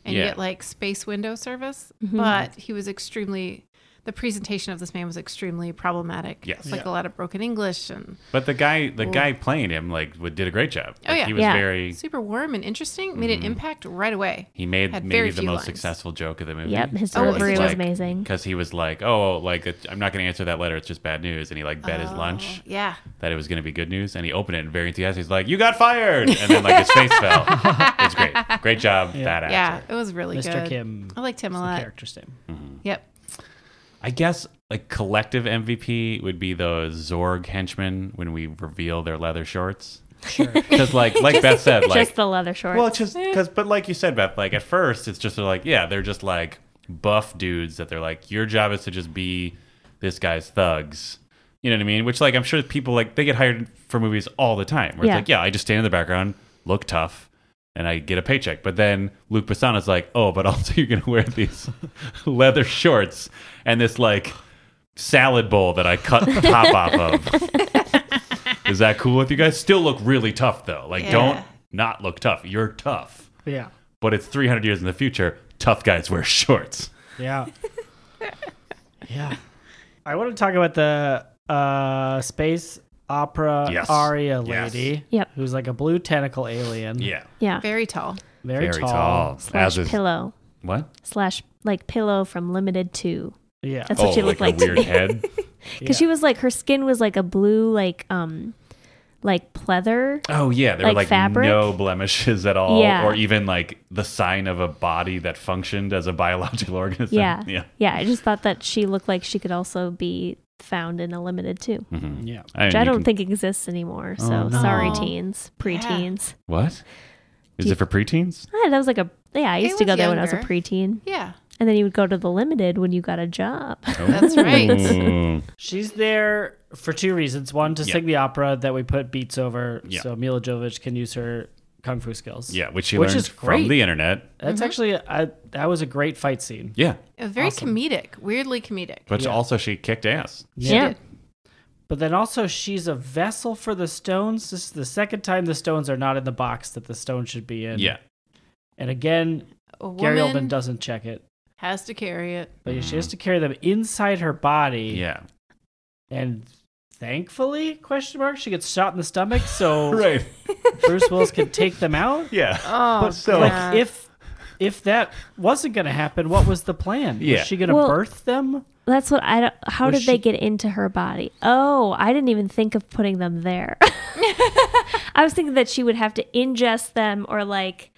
S4: and
S1: Mm-hmm.
S2: Yeah.
S4: you get like space window service. But he was extremely the presentation of this man was extremely problematic.
S2: Yes.
S4: It's like a lot of broken English and
S2: But the guy, the guy playing him, like, w- did a great job.
S4: Oh,
S2: Like,
S4: yeah.
S2: he was
S3: Yeah.
S2: very.
S4: super warm and interesting. Made an impact right away.
S2: He made
S4: Had
S2: maybe
S4: very
S2: the
S4: few
S2: most
S4: lines.
S2: successful joke of the movie.
S3: Yep, his
S4: Oh,
S3: delivery was amazing.
S2: Because he was like, "Oh, like it- I'm not going to answer that letter. It's just bad news." And he like bet his
S4: Oh.
S2: lunch
S4: Yeah.
S2: that it was going to be good news, and he opened it and very enthusiastic. He's like, "You got fired!" And then like his face fell. It's great. Great job, bad actor.
S4: Yeah. It was really
S1: Mr.
S4: good.
S1: Kim.
S4: I liked him a
S1: the
S4: lot.
S1: character's name.
S4: Yep.
S2: I guess a collective MVP would be those Zorg henchmen when we reveal their leather shorts. Sure. Because like like Beth said, like
S3: just the leather shorts. Eh.
S2: Well, it's just because, but like you said, Beth, like at first, it's just like, yeah, they're just like buff dudes that they're like, your job is to just be this guy's thugs. You know what I mean? Which, like, I'm sure people like they get hired for movies all the time. Where
S3: Yeah.
S2: it's like, yeah, I just stand in the background, look tough, and I get a paycheck. But then Luke Besson is like, oh, but also you're gonna wear these leather shorts and this like salad bowl that I cut the top off of. Is that cool with you guys? Still look really tough though. Like,
S4: Yeah.
S2: don't not look tough. You're tough,
S1: Yeah.
S2: but it's 300 years in the future. Tough guys wear shorts.
S1: Yeah. yeah. I want to talk about the uh, space opera
S2: Yes.
S1: aria
S2: Yes.
S1: lady.
S3: Yep.
S1: Who's like a blue tentacle alien.
S2: Yeah,
S3: yeah,
S4: Very tall.
S1: Very, tall.
S3: slash pillow
S2: what?
S3: slash like pillow from Limited Two.
S1: Yeah.
S3: That's what she looked like
S2: a
S3: to
S2: Oh, weird
S3: me.
S2: head.
S3: Because she was like her skin was like a blue like um like pleather.
S2: Oh yeah, there were
S3: Like
S2: like
S3: fabric?
S2: no blemishes at all,
S3: Yeah.
S2: or even like the sign of a body that functioned as a biological organism.
S3: Yeah.
S2: yeah.
S3: I just thought that she looked like she could also be found in a limited too, which
S1: yeah.
S2: I, mean,
S3: I
S2: you
S3: don't
S2: can-
S3: think exists anymore. So
S2: no.
S3: sorry,
S4: Oh,
S3: teens, preteens.
S2: what is it for preteens.
S3: Yeah. that was like a yeah. I used to
S4: was
S3: go there when I was a
S4: younger.
S3: preteen,
S4: Yeah.
S3: and then you would go to the limited when you got a job.
S4: That's right.
S2: Ooh.
S1: She's there for two reasons. One, to
S2: Yeah.
S1: sing the opera that we put beats over
S2: Yeah.
S1: so Mila Jovovich can use her kung fu skills.
S2: yeah, which she
S1: Which
S2: learned
S1: is
S2: from
S1: great.
S2: the internet.
S1: That's
S3: Mm-hmm.
S1: actually, I, that was a great fight scene.
S2: Yeah,
S4: It was Oh, very comedic. Weirdly comedic.
S2: but
S1: Yeah.
S2: also she kicked ass.
S3: yeah.
S1: But then also, she's a vessel for the stones. This is the second time the stones are not in the box that the stone should be in.
S2: Yeah,
S1: And again,
S4: A woman
S1: Gary Oldman doesn't check it,
S4: has to carry it.
S1: but she has to carry them inside her body.
S2: yeah,
S1: And thankfully, question mark, she gets shot in the stomach, so
S2: right.
S1: Bruce Willis can take them out.
S2: Yeah.
S4: Oh,
S1: But
S2: so-
S1: like,
S4: God.
S1: if if that wasn't going to happen, what was the plan?
S2: Yeah.
S1: Was she going to
S3: Well-
S1: birth them?
S3: That's what I don't. How
S1: Was
S3: did they
S1: she-
S3: get into her body? Oh, I didn't even think of putting them there. I was thinking that she would have to ingest them or like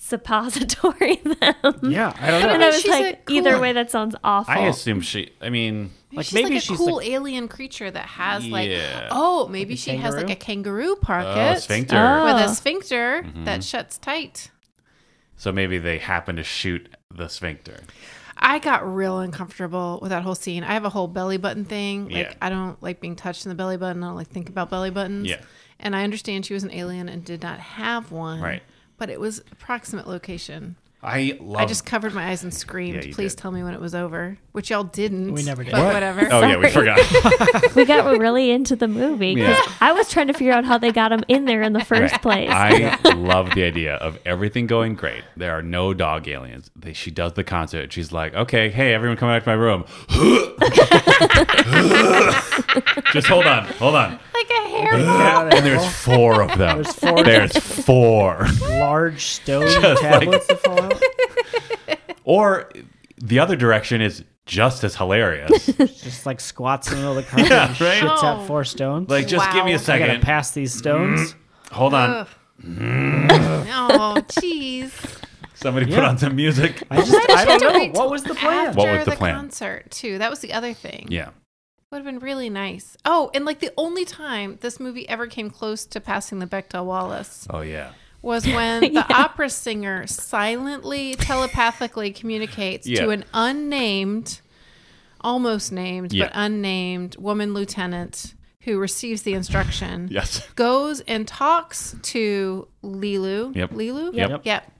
S3: suppository them.
S1: Yeah, I don't know.
S3: And I
S4: Yeah,
S3: was
S4: she's
S3: like,
S4: a
S3: either
S4: cool-
S3: way, that sounds awful.
S2: I assume she. I mean,
S1: Like,
S4: she's
S1: maybe
S4: like a
S1: she's
S4: cool
S1: like-
S4: alien creature that has like
S2: Yeah.
S4: oh maybe she has
S1: kangaroo?
S4: like a kangaroo
S2: oh,
S4: pocket
S2: sphincter.
S3: Oh.
S4: with a sphincter that shuts tight.
S2: So maybe they happen to shoot the sphincter.
S4: I got real uncomfortable with that whole scene. I have a whole belly button thing. Like
S2: Yeah.
S4: I don't like being touched in the belly button. I don't like think about belly buttons.
S2: Yeah.
S4: And I understand she was an alien and did not have one.
S2: Right.
S4: But it was approximate location.
S2: I love.
S4: I just covered my eyes and screamed,
S2: Oh. Yeah, you
S4: "Please
S2: did.
S4: tell me when it was over," which y'all didn't.
S1: We never did.
S4: But
S1: What?
S4: whatever.
S2: Oh yeah, we
S3: Sorry.
S2: forgot.
S3: we got really into the movie because
S2: Yeah.
S3: I was trying to figure out how they got them in there in the first place.
S2: I love the idea of everything going great. There are no dog aliens. They, she does the concert. She's like, okay, hey, everyone, come back to my room. just hold on, hold on.
S4: Like a hair.
S1: Yeah,
S2: And there's four of them.
S1: There's four.
S2: There's four.
S1: large stone tablets that fall out.
S2: Or the other direction is just as hilarious.
S1: Just like squats in the middle of the carpet
S2: Yeah,
S1: and
S2: right?
S1: shits
S4: Oh.
S1: out four stones.
S2: Like, just give me
S1: I
S2: a
S4: Wow.
S1: got to
S2: second.
S1: pass these stones.
S2: Hold on.
S4: Ugh. oh, jeez.
S2: Somebody put
S1: Yeah.
S2: on some music.
S1: I just, I
S4: Should've
S1: don't
S4: waited
S1: know. What was the plan?
S4: After
S2: What was the
S4: the,
S2: plan?
S4: concert, too. That was the other thing.
S2: Yeah.
S4: Would have been really nice. Oh, and like the only time this movie ever came close to passing the Bechdel Wallace
S2: Oh yeah.
S4: was when the opera singer silently, telepathically communicates
S2: Yeah.
S4: to an unnamed, almost named,
S2: Yeah.
S4: but unnamed woman lieutenant who receives the instruction.
S2: Yes.
S4: goes and talks to Lilu.
S2: Yep.
S4: Lilu?
S2: Yep.
S4: Yep.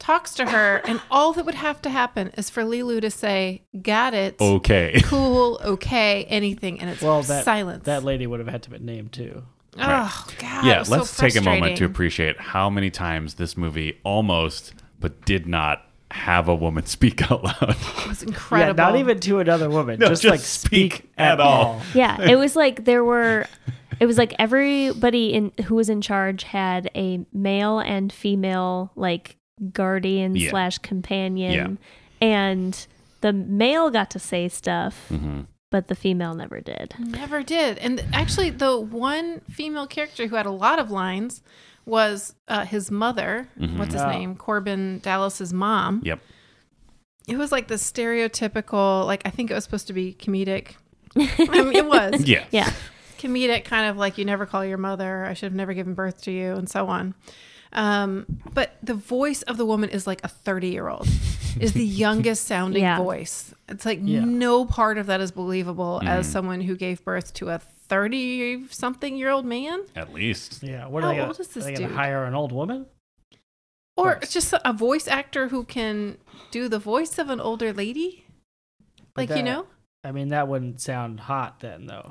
S4: Talks to her, and all that would have to happen is for Lilu to say, Got it.
S2: Okay.
S4: Cool, okay, anything, and it's
S1: Well, that
S4: silence.
S1: that lady would have had to be named too.
S4: oh God! it
S2: yeah,
S4: was so
S2: let's take a moment to
S4: frustrating.
S2: appreciate how many times this movie almost but did not have a woman speak out loud.
S4: It was
S1: Yeah,
S4: incredible.
S1: not even to another woman.
S2: No,
S1: just,
S2: just
S1: like speak,
S2: speak
S1: at
S2: at all.
S1: all.
S3: Yeah, it was like there were. It was like everybody in who was in charge had a male and female like guardian
S2: Yeah.
S3: slash companion, and the male got to say stuff,
S2: Hmm.
S1: Mm-hmm.
S3: but the female never did.
S4: Never did. And actually, the one female character who had a lot of lines was uh, his mother. What's his
S1: Oh.
S4: name? Corbin Dallas's mom.
S2: Yep.
S4: It was like the stereotypical, like, I think it was supposed to be comedic. I mean, it was
S2: Yeah.
S3: Yeah,
S4: comedic, kind of like, you never call your mother. I should have never given birth to you, and so on. Um, but the voice of the woman is like a 30 year old, is the youngest sounding
S3: Yeah.
S4: voice. It's like
S1: Yeah.
S4: no part of that is believable as someone who gave birth to a 30 something year old man
S2: At least.
S1: Yeah. What
S4: How
S1: are they
S4: old
S1: gonna,
S4: is this
S1: are they gonna
S4: dude?
S1: hire an old woman?
S4: or
S1: Yes.
S4: it's just a voice actor who can do the voice of an older lady.
S1: But
S4: Like,
S1: that-
S4: you know?
S1: I mean, that wouldn't sound hot then, though.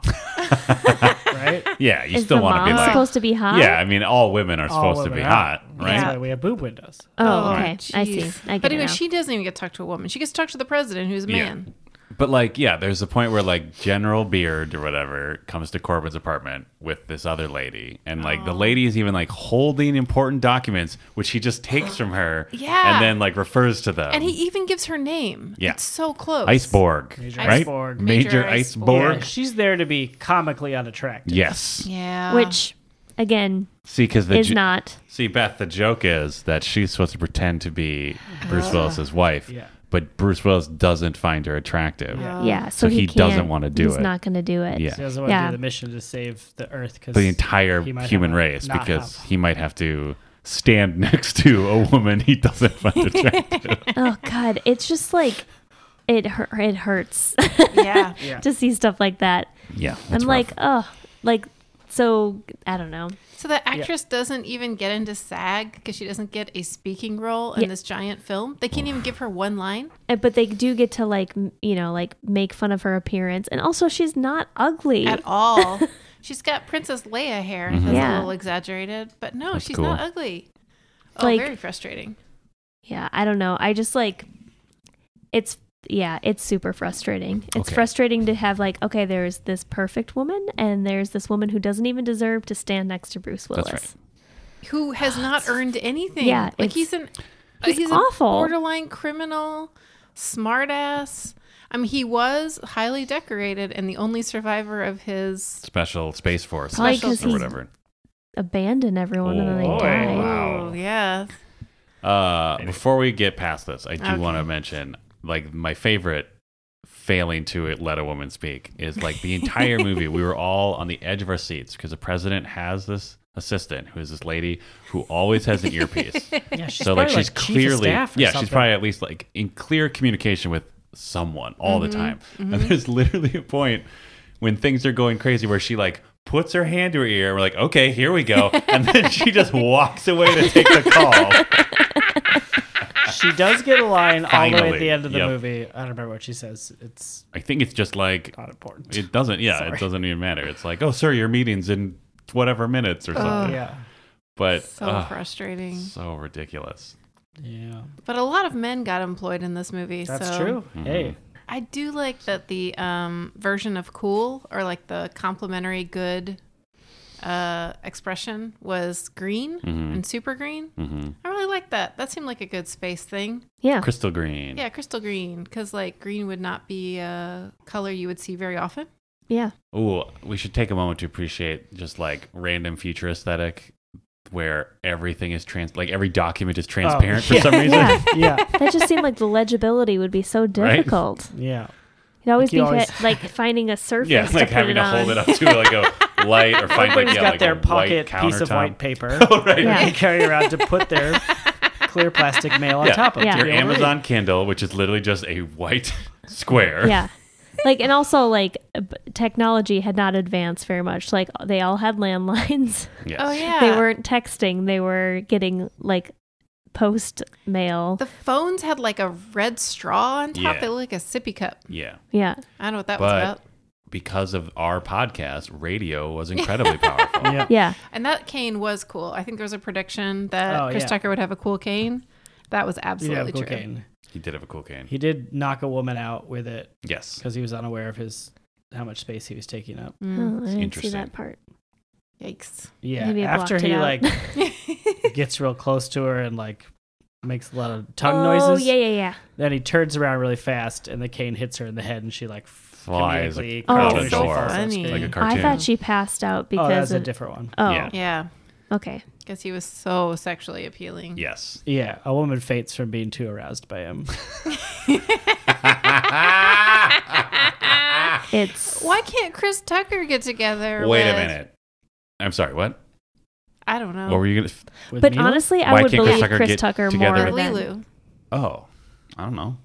S1: right?
S2: Yeah. You
S3: is
S2: still
S3: the
S2: want to
S3: mom
S2: be like.
S3: supposed to be hot?
S2: Yeah. I mean, all women are
S1: All
S2: supposed to
S1: women
S2: be
S1: are
S2: hot, right?
S1: That's why we have boob windows.
S3: Oh, okay. I see.
S4: jeez.
S3: I get
S4: but
S3: it
S4: anyway,
S3: now.
S4: she doesn't even get to talk to a woman. She gets to talk to the president, who's a
S2: Yeah.
S4: man.
S2: But like, yeah, there's a point where like General Beard or whatever comes to Corbin's apartment with this other lady, and like the lady is even like holding important documents, which he just takes from her,
S4: Yeah.
S2: and then like refers to them.
S4: And he even gives her name.
S2: Yeah.
S4: It's so close.
S2: Iceborg,
S1: Major
S2: right?
S1: Iceborg.
S2: Major,
S4: Major
S2: Iceborg.
S1: Yeah, she's there to be comically unattractive.
S2: Yes.
S4: Yeah.
S3: Which again
S2: See, because the
S3: is
S2: jo-
S3: not.
S2: see Beth, the joke is that she's supposed to pretend to be Bruce Willis's wife,
S1: Yeah.
S2: but Bruce Willis doesn't find her attractive.
S4: Yeah.
S3: Yeah, so,
S2: So he doesn't
S3: can't-
S2: wanna do
S3: he's
S2: it.
S3: not going to do it.
S2: Yeah.
S1: She doesn't want
S3: Yeah.
S1: to do the mission to save the Earth because
S2: the entire
S1: He might
S2: human
S1: have a
S2: race
S1: not
S2: because
S1: have.
S2: he might have to stand next to a woman he doesn't find attractive.
S3: Oh God, it's just like it. Hurt, it hurts
S4: Yeah.
S1: Yeah.
S3: to see stuff like that.
S2: yeah,
S3: I'm like, oh, like so. I don't know.
S4: So the actress doesn't even get into SAG because she doesn't get a speaking role in
S3: Yeah.
S4: this giant film. They can't even give her one line.
S3: Uh, But they do get to like m- you know like make fun of her appearance, and also she's not ugly.
S4: at all. She's got Princess Leia hair. That's
S3: Yeah.
S4: a little exaggerated, but no,
S2: Mm-hmm. That's
S4: she's
S2: cool.
S4: not ugly. Oh,
S3: Like-
S4: very frustrating.
S3: Yeah, I don't know. I just like it's yeah, it's super frustrating. It's
S2: Okay.
S3: frustrating to have like okay, there's this perfect woman, and there's this woman who doesn't even deserve to stand next to Bruce Willis.
S2: That's right.
S4: Who has not earned anything?
S3: Yeah,
S4: like
S3: it's-
S4: he's an uh,
S3: he's awful.
S4: a borderline criminal, smartass. I mean, he was highly decorated and the only survivor of his.
S2: special space force
S3: Probably
S2: special
S3: 'cause
S2: or
S3: he's-
S2: whatever.
S3: Abandon everyone and then they
S2: Oh,
S3: die.
S2: wow.
S4: Oh yeah,
S2: Uh, before we get past this, I do
S4: Okay.
S2: want to mention like my favorite failing to let a woman speak is like the entire movie. We were all on the edge of our seats because the president has this assistant who is this lady who always has an earpiece.
S1: Yeah, she's
S2: so like
S1: probably,
S2: she's
S1: chief of
S2: clearly
S1: staff or
S2: yeah she's
S1: something.
S2: probably at least like in clear communication with someone all
S1: Mm-hmm.
S2: the time and there's literally a point when things are going crazy where she like puts her hand to her ear and we're like okay here we go and then she just walks away to take the call
S1: she does get a line all the way at
S2: Finally.
S1: the end of the
S2: Yep.
S1: movie. I don't remember what she says. It's
S2: i think it's just like
S1: not important.
S2: it doesn't yeah
S1: Sorry.
S2: it doesn't even matter it's like oh sir your meeting's in whatever minutes or something
S1: yeah,
S2: but
S4: so
S2: ugh,
S4: frustrating.
S2: so ridiculous
S1: yeah,
S4: But a lot of men got employed in this movie.
S1: that's
S4: so
S1: true.
S2: Hmm.
S1: Hey,
S4: I do like that the um, version of cool or like the complimentary good uh, expression was green
S2: Mm-hmm.
S1: Mm-hmm.
S4: and super green.
S2: Mhm.
S4: I really like that. That seemed like a good space thing.
S3: Yeah.
S2: crystal green
S4: Yeah, crystal green because like green would not be a color you would see very often.
S3: Yeah.
S2: Ooh, we should take a moment to appreciate just like random future aesthetic where everything is trans like every document is transparent for
S1: Oh, yeah.
S2: some reason.
S3: Yeah.
S1: yeah,
S3: that just seemed like the legibility would be so
S2: Right?
S3: difficult.
S1: yeah.
S3: You'd always
S1: Like you
S3: be
S1: always-
S3: hit, like finding a surface.
S2: Yeah,
S3: to
S2: like
S3: put
S2: having
S3: it
S2: to
S3: on.
S2: hold it up to like a light or find like
S1: Everybody's
S2: yeah,
S1: got
S2: like
S1: their
S2: a
S1: pocket
S2: white
S1: piece of
S2: countertop.
S1: white paper
S2: Oh, right.
S3: Yeah.
S1: they carry around to put their clear plastic mail on
S2: Yeah.
S1: top of
S3: Yeah.
S1: to
S2: Your
S1: be able to read.
S2: Amazon Kindle, which is literally just a white square.
S3: Yeah. Like and also like b- technology had not advanced very much. Like they all had landlines.
S2: Yes.
S4: Oh yeah,
S3: They weren't texting. They were getting like post mail.
S4: The phones had like a red straw on top.
S2: Yeah.
S4: They looked like a sippy cup.
S2: Yeah.
S3: yeah.
S4: I don't know what that was
S2: But-
S4: about.
S2: Because of our podcast, radio was incredibly powerful.
S1: Yeah.
S3: Yeah.
S4: And that cane was cool. I think there was a prediction that
S1: Oh,
S4: Chris
S1: yeah.
S4: Tucker would have a cool cane. That was
S1: You
S4: absolutely
S1: have
S4: true.
S1: cocaine.
S2: He did have a cool cane.
S1: He did knock a woman out with it
S2: yes.
S1: because he was unaware of his how much space he was taking up.
S4: Mm.
S3: Oh, I didn't see
S2: Interesting.
S3: that part.
S4: Yikes.
S1: Hmm. Yeah,
S3: Maybe it
S1: after
S3: blocked it
S1: he
S3: out.
S1: like gets real close to her and like makes a lot of tongue
S3: Oh
S1: noises.
S3: yeah, yeah, yeah.
S1: Then he turns around really fast, and the cane hits her in the head, and she like
S2: Flies
S1: comedically
S3: Oh,
S1: crouches
S3: out
S1: and
S2: the
S1: falls
S2: door.
S1: off stage.
S2: Like a
S4: I
S2: cartoon.
S3: I thought she passed out
S1: oh,
S3: because
S1: that's a
S3: of,
S1: different one.
S3: oh
S2: Yeah.
S4: yeah,
S3: okay.
S4: because he was so sexually appealing.
S2: yes.
S1: Yeah, a woman faints from being too aroused by him.
S3: It's
S4: Why can't Chris Tucker get together?
S2: Wait a
S4: with-
S2: minute. I'm sorry. What?
S4: I don't know.
S2: What were you gonna?
S1: With
S3: but
S1: Mila?
S3: honestly, I
S2: Why
S3: would
S2: can't Chris
S3: believe
S2: Tucker
S3: Chris
S2: get
S3: Tucker more
S2: together
S4: Or
S2: with
S3: than
S4: Lilu.
S2: Oh, I don't know.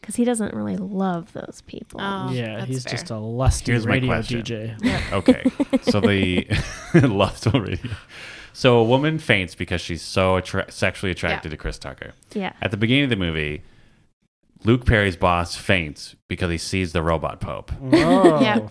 S3: because he doesn't really love those people.
S4: Oh,
S1: yeah,
S4: that's
S1: he's
S4: fair.
S1: just a lusty
S2: Here's my
S1: radio
S2: question.
S1: DJ.
S2: Okay. So the loves already. So a woman faints because she's so attra- sexually attracted to Chris Tucker.
S3: Yeah,
S2: At the beginning of the movie, Luke Perry's boss faints because he sees the robot pope. Is
S1: Oh,
S4: Yeah.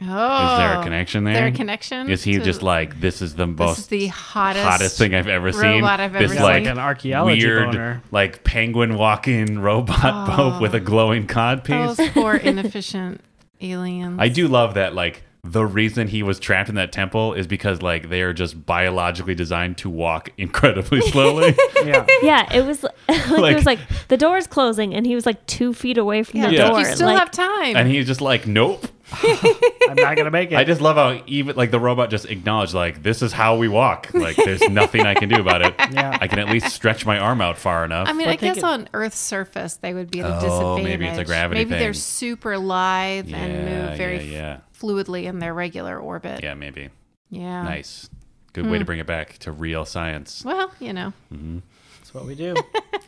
S4: Oh,
S2: there a connection there?
S4: Is there a connection?
S2: Is he
S4: to-
S2: just like this is the most
S4: this is the hottest,
S2: hottest thing I've ever seen?
S4: robot I've
S2: this
S4: ever
S1: like
S2: like
S4: seen.
S1: an archaeology
S2: weird
S1: boner.
S2: like penguin walking robot pope with a glowing cod piece.
S4: Those poor inefficient aliens.
S2: I do love that like the reason he was trapped in that temple is because like they are just biologically designed to walk incredibly slowly.
S1: Yeah,
S3: yeah. It was like, it was like the door's closing, and he was like two feet away from the
S2: Yeah.
S3: door.
S4: You still
S3: like,
S4: have time.
S2: and he's just like, Nope.
S1: I'm not gonna make it.
S2: I just love how even like the robot just acknowledged like this is how we walk. Like there's nothing I can do about it.
S1: Yeah.
S2: I can at least stretch my arm out far enough.
S4: I mean,
S1: But
S4: I
S1: they
S4: guess
S1: could-
S4: on Earth's surface they would be at a
S2: Oh,
S4: disadvantage.
S2: maybe it's a gravity
S4: Maybe they're
S2: thing.
S4: super lithe and
S2: Yeah,
S4: move very
S2: yeah, yeah.
S4: f- fluidly in their regular orbit.
S2: yeah, maybe.
S4: Yeah. Hmm.
S2: Nice. Good way to bring it back to real science. Mm-hmm.
S4: Well, you know,
S1: That's what we do.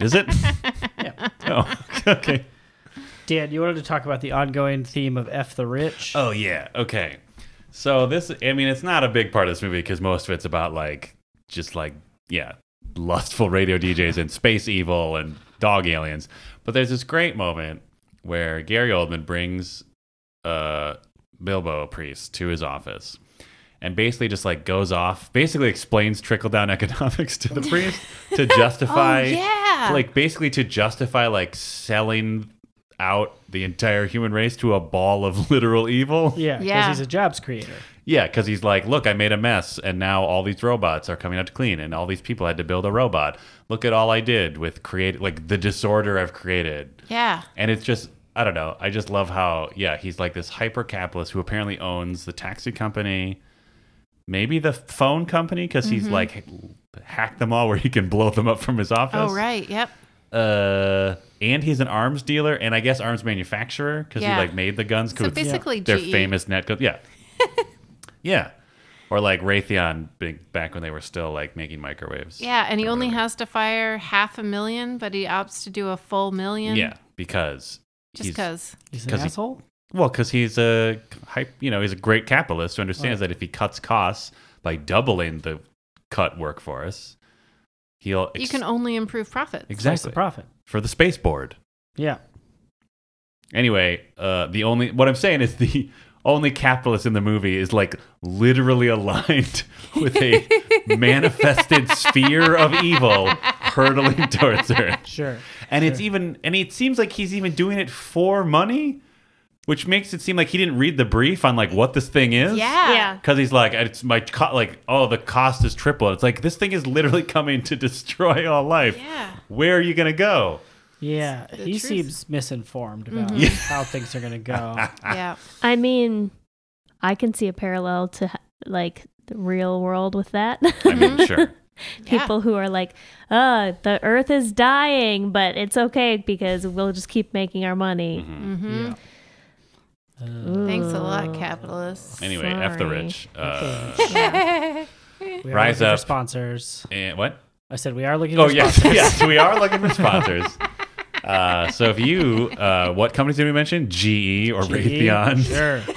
S2: Is it?
S1: Yeah.
S2: oh, okay.
S1: Dan, you wanted to talk about the ongoing theme of F the rich.
S2: Oh yeah. Okay. So this, I mean, it's not a big part of this movie because most of it's about like just like yeah, lustful radio DJs and space evil and dog aliens. But there's this great moment where Gary Oldman brings uh Bilbo Priest to his office and basically just like goes off, basically explains trickle down economics to the priest to justify
S4: yeah.
S2: to, like basically to justify like selling out the entire human race to a ball of literal evil.
S1: Yeah, because
S4: Yeah.
S1: he's a jobs creator.
S2: Yeah, because he's like, look, I made a mess, and now all these robots are coming out to clean, and all these people had to build a robot. Look at all I did with create, like the disorder I've created,
S4: yeah.
S2: and it's just, I don't know, I just love how, yeah, he's like this hyper capitalist who apparently owns the taxi company, maybe the phone company, because he's
S4: Mm-hmm.
S2: like hacked them all where he can blow them up from his office.
S4: Oh, right. Yep.
S2: Uh, and he's an arms dealer, and I guess arms manufacturer because
S4: Yeah.
S2: he like made the guns. 'cause
S4: So
S2: it's-
S4: basically E.
S2: they're
S4: GE.
S2: famous net guns. Yeah, yeah, or like Raytheon big, back when they were still like making microwaves.
S4: Yeah, and he
S2: Or
S4: only
S2: whatever.
S4: has to fire half a million, but he opts to do a full million.
S2: yeah because
S4: Just
S2: he's-
S4: because.
S1: He's an
S2: 'Cause he-
S1: asshole.
S2: well because he's a hype you know he's a great capitalist who understands that if he cuts costs by doubling the cut workforce, he'll
S4: You
S2: ex-
S4: can only improve profits.
S1: Twice the
S2: exactly
S1: profit.
S2: for the space board.
S1: Yeah.
S2: Anyway, uh, the only what I'm saying is the only capitalist in the movie is like literally aligned with a manifested sphere of evil hurtling towards her,
S1: Sure.
S2: and it's even and it seems like he's even doing it for money, which makes it seem like he didn't read the brief on like what this thing is.
S4: Yeah.
S3: Yeah.
S2: Because he's like, it's my co- like, oh, the cost is triple. It's like this thing is literally coming to destroy all life.
S4: Yeah.
S2: Where are you gonna go?
S1: Yeah. He
S4: truth. Mm-hmm.
S1: seems misinformed about how things are going to go.
S4: Yeah.
S3: I mean, I can see a parallel to like the real world with that.
S2: I mean, sure.
S3: people who are like, uh, the earth is dying, but it's okay because we'll just keep making our money.
S2: Mm-hmm.
S4: hmm
S1: Yeah.
S4: Thanks a lot, capitalists.
S2: Anyway, f the
S3: Sorry.
S2: rich. Uh,
S1: Uh, We are
S2: Rise
S1: looking for
S2: up.
S1: sponsors.
S2: And what?
S1: I said we are looking
S2: Oh
S1: for
S2: yes,
S1: sponsors.
S2: yes. We are looking for sponsors. Uh, so if you, uh, what companies did we mention? GE E or Raytheon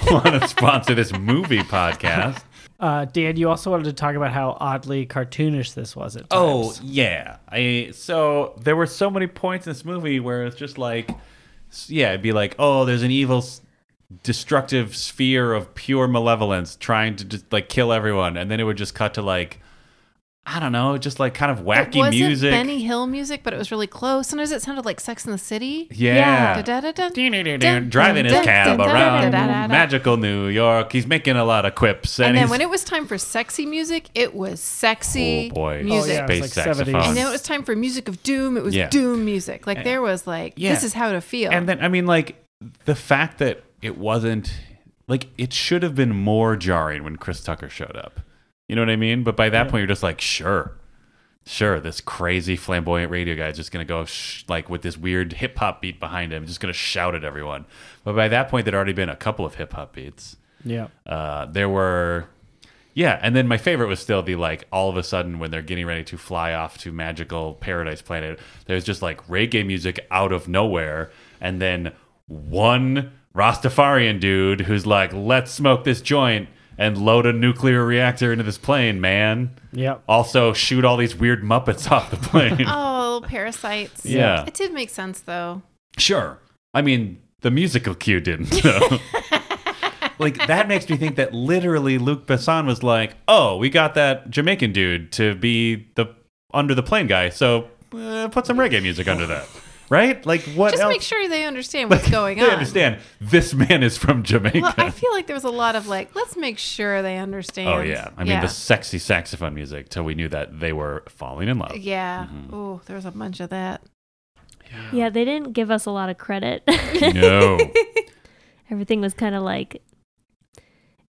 S1: Sure.
S2: want to sponsor this movie podcast?
S1: Uh, Dan, you also wanted to talk about how oddly cartoonish this was at times.
S2: Oh yeah. I so there were so many points in this movie where it's just like, s- yeah, it'd be like, oh, there's an evil, s- destructive sphere of pure malevolence trying to just like kill everyone, and then it would just cut to like. I don't know, just like kind of
S4: It
S2: wacky
S4: wasn't
S2: music.
S4: Benny Hill music, but it was really close. Sometimes it sounded like Sex in the City.
S2: yeah.
S4: Da-da-da-da. dun,
S2: Driving his
S4: dun,
S2: cab
S4: dun, dun,
S2: around
S4: dun, dun, dun.
S2: magical New York. He's making a lot of quips. And,
S4: And
S2: he's-
S4: then when it was time for sexy music, it was sexy
S2: Oh, boy.
S4: music.
S1: Oh, yeah.
S2: space
S1: It's like 70s.
S2: saxophone.
S4: And then it was time for music of doom. It was
S2: Yeah.
S4: doom music. Like there was like
S2: Yeah.
S4: this is how to feel.
S2: And then I mean, like the fact that it wasn't like it should have been more jarring when Chris Tucker showed up. You know what I mean? But by that point, you're just like, sure, sure, this crazy flamboyant radio guy is just gonna go sh- like with this weird hip hop beat behind him, just gonna shout at everyone. But by that point, there'd already been a couple of hip hop beats.
S1: Yeah.
S2: Uh, there were yeah and then my favorite was still the like all of a sudden when they're getting ready to fly off to magical paradise planet there's just like reggae music out of nowhere and then one rastafarian dude who's like let's smoke this joint and load a nuclear reactor into this plane man
S1: Yep.
S2: also shoot all these weird muppets off the plane
S4: oh, parasites.
S2: Yeah.
S4: It did make sense though.
S2: Sure. I mean, the musical cue didn't. though. like that makes me think that literally Luke Besson was like, "Oh, we got that Jamaican dude to be the under the plane guy, so uh, put some reggae music under that." Right? Like what
S4: Just
S2: else?
S4: make sure they understand what's going
S2: they
S4: on.
S2: understand this man is from Jamaica.
S4: Well, I feel like there was a lot of like, let's make sure they understand.
S2: oh yeah. I mean, the sexy saxophone music till we knew that they were falling in love.
S4: yeah.
S2: Mm-hmm.
S4: Oh, there was a bunch of that.
S3: Yeah, they didn't give us a lot of credit.
S2: No.
S3: Everything was kind of like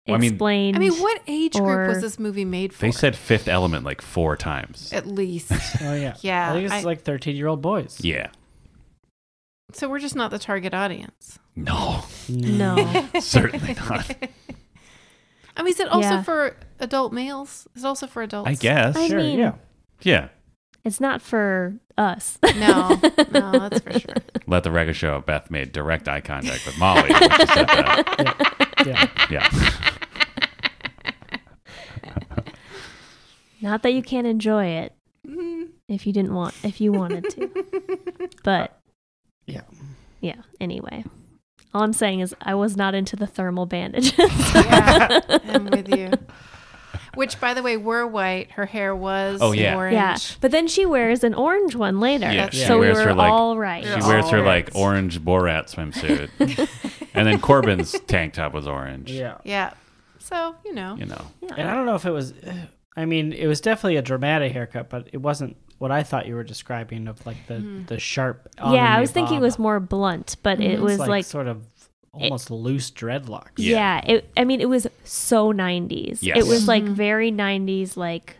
S2: Well, I mean-
S3: explained.
S4: I mean, what age group
S3: Or-
S4: was this movie made for?
S2: they said Fifth Element like 4 times.
S4: at least.
S1: Oh yeah.
S4: Yeah,
S1: I think it's
S4: I-
S1: like thirteen-year-old boys.
S2: Yeah.
S4: so we're just not the target audience.
S2: No.
S1: Mm.
S3: No.
S2: Certainly not.
S4: I mean, is it also
S3: Yeah.
S4: for adult males? Is it also for adults?
S2: I guess.
S3: I
S1: Sure.
S3: mean-
S1: yeah.
S2: yeah.
S3: it's not for us.
S4: No, no, that's for sure.
S2: Let the record show Beth made direct eye contact with Molly. when she said that.
S1: Yeah.
S2: Yeah.
S3: Not that you can't enjoy it if you didn't want, if you wanted to. but
S1: Yeah.
S3: yeah, anyway. All I'm saying is I was not into the thermal bandages.
S4: Yeah, I'm with you. Which, by the way, were white. Her hair was
S2: Oh, yeah.
S4: orange.
S3: yeah. But then she wears an orange one later.
S2: Yeah,
S4: she
S3: so we
S2: wears
S3: were
S2: her, like-
S3: all right.
S2: She
S4: Yeah.
S2: wears her
S4: All
S2: like
S4: right.
S2: orange Borat swimsuit. and then Corbin's tank top was orange.
S1: Yeah.
S4: Yeah. So, you know.
S2: You know.
S1: And I don't know if it was. I mean, it was definitely a dramatic haircut, but it wasn't what I thought you were describing of like the the sharp.
S3: Mm-hmm. yeah, I
S1: omni
S3: was thinking it
S1: bob.
S3: was more blunt, but it
S1: It's
S3: was like,
S1: sort of almost loose dreadlocks.
S3: yeah. It, I mean, it was so 90s.
S2: Yes.
S3: It was like very 90s, like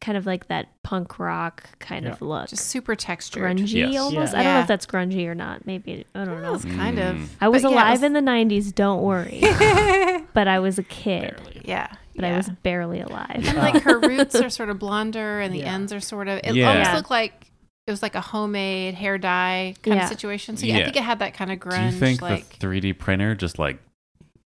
S3: kind of like that punk rock kind of
S1: Yeah.
S3: look.
S4: Just super textured.
S3: grungy
S2: Yes.
S3: almost.
S1: Yeah.
S3: I don't know
S4: Yeah.
S3: if that's grungy or not. Maybe I don't
S4: It
S3: know.
S4: was kind
S2: Mm.
S4: of.
S3: I was
S4: but yeah, it
S3: alive
S4: was-
S3: in the '90s. Don't worry. but I was a kid.
S4: Yeah.
S3: But
S4: yeah.
S3: I was barely alive.
S4: And like her roots are sort of blonder and the
S1: Yeah.
S4: ends are sort of. It
S2: Yeah.
S4: almost
S3: Yeah.
S4: looked like it was like a homemade hair dye kind
S3: Yeah.
S4: of situation. So yeah,
S2: Yeah.
S4: I think it had that kind of grunge.
S2: Do you think the
S4: like,
S2: 3D printer just like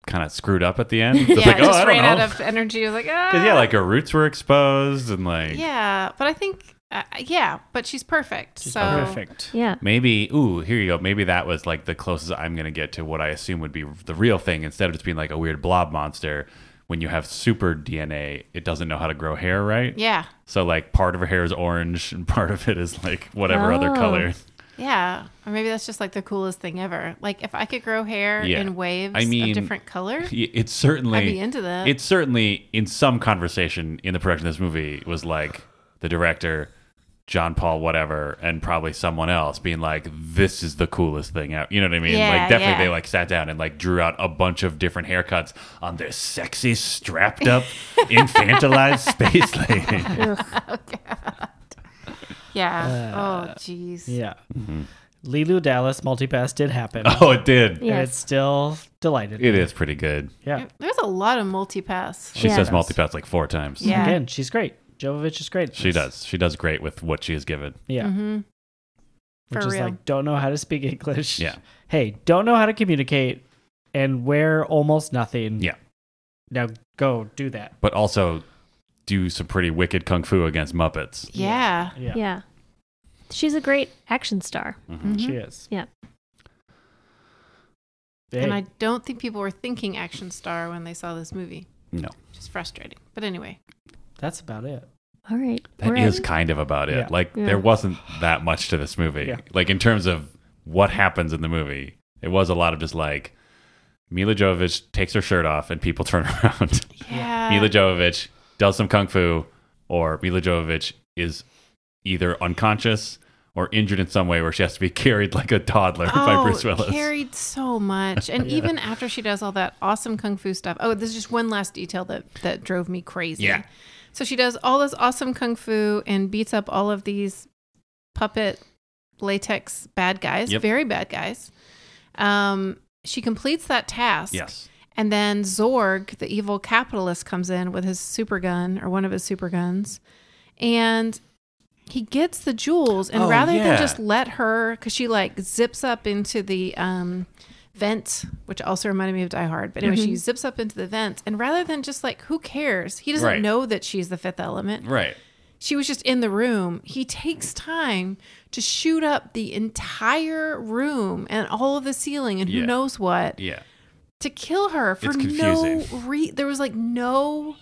S2: kind of screwed up at the end? It's
S4: yeah,
S2: like,
S4: it just
S2: oh, I
S4: ran
S2: don't
S4: out
S2: know.
S4: of energy. It was like, ah.
S2: Because yeah, like her roots were exposed and like
S4: Yeah, but I think, uh, yeah, but she's perfect. so
S1: Perfect.
S3: yeah.
S2: Maybe, ooh, here you go. Maybe that was like the closest I'm going to get to what I assume would be the real thing instead of just being like a weird blob monster. When you have super DNA, it doesn't know how to grow hair, right?
S4: Yeah,
S2: So, like, part of her hair is orange and part of it is like whatever other
S3: Oh.
S2: color.
S4: yeah, or maybe that's just like the coolest thing ever. Like if I could grow hair
S2: Yeah.
S4: in waves
S2: I mean,
S4: of different color,
S2: Y- It's certainly,
S4: I'd be into that.
S2: it's certainly in some conversation in the production of this movie was like the director, John Paul, whatever, and probably someone else being like, this is the coolest thing out. You know what I mean?
S4: Yeah,
S2: like, definitely
S4: yeah.
S2: they like sat down and like drew out a bunch of different haircuts on their sexy, strapped up, infantilized space lady.
S4: Oh, yeah.
S2: Uh,
S4: oh, jeez.
S1: Yeah. Lilu Dallas multipass did happen.
S2: Oh, it did.
S1: And
S3: Yes.
S1: it's still delighted.
S2: It is pretty good.
S1: yeah.
S4: There's a lot of multi-pass.
S2: She
S3: Yeah.
S2: says multipass like four times.
S4: Yeah.
S1: Again, she's great. Jovovich is great. at
S2: She
S1: this.
S2: does. She does great with what she is given.
S1: Yeah.
S4: Mm-hmm.
S1: Which
S4: For
S1: is
S4: real.
S1: like, don't know how to speak English.
S2: Yeah.
S1: Hey, don't know how to communicate and wear almost nothing.
S2: Yeah.
S1: Now go do that.
S2: But also do some pretty wicked kung fu against Muppets.
S4: Yeah.
S1: Yeah.
S3: Yeah. She's a great action star.
S4: Mm-hmm.
S1: She is.
S3: Yeah.
S1: Hey,
S4: And I don't think people were thinking action star when they saw this movie,
S2: Mm-hmm. No.
S4: which is frustrating. But anyway,
S1: that's about it.
S3: All right.
S2: That
S3: we're
S2: is
S3: at-
S2: kind of about it.
S1: Yeah.
S2: Like
S3: Yeah.
S2: there wasn't that much to this movie.
S1: Yeah.
S2: Like in terms of what happens in the movie, it was a lot of just like Mila Jovovich takes her shirt off and people turn around.
S4: Yeah.
S2: Mila Jovovich does some kung fu, or Mila Jovovich is either unconscious or injured in some way where she has to be carried like a toddler by Bruce Willis.
S4: Oh, Carried so much. And even after she does all that awesome kung fu stuff. Oh, there's just one last detail that that drove me crazy.
S2: Yeah.
S4: So she does all this awesome kung fu and beats up all of these puppet latex bad guys,
S2: Yep.
S4: very bad guys. Um she completes that task.
S2: yes.
S4: And then Zorg, the evil capitalist, comes in with his super gun or one of his super guns. And he gets the jewels. And
S2: Oh,
S4: rather
S2: yeah.
S4: than just let her, because she like zips up into the um, vent, which also reminded me of Die Hard. But anyway,
S2: Mm-hmm.
S4: she zips up into the vent. And rather than just like, who cares? He doesn't
S2: Right.
S4: know that she's the fifth element
S2: Right.
S4: she was just in the room. He takes time to shoot up the entire room and all of the ceiling and
S2: Yeah.
S4: who knows what
S2: Yeah.
S4: to kill her for
S2: It's
S4: no
S2: confusing.
S4: re there was like no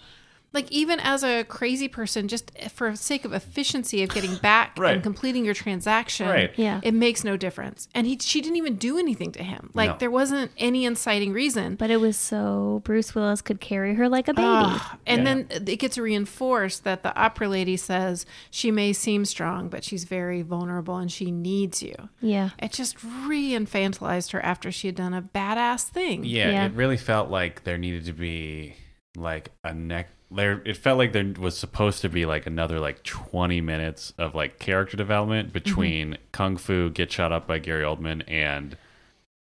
S4: like even as a crazy person just for sake of efficiency of getting back
S2: Right.
S4: and completing your transaction
S2: Right.
S3: Yeah.
S4: it makes no difference and he she didn't even do anything to him like
S2: No.
S4: there wasn't any inciting reason
S3: But it was so Bruce Willis could carry her like a baby.
S4: Ugh. and then it gets reinforced that the opera lady says she may seem strong, but she's very vulnerable and she needs you.
S3: yeah.
S4: It just re infantilized her after she had done a badass thing.
S2: Yeah,
S3: Yeah.
S2: it really felt like there needed to be like a neck there it felt like there was supposed to be like another like 20 minutes of like character
S4: Mm-hmm.
S2: development between kung fu get shot up by Gary Oldman and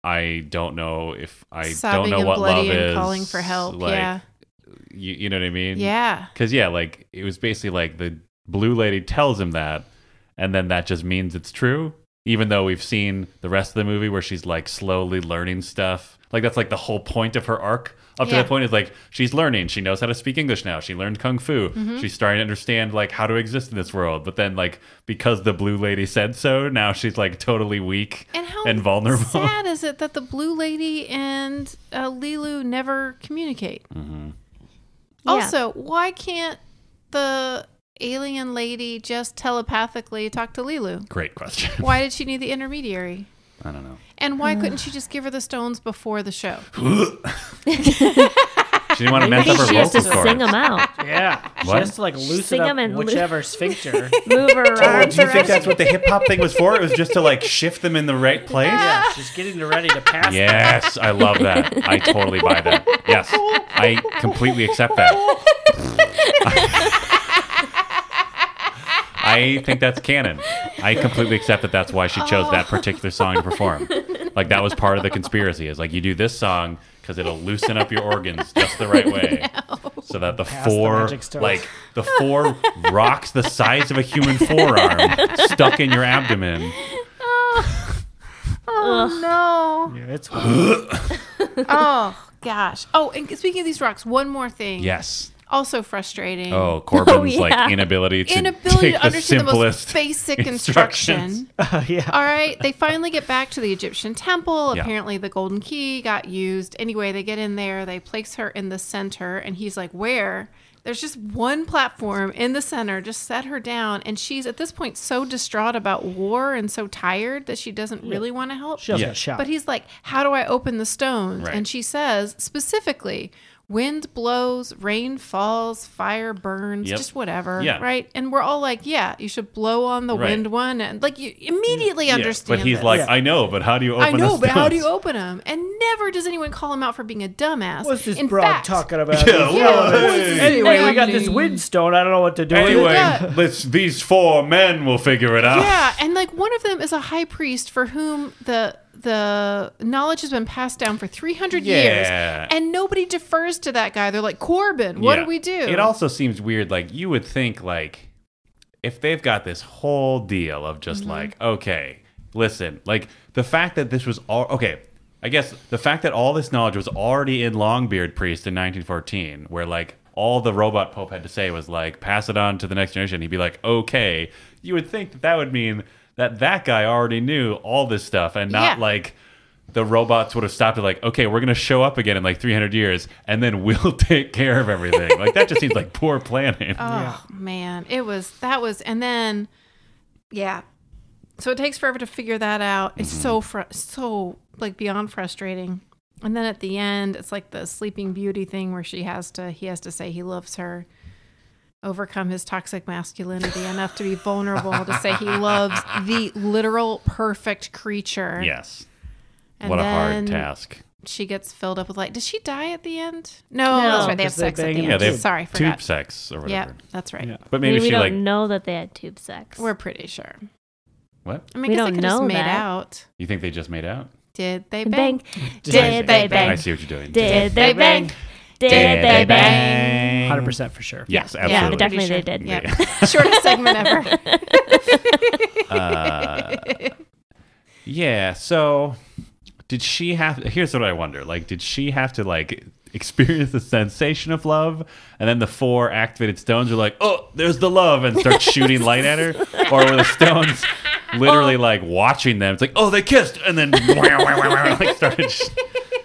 S2: I don't know if I don't
S4: Sobbing
S2: know
S4: and
S2: what love
S4: bloody and
S2: is
S4: calling for help.
S2: like,
S4: yeah.
S2: you, you know what I mean
S4: Yeah.
S2: Cuz yeah, like it was basically like the blue lady tells him that and then that just means it's true even though we've seen the rest of the movie where she's like slowly learning stuff. Like that's like the whole point of her arc. Up to
S4: Yeah.
S2: that point is like she's learning. She knows how to speak English now. She learned kung fu. She's starting to understand like how to exist in this world. But then like because the blue lady said so, now she's like totally weak
S4: And how
S2: vulnerable.
S4: sad is it that the blue lady and uh, Lilu never communicate?
S2: Mm-hmm.
S3: Yeah.
S4: Also, why can't the alien lady just telepathically talk to Lilu?
S2: Great question.
S4: Why did she need the intermediary?
S2: I don't know.
S4: And why couldn't she just give her the stones before the show?
S2: She didn't want to mess
S3: Maybe
S2: up her
S3: she has
S2: vocal
S3: to
S4: vocals
S2: cords.
S3: sing them out.
S1: Yeah. She
S2: What?
S1: has to like loosen
S3: Sing 'em
S1: up
S3: and loo-
S1: whichever sphincter.
S3: Move her around.
S2: Uh, do you think that's what the hip hop thing was for? It was just to like shift them in the right place?
S1: yeah. She's getting ready to pass.
S2: Yes, I love that. I totally buy that. Yes, I completely accept that. I think that's canon. I completely accept that that's why she chose that particular song to perform. Like that was part of the conspiracy is like you do this song because it'll loosen up your organs just the right way, so that the
S1: the
S2: four
S1: magic stones.
S2: like the four rocks the size of a human forearm stuck in your abdomen.
S3: Oh,
S4: Oh, No.
S1: Yeah, it's wild.
S4: Oh gosh. Oh, and speaking of these rocks, one more thing.
S2: Yes.
S4: Also frustrating.
S2: Oh, Corbin's
S3: Oh, yeah.
S2: like inability to
S4: Inability
S2: take
S4: to
S2: the
S4: understand the, most
S2: simplest
S4: basic
S2: instructions.
S4: instruction.
S1: yeah.
S4: All right, they finally get back to the Egyptian temple.
S2: Yeah.
S4: Apparently, the golden key got used. Anyway, they get in there. They place her in the center, and he's like, "Where?" There's just one platform in the center. Just set her down, and she's at this point so distraught about war and so tired that she doesn't really want to help.
S1: She doesn't
S2: Yeah.
S1: shout.
S4: But he's like, How do I open the stones?
S2: Right.
S4: And she says specifically, Wind blows, rain falls, fire burns,
S2: Yep.
S4: just whatever.
S2: Yeah.
S4: Right. And we're all like, Yeah, you should blow on the
S2: Right.
S4: wind one. And like, you immediately
S2: Yeah,
S4: understand.
S2: But he's
S4: this.
S2: like,
S1: Yeah.
S2: I know, but how do you open
S4: I know,
S2: the
S4: but how do
S2: stones?"
S4: you open them? And never does anyone call him out for being a dumbass.
S1: What's this
S4: In
S1: broad
S4: fact,
S1: talking about?
S2: Yeah,
S1: This-
S2: well,
S4: what's this
S1: Anyway, we
S4: happening?
S1: got this windstone. I don't know what to do. with it.
S2: Anyway,
S4: Yeah.
S2: let's, these four men will figure it out.
S4: Yeah, and like one of them is a high priest for whom the the knowledge has been passed down for 300
S2: Yeah.
S4: years and nobody defers to that guy. They're like, "Corbin, what
S2: Yeah.
S4: do we do?"
S2: It also seems weird. Like you would think, like if they've got this whole deal of just like, okay, listen, like the fact that this was all okay. I guess the fact that all this knowledge was already in Longbeard Priest in 1914, where like all the robot pope had to say was like, pass it on to the next generation. He'd be like, okay. You would think that that would mean that that guy already knew all this stuff and not
S4: Yeah.
S2: like the robots would have stopped at like, okay, we're gonna show up again in like 300 years, and then we'll take care of everything. Like that just seems like poor planning.
S1: Yeah.
S4: Oh man, it was that was, and then yeah. So it takes forever to figure that out. It's
S2: Mm-hmm.
S4: so fr- so like beyond frustrating. And then at the end, it's like the Sleeping Beauty thing where she has to he has to say he loves her, overcome his toxic masculinity enough to be vulnerable to say he loves the literal perfect creature.
S2: yes,
S4: And
S2: what a hard
S4: then
S2: task.
S4: She gets filled up with like, does she die at the end? No,
S3: No,
S4: that's right. They have
S1: because they
S4: sex at
S1: bang
S4: the
S1: in
S4: end.
S1: the
S2: Yeah, they have
S4: Sorry, I
S2: tube
S4: forgot.
S2: sex or
S4: Yeah,
S2: whatever.
S4: that's right.
S1: Yeah.
S2: But
S3: I mean,
S2: maybe
S3: we
S2: she
S3: don't
S2: like
S3: know that they had tube sex.
S4: We're pretty sure.
S2: what?
S4: I mean,
S3: We
S4: I guess
S3: don't
S4: they could
S3: know
S4: just made
S3: that.
S4: out.
S2: You think they just made out?
S4: Did they bang?
S3: bang. Did
S4: they
S2: I
S3: they
S4: bang?
S3: bang?
S2: see what you're doing.
S3: Did they bang? Did they bang?
S2: bang?
S1: 100% for sure.
S2: Yes,
S4: Yeah.
S3: Yeah,
S2: absolutely.
S3: definitely
S4: Pretty
S3: they did.
S4: Yeah. Shortest segment ever.
S2: Uh, yeah. So, did she have? Here's what I wonder: like, did she have to like experience the sensation of love, and then the four activated stones are like, "Oh, there's the love," and start shooting light at her, or were the stones literally like watching them? It's like, "Oh, they kissed," and then like started.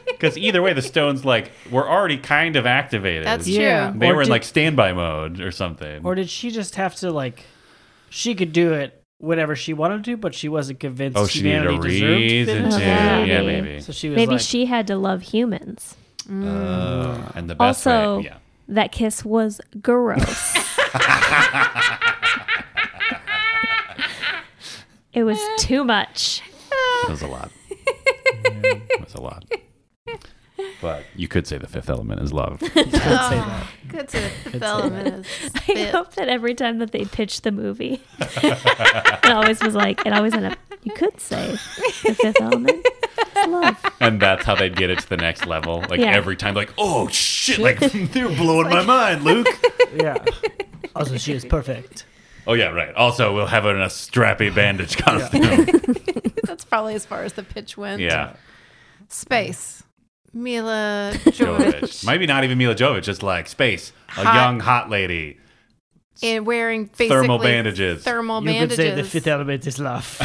S2: Because either way, the stones like were already kind of activated.
S4: That's
S1: Yeah.
S4: true.
S2: They
S1: Or
S2: were in
S1: did-
S2: like standby mode or something.
S1: Or did she just have to like? She could do it whenever she wanted to, but she wasn't convinced
S2: oh, she needed
S1: humanity
S2: a reason
S1: deserved
S2: to.
S1: it.
S3: Yeah.
S2: Yeah,
S3: Maybe.
S2: maybe.
S1: So she was
S3: Maybe
S1: like,
S3: she had to love humans.
S2: Uh, and the best
S3: Also-
S2: way, yeah.
S3: That kiss was gross. it was too much.
S2: That was a lot. It was a lot. But you could say the fifth element is love.
S1: "Don't say that."
S4: Good to development.
S3: I hope that every time that they pitched the movie, it always was like, it always ended up, you could say the fifth element is love.
S2: and that's how they'd get it to the next level. Like
S3: Yeah.
S2: every time, like, oh shit, like they're blowing my mind, Luke.
S1: Yeah. Also, she is perfect.
S2: Oh yeah, right. Also, we'll have it in a strappy bandage costume. Yeah.
S4: That's probably as far as the pitch went. Space. Mila Jovovich.
S2: Jovovich. Maybe not even Mila Jovovich, just like space, a
S4: Hot.
S2: young hot lady.
S4: and wearing basically
S2: Thermal bandages.
S4: Thermal
S1: you could
S4: bandages.
S1: say the fifth element is love.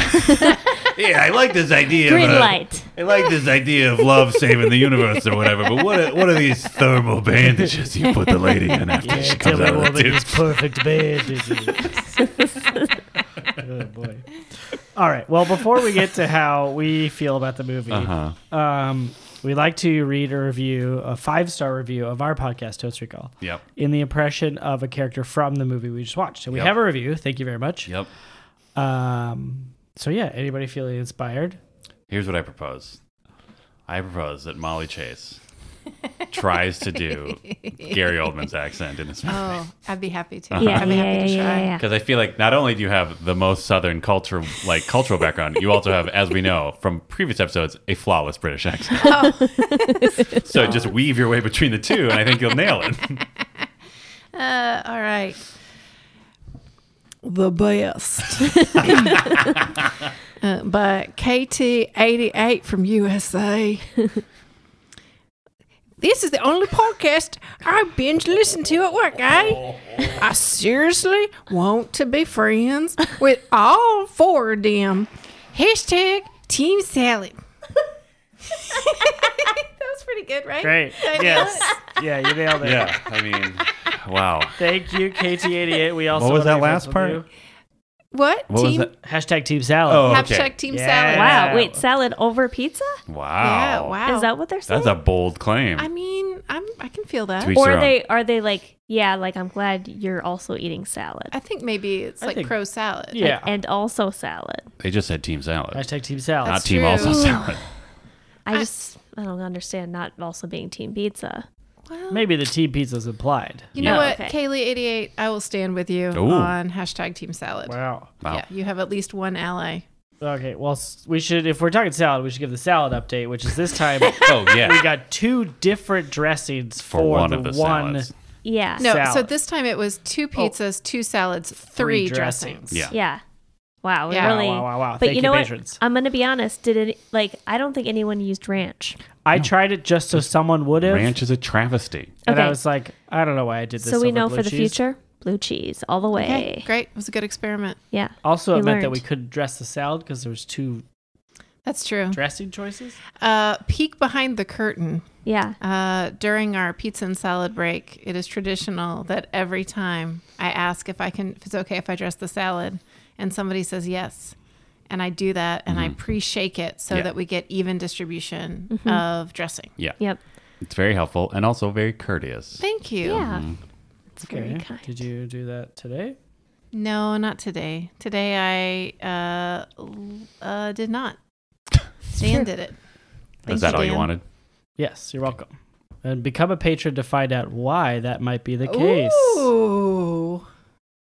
S2: Yeah, I like this idea.
S3: Green
S2: but- uh,
S3: light.
S2: I like this idea of love saving the universe or whatever, but what are, what are these thermal bandages you put the lady in after she comes out of the tube?
S1: perfect bandages. oh boy. All right. Well, before we get to how we feel about the movie,
S2: Uh-huh.
S1: um, we like to read a review, a five star review of our podcast, Toast Recall,
S2: Yep.
S1: in the impression of a character from the movie we just watched. And we
S2: Yep.
S1: have a review. Thank you very much.
S2: Yep.
S1: Um, so yeah, anybody feeling inspired?
S2: Here's what I propose. I propose that Molly Chase tries to do Gary Oldman's accent in this movie.
S4: Oh, I'd be happy to.
S3: Yeah,
S4: I'd be
S3: yeah,
S4: happy
S3: yeah,
S4: to try.
S3: yeah, yeah.
S2: Because I feel like not only do you have the most southern culture, like cultural background, you also have, as we know from previous episodes, a flawless British accent. so just weave your way between the two, and I think you'll nail it.
S4: Uh, all right. The best. uh, by KT88 from USA. this is the only podcast I binge listen to at work, eh? I seriously want to be friends with all four of them. Hashtag Team Salad. that was pretty good, right?
S1: Great. Yes. yeah, you nailed it.
S2: Yeah, I mean, wow.
S1: Thank you, KT88. We also
S2: What was
S1: wanna
S2: that
S1: be friends
S2: last
S1: with
S2: part?
S1: you.
S4: What?
S2: What
S4: team
S2: was
S1: Hashtag Team Salad.
S2: Oh,
S4: Hashtag
S2: okay.
S4: Team
S1: Yeah.
S4: Salad.
S1: Wow.
S3: Wow. Wait, salad over pizza?
S2: that?
S4: Yeah,
S2: Wow.
S1: Oh.
S4: wow.
S3: Is that what they're saying?
S2: That's a bold claim.
S4: I mean, I'm I can feel that.
S2: To each
S3: or
S2: their
S3: are
S2: own.
S3: they are they like, yeah, like I'm glad you're also eating salad.
S4: I think maybe it's
S1: I
S4: like
S1: think-
S4: pro salad.
S1: yeah.
S3: And also salad.
S2: They just said team salad,
S1: Hashtag Team Salad.
S2: not
S4: That's
S2: team
S4: true.
S2: also salad.
S3: I just I don't understand not also being team pizza.
S4: Well,
S1: Maybe the team pizza's implied.
S4: you know
S3: Yeah.
S4: what,
S3: Okay.
S4: Kaylee eighty eight, I will stand with you
S2: Ooh.
S4: on hashtag team salad.
S1: Wow.
S2: Wow.
S4: Yeah, you have at least one ally.
S1: Okay. Well, s- we should, if we're talking salad, we should give the salad update, which is this time
S2: Oh
S1: we
S2: yeah.
S1: got two different dressings for,
S2: For one
S1: the
S2: of the
S1: one.
S2: salads.
S3: Yeah.
S4: No, so
S1: Salad. Oh.
S4: this time it was two pizzas, two salads, three, dressings.
S2: Yeah.
S3: Yeah. Wow. it
S4: Yeah. Wow,
S3: Really.
S1: wow, wow, wow.
S3: But
S1: Thank
S3: you
S1: you,
S3: know
S1: patrons.
S3: what? I'm gonna be honest. Did it like I don't think anyone used ranch.
S1: I tried it just so someone would have.
S2: Ranch is a travesty.
S1: And I
S3: Okay.
S1: was like, I don't know why I did this.
S3: So we
S1: over
S3: know
S1: blue
S3: for the
S1: cheese.
S3: future, blue cheese all the way.
S4: Okay, great. It was a good experiment.
S3: Yeah.
S1: Also, it
S3: We
S1: meant that
S3: learned.
S1: we couldn't dress the salad because there was two
S4: That's true.
S1: Dressing choices?
S4: Uh, peek behind the curtain.
S3: Yeah.
S4: Uh, during our pizza and salad break, it is traditional that every time I ask if I can, if it's okay if I dress the salad, and somebody says yes, and I do that, and I pre-shake it so
S2: Mm-hmm. Yeah.
S4: that we get even distribution of dressing.
S2: Yeah.
S3: Yep.
S2: It's very helpful and also very courteous.
S4: Thank you.
S3: Yeah. It's very
S1: Okay.
S3: kind.
S1: Did you do that today?
S4: No, not today. Today I uh, l- uh, did not. Dan did it.
S2: Mm-hmm. Is
S4: Thank
S2: that all you
S4: Dan.
S2: wanted?
S1: Yes, you're welcome. And become a patron to find out why that might be the case.
S4: Ooh,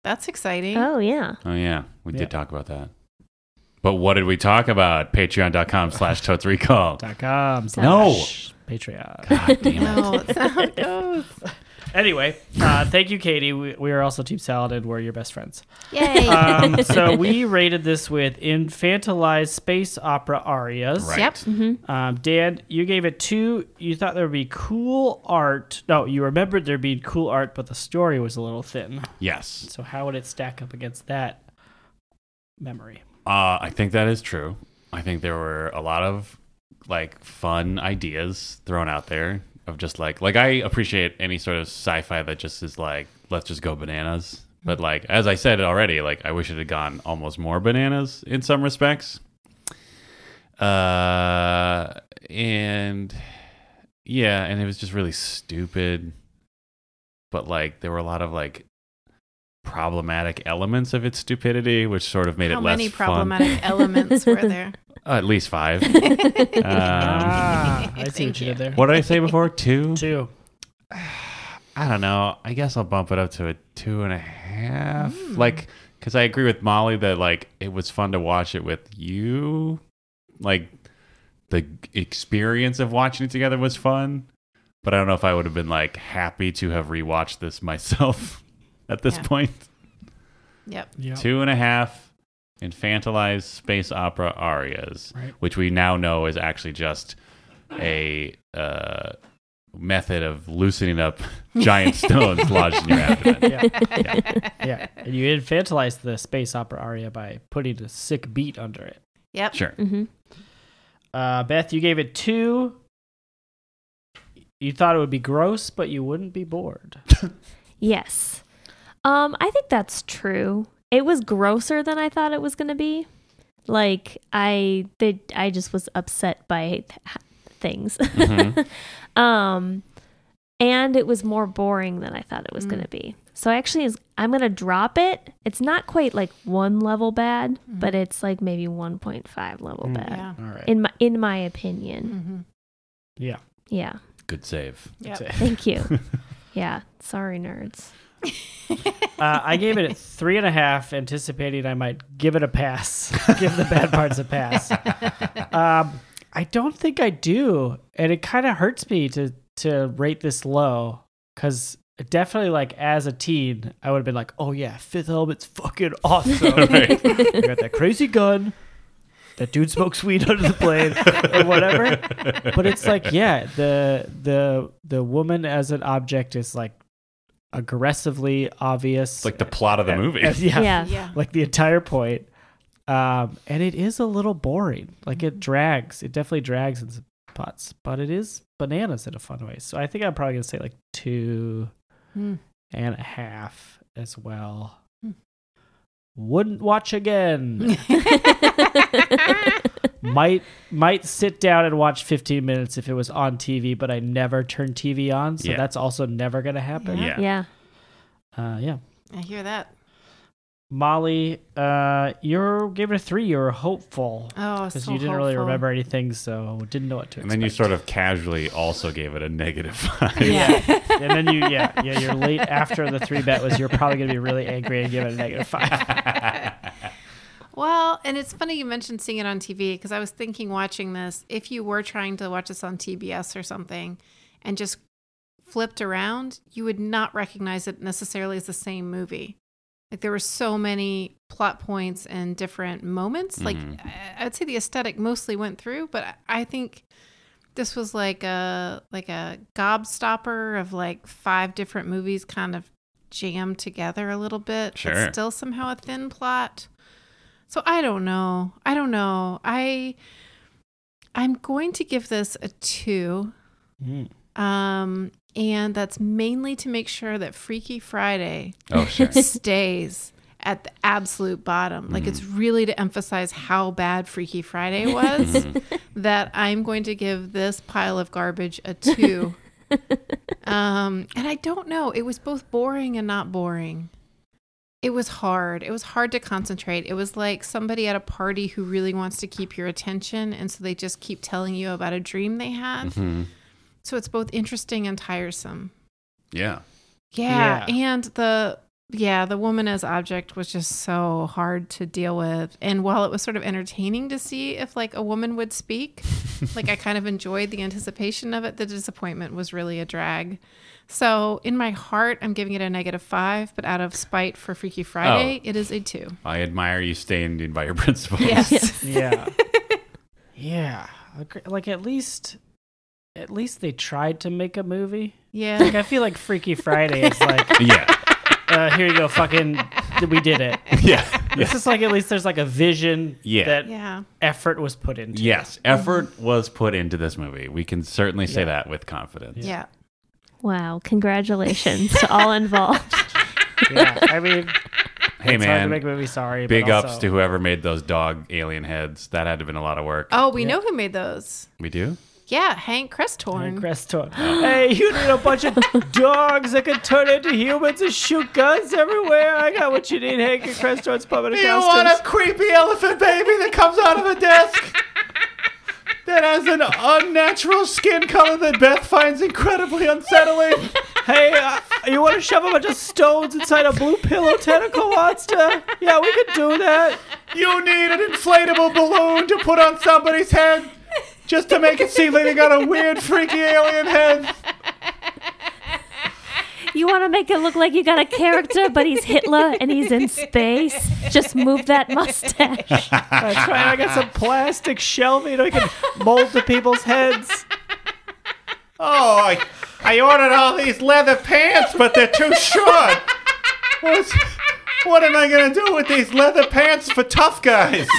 S4: that's exciting.
S3: Oh yeah.
S2: Oh yeah, we
S1: Yeah.
S2: did talk about that. But what did we talk about? Patreon.com slash Totes Recall.
S1: Dot com slash
S2: No.
S1: Patreon.
S2: God damn it.
S4: No, it's not how it goes.
S1: Anyway, uh, thank you, Katie. We, we are also Team Salad and we're your best friends.
S4: Yay.
S1: Um, so we rated this with infantilized space opera arias.
S2: Right.
S4: Yep.
S3: Mm-hmm,
S1: Um, Dan, you gave it two. You thought there would be cool art. No, you remembered there being cool art, but the story was a little thin.
S2: Yes.
S1: So how would it stack up against that memory?
S2: Uh, I think that is true. I think there were a lot of like fun ideas thrown out there of just like like I appreciate any sort of sci-fi that just is like let's just go bananas. But like as I said already, like I wish it had gone almost more bananas in some respects. Uh and yeah, and it was just really stupid. But like there were a lot of like problematic elements of its stupidity, which sort of made
S4: How
S2: it less
S4: many
S2: fun.
S4: problematic elements were there?
S2: Uh, at least five. um,
S1: ah, I see what
S4: Thank
S1: you
S4: you.
S1: did there.
S2: what did I say before? Two?
S1: Two.
S2: I don't know. I guess I'll bump it up to a two and a half. Like, because I agree with Molly that like it was fun to watch it with you. Like, the experience of watching it together was fun. But I don't know if I would have been like happy to have rewatched this myself at this
S4: Yeah.
S2: point.
S4: Yep.
S1: Yeah.
S2: Two and a half infantilized space opera arias,
S1: Right.
S2: which we now know is actually just a uh, method of loosening up giant stones lodged in your abdomen.
S1: Yeah. yeah. And you infantilized the space opera aria by putting a sick beat under it.
S4: Yep.
S2: Sure.
S3: hmm
S1: Uh, Beth, you gave it two. You thought it would be gross, but you wouldn't be bored.
S3: Yes. Um, I think that's true. It was grosser than I thought it was going to be. Like I, they, I just was upset by th- things. um, and it was more boring than I thought it was going to be. So I actually, is, I'm going to drop it. It's not quite like one level bad, but it's like maybe 1.5 level
S1: Mm.
S3: bad
S4: Yeah.
S1: All right.
S3: in my in my opinion.
S4: Mm-hmm.
S1: yeah.
S3: Yeah.
S2: Good save.
S1: that's
S4: Yep.
S1: it.
S3: Thank you. yeah. Sorry, nerds.
S1: Uh, I gave it a three and a half, anticipating I might give it a pass, give the bad parts a pass. Um, I don't think I do, and it kind of hurts me to to rate this low because definitely, like as a teen, I would have been like, "Oh yeah, Fifth Element's fucking awesome.
S2: Right.
S1: you got that crazy gun, that dude smokes weed under the plane, and whatever." But it's like, yeah, the the the woman as an object is like aggressively obvious.
S2: It's like the plot of the movie.
S1: Uh, yeah,
S3: Yeah.
S4: Yeah.
S1: like the entire point. Um, and it is a little boring. Like it drags. It definitely drags in some spots, but it is bananas in a fun way. So I think I'm probably gonna say like two
S4: Mm.
S1: and a half as well.
S4: Hmm.
S1: Wouldn't watch again. might might sit down and watch 15 minutes if it was on TV, but I never turn TV on, so
S2: Yeah.
S1: that's also never gonna happen.
S2: Yeah.
S3: yeah.
S1: Uh, yeah.
S4: I hear that.
S1: Molly, uh, you're gave it a three. You were hopeful
S4: Oh,
S1: because
S4: so
S1: you didn't really
S4: hopeful.
S1: remember anything, so didn't know what to
S2: And
S1: expect.
S2: then you sort of casually also gave it a negative five.
S1: yeah, and then you yeah yeah you're late after the three bet was you're probably gonna be really angry and give it a negative five.
S4: Well, and it's funny you mentioned seeing it on TV because I was thinking watching this. If you were trying to watch this on TBS or something, and just flipped around, you would not recognize it necessarily as the same movie. Like there were so many plot points and different moments. Like
S2: Mhm.
S4: I- I would say the aesthetic mostly went through, but I- I think this was like a like a gobstopper of like five different movies kind of jammed together a little bit. but
S2: Sure.
S4: still somehow a thin plot. So I don't know. I don't know. I I'm going to give this a two.
S1: Mm,
S4: Um, and that's mainly to make sure that Freaky Friday
S2: Oh, sure.
S4: stays at the absolute bottom. Like it's really to emphasize how bad Freaky Friday was
S2: Mm-hmm.
S4: that I'm going to give this pile of garbage a two. um, and I don't know. It was both boring and not boring. It was hard. It was hard to concentrate. It was like somebody at a party who really wants to keep your attention. And so they just keep telling you about a dream they had.
S2: Mhm.
S4: So it's both interesting and tiresome.
S2: Yeah.
S4: Yeah,
S1: Yeah.
S4: and the yeah, the woman as object was just so hard to deal with. And while it was sort of entertaining to see if like a woman would speak, like I kind of enjoyed the anticipation of it, the disappointment was really a drag. So in my heart, I'm giving it a negative five, but out of spite for Freaky Friday, it is a two.
S2: I admire you staying in by your principles.
S4: Yes.
S1: Yeah. yeah. Like- Like at least at least they tried to make a movie. Like
S4: yeah.
S1: I feel like Freaky Friday is like,
S2: Yeah.
S1: uh, here you go, fucking we did it.
S2: Yeah.
S1: It's just like at least there's like a vision
S2: Yeah.
S1: that
S4: Yeah.
S1: effort was put into.
S2: Yes. Effort was put into this movie. We can certainly say
S1: Yeah.
S2: that with confidence.
S4: Yeah.
S3: Wow. Congratulations to all involved.
S1: Yeah. I mean
S2: Hey,
S1: it's hard to
S2: man.
S1: make a movie, sorry. but
S2: Big ups
S1: also-
S2: to whoever made those dog alien heads. That had to have been a lot of work.
S4: Oh, we know who made those.
S2: We do?
S4: Yeah, Hank Cresthorn.
S1: Crestor. hey, you need a bunch of dogs that can turn into humans and shoot guns everywhere. I got what you need, Hank and Crestor's puppet and
S2: creepy elephant baby that comes out of a desk that has an unnatural skin color that Beth finds incredibly unsettling?
S1: Hey, uh, you want to shove a bunch of stones inside a blue pillow tentacle monster? Yeah, we could do that.
S2: You need an inflatable balloon to put on somebody's head just to make it seem like they got a weird, freaky alien head.
S3: You want to make it look like you got a character, but he's Hitler and he's in space. Just move that mustache.
S1: That's right. I got some plastic shelving I can mold to people's heads.
S2: Oh, I, I ordered all these leather pants, but they're too short. What's, what am I going to do with these leather pants for tough guys?